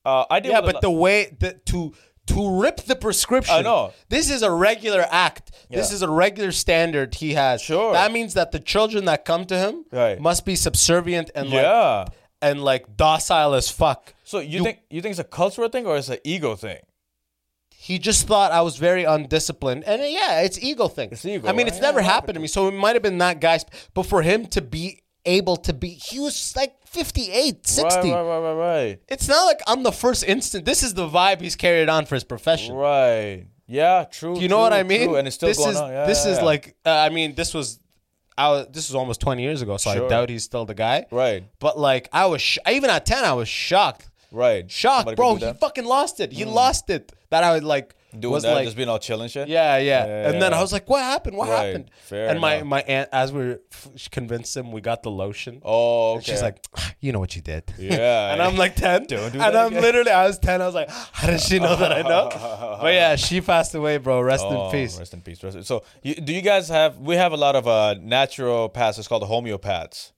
Speaker 4: Uh, I did.
Speaker 3: Yeah,
Speaker 4: with a
Speaker 3: but
Speaker 4: lo-
Speaker 3: the way that to to rip the prescription.
Speaker 4: I know.
Speaker 3: This is a regular act. This
Speaker 4: Yeah.
Speaker 3: is a regular standard he has.
Speaker 4: Sure.
Speaker 3: That means that the children that come to him
Speaker 4: Right.
Speaker 3: must be subservient and like
Speaker 4: yeah.
Speaker 3: and like docile as fuck.
Speaker 4: So you, think you think it's a cultural thing or it's an ego thing?
Speaker 3: he just thought I was very undisciplined, and uh, yeah, it's ego thing.
Speaker 4: It's ego,
Speaker 3: I mean,
Speaker 4: right?
Speaker 3: it's
Speaker 4: Yeah,
Speaker 3: never
Speaker 4: it
Speaker 3: happened to me, so it might have been that guy's. But for him to be able to be, he was like 58, 60.
Speaker 4: Right, right, right, right,
Speaker 3: It's not like I'm the first instant. This is the vibe he's carried on for his profession.
Speaker 4: right. Right. Yeah, true.
Speaker 3: Do you know
Speaker 4: true,
Speaker 3: what I mean?
Speaker 4: True. And it's still
Speaker 3: this
Speaker 4: going
Speaker 3: is,
Speaker 4: on. Yeah,
Speaker 3: this
Speaker 4: yeah,
Speaker 3: is
Speaker 4: yeah.
Speaker 3: like uh, I mean this was I was, this was almost 20 years ago, so I
Speaker 4: Sure.
Speaker 3: doubt he's still the guy.
Speaker 4: Right.
Speaker 3: But like I was sh- even at 10 I was shocked.
Speaker 4: Right.
Speaker 3: Shocked,
Speaker 4: Somebody could
Speaker 3: bro.
Speaker 4: do
Speaker 3: He
Speaker 4: that. Hmm.
Speaker 3: fucking lost it. He lost it. That I was like
Speaker 4: doing
Speaker 3: was
Speaker 4: that,
Speaker 3: like
Speaker 4: just being all chill and shit.
Speaker 3: yeah, yeah,
Speaker 4: Yeah,
Speaker 3: And then
Speaker 4: yeah.
Speaker 3: I was like, what happened? What
Speaker 4: Right.
Speaker 3: happened?
Speaker 4: Fair
Speaker 3: and my
Speaker 4: enough.
Speaker 3: my aunt as we were f- she convinced him we got the lotion.
Speaker 4: Oh,
Speaker 3: And She's
Speaker 4: okay.
Speaker 3: like, "Ah, you know what you did.
Speaker 4: Yeah,
Speaker 3: and
Speaker 4: yeah.
Speaker 3: I'm like 10.
Speaker 4: Don't do
Speaker 3: and
Speaker 4: that
Speaker 3: I'm
Speaker 4: again.
Speaker 3: literally, I was 10. I was like, how does she know that I know? but yeah, she passed away, bro. Rest
Speaker 4: Oh,
Speaker 3: in peace.
Speaker 4: Rest in peace. Rest in- so, you, do you guys have? We have a lot of uh, naturopaths. It's called homeopaths.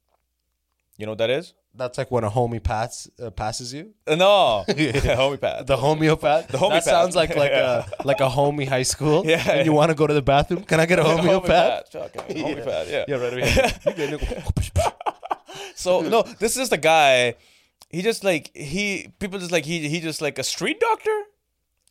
Speaker 4: You know what that is?
Speaker 3: That's like when a homie pass, uh, passes you.
Speaker 4: Uh, No, homeopath.
Speaker 3: The homeopath. The
Speaker 4: homeopath.
Speaker 3: That sounds like like a like a homie high school.
Speaker 4: Yeah.
Speaker 3: And you want to go to the bathroom? Can I get a homeopath?
Speaker 4: Homeopath. Okay, homeopath. Yeah.
Speaker 3: Yeah, right over here. You get a nickel.
Speaker 4: So no, this is the guy. He just like he people just like he he just like a street doctor.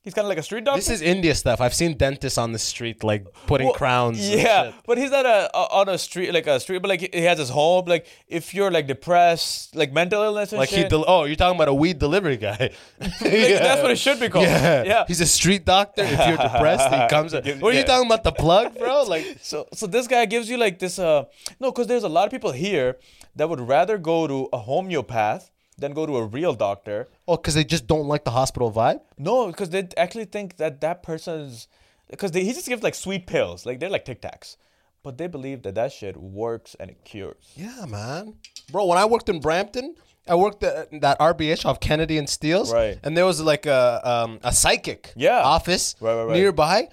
Speaker 4: He's kind of like a street doctor.
Speaker 3: This is India stuff. I've seen dentists on the street like putting
Speaker 4: Well,
Speaker 3: crowns. and
Speaker 4: Yeah,
Speaker 3: shit.
Speaker 4: but he's not a, a- on a street like a street, but like he has his home. Like if you're like depressed, like mental illness and
Speaker 3: Like he,
Speaker 4: shit.
Speaker 3: del- oh, you're talking about a weed delivery guy.
Speaker 4: like, That's what it should be called.
Speaker 3: Yeah.
Speaker 4: Yeah.
Speaker 3: he's a street doctor. If you're depressed, he comes. What
Speaker 4: Gives-
Speaker 3: are you
Speaker 4: yeah.
Speaker 3: talking about? The plug, bro? Like,
Speaker 4: so so this guy gives you like this uh no because there's a lot of people here that would rather go to a homeopath than go to a real doctor.
Speaker 3: oh, because they just don't like the hospital vibe.
Speaker 4: No, because they actually think that that person's because he just gives like sweet pills, like they're like Tic Tacs, but they believe that that shit works and it cures.
Speaker 3: Yeah, man, bro. When I worked in Brampton, I worked at that RBH off Kennedy and Steeles,
Speaker 4: Right.
Speaker 3: And there was like a um, a psychic
Speaker 4: Yeah.
Speaker 3: office
Speaker 4: Right, right, right.
Speaker 3: nearby,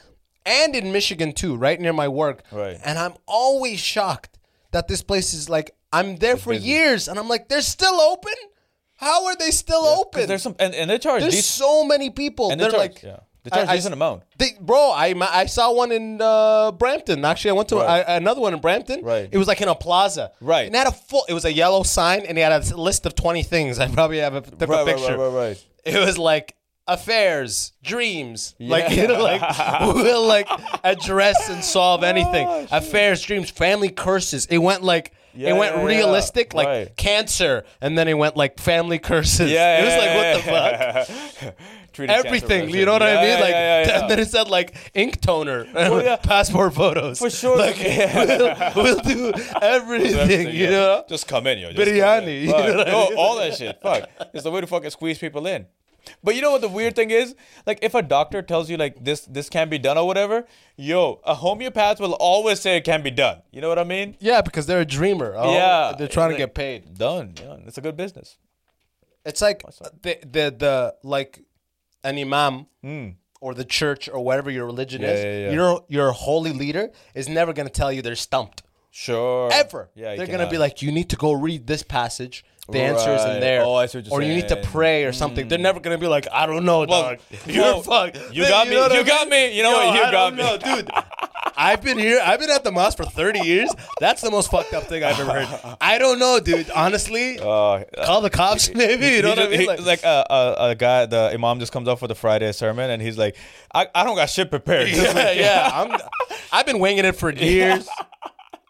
Speaker 3: and in Michigan too, right near my work.
Speaker 4: Right.
Speaker 3: And I'm always shocked that this place is like I'm there for
Speaker 4: busy.
Speaker 3: years, and I'm like they're still open. How are they still open?
Speaker 4: There's some and, and they charge
Speaker 3: There's
Speaker 4: these
Speaker 3: so many people.
Speaker 4: and they
Speaker 3: they're
Speaker 4: charge,
Speaker 3: like,
Speaker 4: yeah. They charge
Speaker 3: I- I-
Speaker 4: decent amount.
Speaker 3: They, bro, I ma- I saw one in uh, Brampton. Actually, I went to
Speaker 4: Right.
Speaker 3: I- another one in Brampton.
Speaker 4: Right.
Speaker 3: It was like in a plaza.
Speaker 4: Right.
Speaker 3: And it had a full. It was a yellow sign, and it had a list of twenty things. I probably have a different
Speaker 4: Right, right,
Speaker 3: picture.
Speaker 4: right, right, right.
Speaker 3: It was like affairs, dreams, like you know, like we'll like address and solve anything. affairs, dreams, family curses. It went like.
Speaker 4: Oh, Yeah,
Speaker 3: it went
Speaker 4: yeah, yeah.
Speaker 3: realistic, like
Speaker 4: Right.
Speaker 3: cancer, and then it went like family curses.
Speaker 4: Yeah,
Speaker 3: it was like what the fuck
Speaker 4: the fuck? Treating cancer
Speaker 3: everything. You
Speaker 4: version.
Speaker 3: know what
Speaker 4: Yeah,
Speaker 3: I mean?
Speaker 4: yeah,
Speaker 3: Like,
Speaker 4: yeah, yeah,
Speaker 3: and then it said like ink toner,
Speaker 4: yeah.
Speaker 3: passport photos.
Speaker 4: For sure.
Speaker 3: Like, we'll, we'll do everything.
Speaker 4: Everything,
Speaker 3: you
Speaker 4: yeah.
Speaker 3: know.
Speaker 4: Just come in, yo. Just
Speaker 3: Biryani,
Speaker 4: come in.
Speaker 3: you know
Speaker 4: Fuck.
Speaker 3: what I
Speaker 4: Yo,
Speaker 3: mean?
Speaker 4: all that shit. Fuck. It's the way to fucking squeeze people in. But you know what the weird thing is? Like if a doctor tells you like this this can be done or whatever, yo, a homeopath will always say it can be done. You know what I mean?
Speaker 3: Yeah, because they're a dreamer. Oh,
Speaker 4: Yeah.
Speaker 3: they're trying to
Speaker 4: Like-
Speaker 3: get paid.
Speaker 4: Done. done. It's a good business.
Speaker 3: It's like
Speaker 4: up?
Speaker 3: the the the like an imam. Or the church, or whatever your religion is,
Speaker 4: yeah, yeah.
Speaker 3: your your holy leader is never gonna tell you they're stumped.
Speaker 4: Sure.
Speaker 3: ever.
Speaker 4: Oh, Yeah, you
Speaker 3: they're
Speaker 4: cannot.
Speaker 3: gonna be like, you need to go read this passage. The answer is
Speaker 4: Right.
Speaker 3: in there.
Speaker 4: Oh, I see what you're
Speaker 3: or you need to
Speaker 4: saying. Hmm.
Speaker 3: pray or something. They're never gonna be like, I don't know, dog. You're
Speaker 4: well,
Speaker 3: fucked.
Speaker 4: you got me.
Speaker 3: know what
Speaker 4: You
Speaker 3: I
Speaker 4: got
Speaker 3: mean?
Speaker 4: me. You know what? You
Speaker 3: I
Speaker 4: got
Speaker 3: don't know, dude. I've been here. I've been at the mosque for 30 years. That's the most fucked up thing I've ever heard. I don't know, dude. Honestly,
Speaker 4: Uh,
Speaker 3: call the cops, maybe. You know
Speaker 4: He
Speaker 3: what I
Speaker 4: just-
Speaker 3: mean?
Speaker 4: he-
Speaker 3: Like,
Speaker 4: like uh, uh, a guy, the imam just comes up for the Friday sermon, and he's like, "I, I don't got shit prepared." Just
Speaker 3: yeah,
Speaker 4: like-
Speaker 3: yeah. I'm, I've been winging it for years.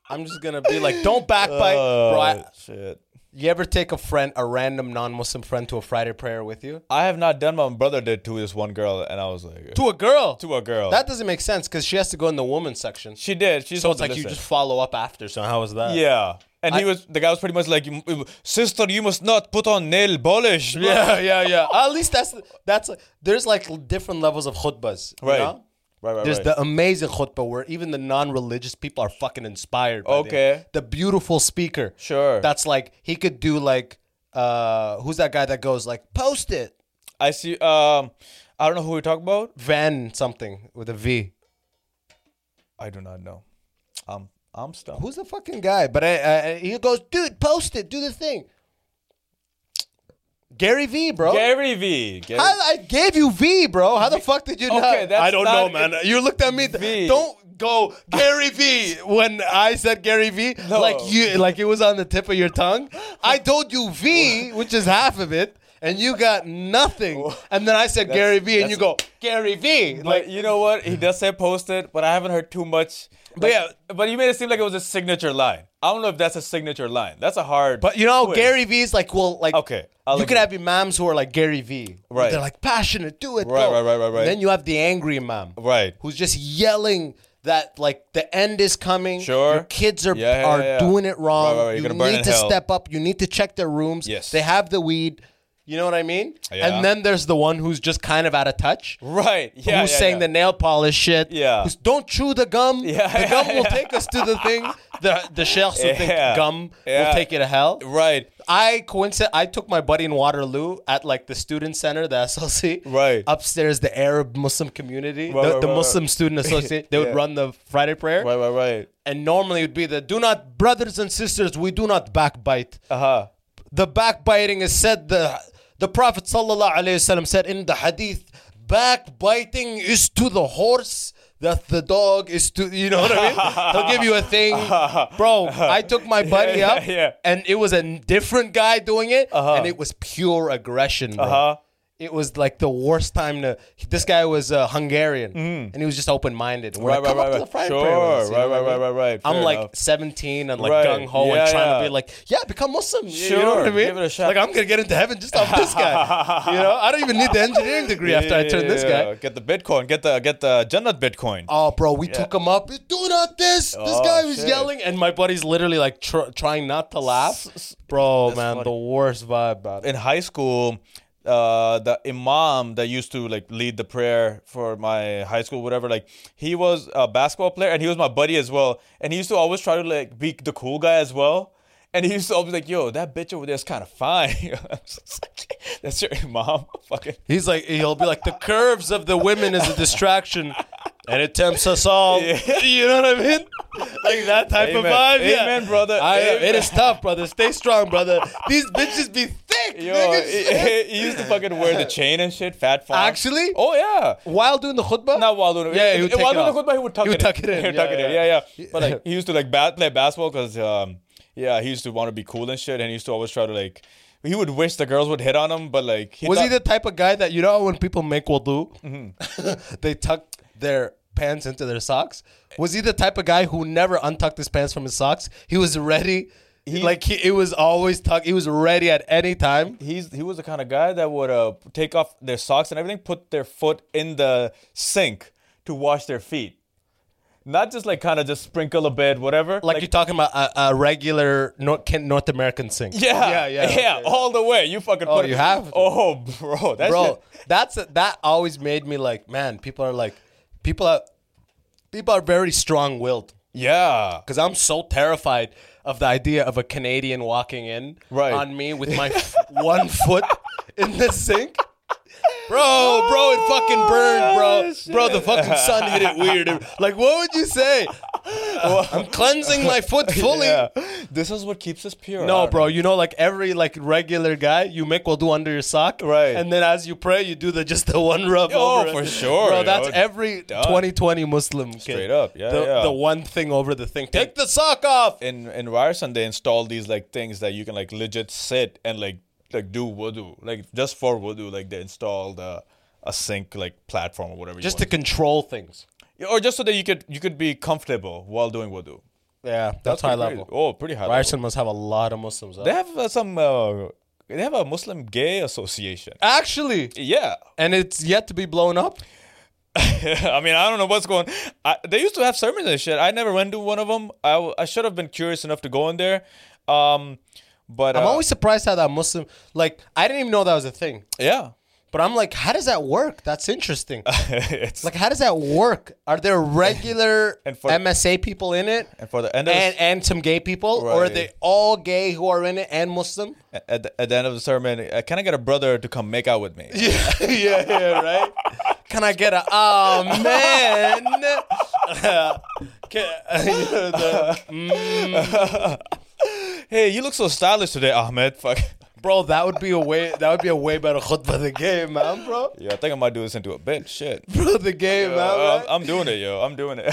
Speaker 3: I'm just gonna be like, don't backbite, bro. I-
Speaker 4: Oh, shit.
Speaker 3: You ever take a friend, a random non-Muslim friend, to a Friday prayer with you?
Speaker 4: I have not done what my brother did to this one girl, and I was like,
Speaker 3: To a girl.
Speaker 4: to a girl."
Speaker 3: That doesn't make sense because she has to go in the woman's section.
Speaker 4: she did. She's
Speaker 3: so it's like you just follow up after. So how was that?
Speaker 4: yeah. And he
Speaker 3: I-
Speaker 4: was the guy was pretty much like, "You- you- "Sister, you must not put on nail polish."
Speaker 3: yeah, yeah, yeah. At least that's that's there's like different levels of khutbahs, you
Speaker 4: Right.
Speaker 3: know?
Speaker 4: Right. Right.
Speaker 3: There's
Speaker 4: right.
Speaker 3: the amazing khutbah where even the non-religious people are fucking inspired. By the-
Speaker 4: Okay.
Speaker 3: The, beautiful speaker.
Speaker 4: Sure.
Speaker 3: That's like he could do like uh who's that guy that goes like post it
Speaker 4: I see. Um, I don't know who we talk about.
Speaker 3: Van something with a V.
Speaker 4: I do not know. Um, I'm stumped.
Speaker 3: Who's the fucking guy? But I, I, he goes, dude, post it, do the thing. Gary V, bro.
Speaker 4: Gary V. Gary-
Speaker 3: How- I gave you V, bro. How the fuck did you know?
Speaker 4: Okay, that's
Speaker 3: I don't know,
Speaker 4: not-
Speaker 3: man. You looked at me.
Speaker 4: V.
Speaker 3: Don't go Gary V when I said Gary V.
Speaker 4: No.
Speaker 3: Like you, like it was on the tip of your tongue. I told you V, which is half of it, and you got nothing. And then I said Gary V, and you go Gary V.
Speaker 4: But
Speaker 3: Like
Speaker 4: you know what? He does say posted, but I haven't heard too much. But yeah, but you made it seem like it was a signature line. I don't know if that's a signature line. That's a hard.
Speaker 3: But you know,
Speaker 4: quiz.
Speaker 3: Gary V's like, well, like,
Speaker 4: Okay, I'll
Speaker 3: you could
Speaker 4: agree.
Speaker 3: have imams who are like Gary V.
Speaker 4: Right.
Speaker 3: They're like passionate, do it.
Speaker 4: Right,
Speaker 3: go.
Speaker 4: right, right, right, right.
Speaker 3: And then you have the angry imam.
Speaker 4: Right.
Speaker 3: Who's just yelling that like the end is coming.
Speaker 4: Sure.
Speaker 3: Your kids are
Speaker 4: Yeah, yeah,
Speaker 3: are
Speaker 4: yeah.
Speaker 3: doing it wrong.
Speaker 4: Right, right, right. You're
Speaker 3: You
Speaker 4: gonna burn
Speaker 3: need to
Speaker 4: in hell.
Speaker 3: step up. You need to check their rooms.
Speaker 4: Yes.
Speaker 3: They have the weed. You know what I mean?
Speaker 4: Yeah.
Speaker 3: And then there's the one who's just kind of out of touch.
Speaker 4: Right. Yeah.
Speaker 3: who's
Speaker 4: yeah,
Speaker 3: saying
Speaker 4: yeah.
Speaker 3: the nail polish shit.
Speaker 4: Yeah.
Speaker 3: Who's, don't chew the gum.
Speaker 4: Yeah,
Speaker 3: The gum
Speaker 4: yeah,
Speaker 3: will
Speaker 4: yeah.
Speaker 3: take us to the thing. The the shells will
Speaker 4: Yeah.
Speaker 3: think gum
Speaker 4: Yeah.
Speaker 3: will take you to hell.
Speaker 4: Right.
Speaker 3: I coincident. I took my buddy in Waterloo at like the student center, the SLC.
Speaker 4: Right.
Speaker 3: Upstairs, the Arab Muslim community,
Speaker 4: Right,
Speaker 3: the,
Speaker 4: right,
Speaker 3: the
Speaker 4: right,
Speaker 3: Muslim student associate. They
Speaker 4: Yeah.
Speaker 3: would run the Friday prayer,
Speaker 4: Right. Right. Right.
Speaker 3: and normally it would be the "Do not, brothers and sisters, we do not backbite."
Speaker 4: Uh huh.
Speaker 3: the backbiting is said the the prophet sallallahu alaihi wasallam said in the hadith backbiting is to the horse that the dog is to you know what i mean he'll give you a thing bro i took my buddy
Speaker 4: yeah,
Speaker 3: up
Speaker 4: yeah.
Speaker 3: and it was a n- different guy doing it and it was pure aggression bro
Speaker 4: Uh-huh.
Speaker 3: It was like the worst time to. This guy was uh, Hungarian, and he was just open-minded. And we're
Speaker 4: Mm. Right,
Speaker 3: like,
Speaker 4: right,
Speaker 3: "Come up to the
Speaker 4: right, right.
Speaker 3: Friday prayer with us,"
Speaker 4: Sure,
Speaker 3: you know
Speaker 4: right,
Speaker 3: what I
Speaker 4: right,
Speaker 3: mean?
Speaker 4: right, right.
Speaker 3: I'm
Speaker 4: Fair
Speaker 3: like
Speaker 4: enough.
Speaker 3: 17 and like
Speaker 4: Right.
Speaker 3: gung ho and
Speaker 4: Yeah,
Speaker 3: trying
Speaker 4: yeah.
Speaker 3: to be like, yeah, become Muslim. Sure. You know
Speaker 4: Sure.
Speaker 3: what I mean?
Speaker 4: Give it a shot.
Speaker 3: Like I'm gonna get into heaven just off this guy. you know, I don't even need the engineering degree after I turn this guy.
Speaker 4: Get the Bitcoin. Get the get the Jannat Bitcoin.
Speaker 3: Oh, bro, we took him up. Do not this. This
Speaker 4: Oh,
Speaker 3: guy was
Speaker 4: shit.
Speaker 3: yelling, and my buddy's literally like tr- trying not to laugh. Bro, man, the worst vibe. Man.
Speaker 4: in high school, uh, the imam that used to like lead the prayer for my high school, whatever, like he was a basketball player and he was my buddy as well. And he used to always try to like be the cool guy as well. And he used to always be like, yo, that bitch over there's kind of fine. I'm just like, That's your mom. Fucking.
Speaker 3: He's like, he'll be like, the curves of the women is a distraction, and it tempts us all. You know what I mean? Like that type of
Speaker 4: Amen.
Speaker 3: vibe. yeah.
Speaker 4: Amen, brother.
Speaker 3: I- It
Speaker 4: Amen.
Speaker 3: is tough, brother. Stay strong, brother. These bitches be thick.
Speaker 4: Yo,
Speaker 3: niggas.
Speaker 4: he, he used to fucking wear the chain and shit, fat fuck.
Speaker 3: Actually?
Speaker 4: Oh, yeah.
Speaker 3: While doing the khutbah,
Speaker 4: Not while doing
Speaker 3: Yeah, he would take
Speaker 4: while
Speaker 3: it
Speaker 4: doing
Speaker 3: off.
Speaker 4: the khutbah, he would tuck
Speaker 3: He would
Speaker 4: it in.
Speaker 3: tuck it in.
Speaker 4: He would
Speaker 3: Yeah,
Speaker 4: tuck it in.
Speaker 3: yeah.
Speaker 4: Yeah, yeah. But like, he used to like bat, play basketball because, um, yeah, he used to want to be cool and shit, and he used to always try to like. He would wish the girls would hit on him, but like
Speaker 3: was he
Speaker 4: thought-
Speaker 3: the type of guy that you know when people make wudu,
Speaker 4: Mm-hmm.
Speaker 3: they tuck their pants into their socks? Was he the type of guy who never untucked his pants from his socks? He was ready. like he, it was always tucked. He was ready at any time.
Speaker 4: he's he was the kind of guy that would uh, take off their socks and everything, put their foot in the sink to wash their feet, not just like kind of just sprinkle a bit, whatever.
Speaker 3: Like, you're talking about a, a regular North, North American sink.
Speaker 4: yeah, yeah, yeah, all the way. You fucking.
Speaker 3: Oh,
Speaker 4: put it-
Speaker 3: you have?
Speaker 4: Oh, bro, that's
Speaker 3: bro. That's that always made me like, man. People are like, people are, people are very strong-willed.
Speaker 4: Yeah,
Speaker 3: because I'm so terrified of the idea of a Canadian walking in
Speaker 4: Right.
Speaker 3: on me with my f- one foot in the sink. Bro, bro, it
Speaker 4: Oh,
Speaker 3: fucking burned, bro. Bro, the fucking sun hit it weird. Like, what would you say? I'm cleansing my foot fully.
Speaker 4: yeah. This is what keeps us pure.
Speaker 3: No,
Speaker 4: Aaron.
Speaker 3: bro, you know, like every like regular guy, you make will do under your sock,
Speaker 4: Right.
Speaker 3: And then as you pray, you do the just the one rub.
Speaker 4: Oh,
Speaker 3: over it.
Speaker 4: for sure,
Speaker 3: bro.
Speaker 4: yo.
Speaker 3: That's every
Speaker 4: Done.
Speaker 3: 2020 Muslim kid.
Speaker 4: Straight up, yeah,
Speaker 3: the,
Speaker 4: yeah.
Speaker 3: the one thing over the thing. Take the sock off.
Speaker 4: in in Ryerson they installed these like things that you can like legit sit and like like do wudu like just for wudu like they installed uh, a sink like platform or whatever you
Speaker 3: just to
Speaker 4: want.
Speaker 3: control things.
Speaker 4: or just so that you could you could be comfortable while doing wudu.
Speaker 3: Yeah, that's, high
Speaker 4: pretty
Speaker 3: level.
Speaker 4: crazy. Oh, pretty high
Speaker 3: Ryerson must have a lot of Muslims. huh?
Speaker 4: level. They have uh, some. Uh, they have a Muslim gay association.
Speaker 3: Actually,
Speaker 4: Yeah,
Speaker 3: and it's yet to be blown up.
Speaker 4: I mean, I don't know what's going. I, they used to have sermons and shit. I never went to one of them. I, w- I should have been curious enough to go in there, um, but
Speaker 3: I'm
Speaker 4: uh,
Speaker 3: always surprised how that Muslim, like, I didn't even know that was a thing.
Speaker 4: yeah.
Speaker 3: But I'm like, how does that work? That's interesting.
Speaker 4: it's
Speaker 3: like, how does that work? Are there regular
Speaker 4: And for-
Speaker 3: MSA people in it?
Speaker 4: and for the end of the
Speaker 3: And, and some gay people, or are
Speaker 4: Right.
Speaker 3: they all gay who are in it and Muslim?
Speaker 4: at the, at the end of the sermon, uh, can I get a brother to come make out with me? Yeah.
Speaker 3: yeah, yeah, right. Can I get a oh man?
Speaker 4: Hey, you look so stylish today, Ahmed. Fuck.
Speaker 3: bro, that would be a way. That would be a way better khutbah the game, man, bro.
Speaker 4: Yeah, I think I might do this into a bit. Shit.
Speaker 3: Bro, the game, man.
Speaker 4: Uh,
Speaker 3: right?
Speaker 4: I'm, I'm doing it, yo. I'm doing it.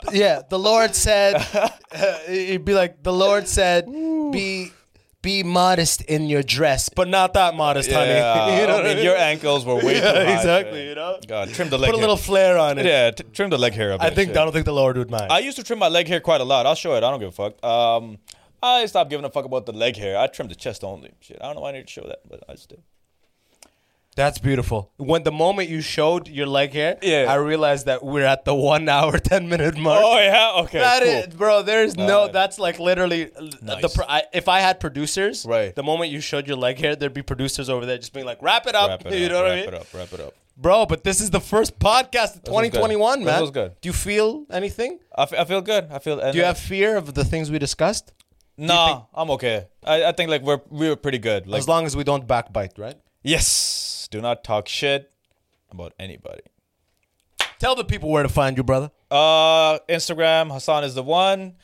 Speaker 3: yeah, the Lord said. it'd be like the Lord said, be be modest in your dress, but not that modest, honey.
Speaker 4: Yeah,
Speaker 3: you know
Speaker 4: I
Speaker 3: what
Speaker 4: mean,
Speaker 3: I mean?
Speaker 4: your ankles were way too high.
Speaker 3: exactly,
Speaker 4: man.
Speaker 3: you know?
Speaker 4: God, trim the leg.
Speaker 3: Put a little
Speaker 4: Hair.
Speaker 3: flair on it.
Speaker 4: yeah, t- trim the leg hair. up.
Speaker 3: I think I don't think the Lord would mind.
Speaker 4: I used to trim my leg hair quite a lot. I'll show it. I don't give a fuck. Um, I stopped giving a fuck about the leg hair. I trimmed the chest only. Shit, I don't know why I need to show that, but I just did.
Speaker 3: That's beautiful. When the moment you showed your leg hair,
Speaker 4: Yeah.
Speaker 3: I realized that we're at the one hour ten minute mark.
Speaker 4: Oh yeah, okay,
Speaker 3: That
Speaker 4: cool.
Speaker 3: is- bro. There's no.
Speaker 4: Alright.
Speaker 3: That's like literally uh, the.
Speaker 4: Nice.
Speaker 3: Pro, I, if I had producers,
Speaker 4: Right.
Speaker 3: The moment you showed your leg hair, there'd be producers over there just being like, "Wrap it up,"
Speaker 4: Wrap it
Speaker 3: you
Speaker 4: up,
Speaker 3: know what I
Speaker 4: wrap
Speaker 3: mean,
Speaker 4: it up, wrap it up.
Speaker 3: bro? But this is the first podcast of
Speaker 4: was good.
Speaker 3: 2021,
Speaker 4: This
Speaker 3: man.
Speaker 4: was good. Uh,
Speaker 3: Do you feel anything?
Speaker 4: I, f- I feel good. I feel.
Speaker 3: Do you have fear of the things we discussed?
Speaker 4: Nah, I'm okay. I, I think like we're we were pretty good. Like
Speaker 3: As long as we don't backbite, right?
Speaker 4: yes, do not talk shit about anybody.
Speaker 3: Tell the people where to find you, brother.
Speaker 4: Uh, Instagram Hassan is the one.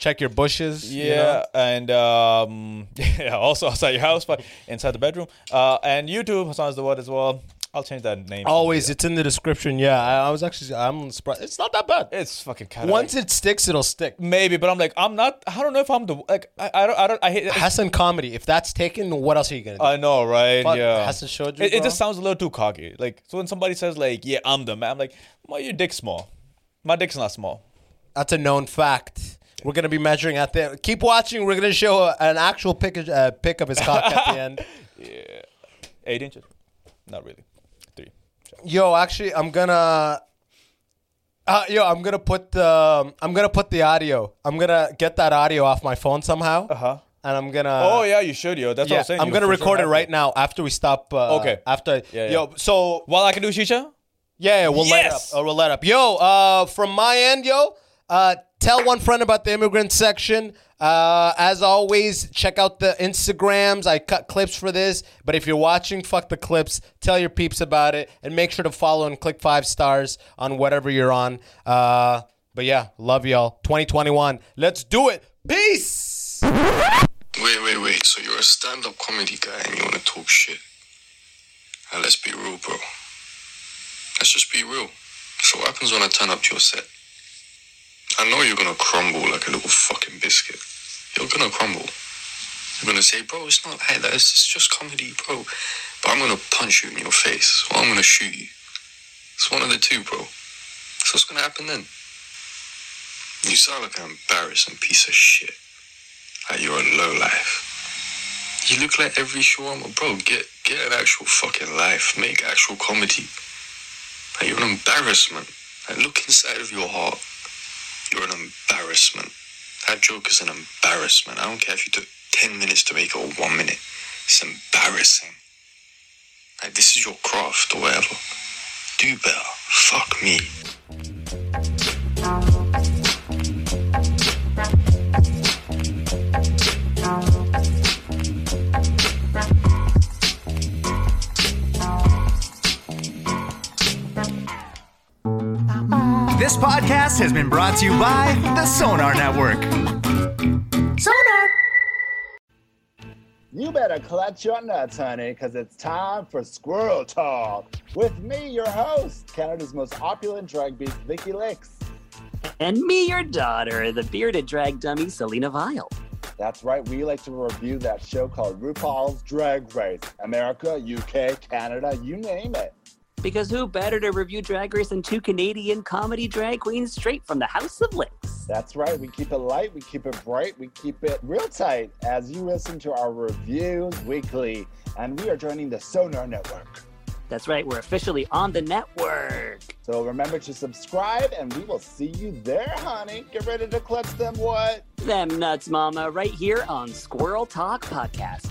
Speaker 3: Check your bushes.
Speaker 4: Yeah,
Speaker 3: You know?
Speaker 4: and um, yeah, also outside your house, but inside the bedroom. Uh, and YouTube Hassan is the one as well. I'll change that name.
Speaker 3: Always, it's in the description. Yeah, I, I was actually, I'm surprised. It's not that bad.
Speaker 4: it's fucking kind of
Speaker 3: Once it sticks, it'll stick.
Speaker 4: maybe, but I'm like I'm not. I don't know if I'm the like I, I don't I don't I hate.
Speaker 3: Hassan comedy. If that's taken, what else are you gonna do?
Speaker 4: I know, right?
Speaker 3: But
Speaker 4: yeah.
Speaker 3: Hassan showed you,
Speaker 4: It, it
Speaker 3: bro.
Speaker 4: just sounds a little too cocky. Like, so when somebody says, like, yeah, I'm the man, I'm like, my your dick's small. My dick's not small.
Speaker 3: that's a known fact. We're gonna be measuring at the. Keep watching. We're gonna show a, an actual pic, uh, pic of his cock at the end.
Speaker 4: Eight inches. Not really. Three.
Speaker 3: Yo, actually, I'm gonna. Uh, yo, I'm gonna put the I'm gonna put the audio. I'm gonna get that audio off my phone somehow. Uh
Speaker 4: Uh-huh.
Speaker 3: And I'm gonna.
Speaker 4: oh, yeah, you should, yo. That's what
Speaker 3: Yeah,
Speaker 4: I'm saying.
Speaker 3: I'm
Speaker 4: You
Speaker 3: gonna
Speaker 4: for sure
Speaker 3: record it
Speaker 4: have
Speaker 3: right
Speaker 4: to.
Speaker 3: now after we stop. Uh,
Speaker 4: Okay.
Speaker 3: After
Speaker 4: Yeah, yeah.
Speaker 3: yo, so
Speaker 4: While I can do shisha?
Speaker 3: Yeah, yeah we'll light up.
Speaker 4: Yes!
Speaker 3: Uh, we'll light up. Yo, uh, from my end, yo, Uh, tell one friend about the immigrant section. Uh, as always, check out the Instagrams. I cut clips for this, but if you're watching, fuck the clips. Tell your peeps about it, and make sure to follow and click five stars on whatever you're on. Uh, but yeah, love y'all. 2021, let's do it. Peace.
Speaker 5: Wait, wait, wait. So you're a stand up comedy guy and you want to talk shit. Now, let's be real, bro. Let's just be real. So, what happens when I turn up to your set? I know you're gonna crumble like a little fucking biscuit. You're gonna crumble. You're gonna say, bro, it's not like that. It's, it's just comedy, bro. But I'm gonna punch you in your face or I'm gonna shoot you. It's one of the two, bro. So, what's gonna happen then? You sound like an embarrassing piece of shit. Like you're a low life. You look like every shawarma, bro. Get get an actual fucking life. Make actual comedy. Like you're an embarrassment. Like look inside of your heart. You're an embarrassment. That joke is an embarrassment. I don't care if you took ten minutes to make it or one minute. It's embarrassing. Like this is your craft or whatever. Do better. Fuck me.
Speaker 6: This podcast has been brought to you by the Sonar Network. Sonar!
Speaker 7: You better clutch your nuts, honey, because it's time for Squirrel Talk with me, your host, Canada's most opulent drag beast, Vicky Licks.
Speaker 8: And me, your daughter, the bearded drag dummy, Selena Vile.
Speaker 7: That's right, we like to review that show called RuPaul's Drag Race. America, UK, Canada, you name it.
Speaker 8: Because who better to review Drag Race than two Canadian comedy drag queens straight from the House of Licks?
Speaker 7: That's right, we keep it light, we keep it bright, we keep it real tight as you listen to our reviews weekly. And we are joining the Sonar Network.
Speaker 8: That's right, we're officially on the network.
Speaker 7: So remember to subscribe, and we will see you there, honey. Get ready to clutch them, what?
Speaker 8: Them nuts, mama, right here on Squirrel Talk Podcast.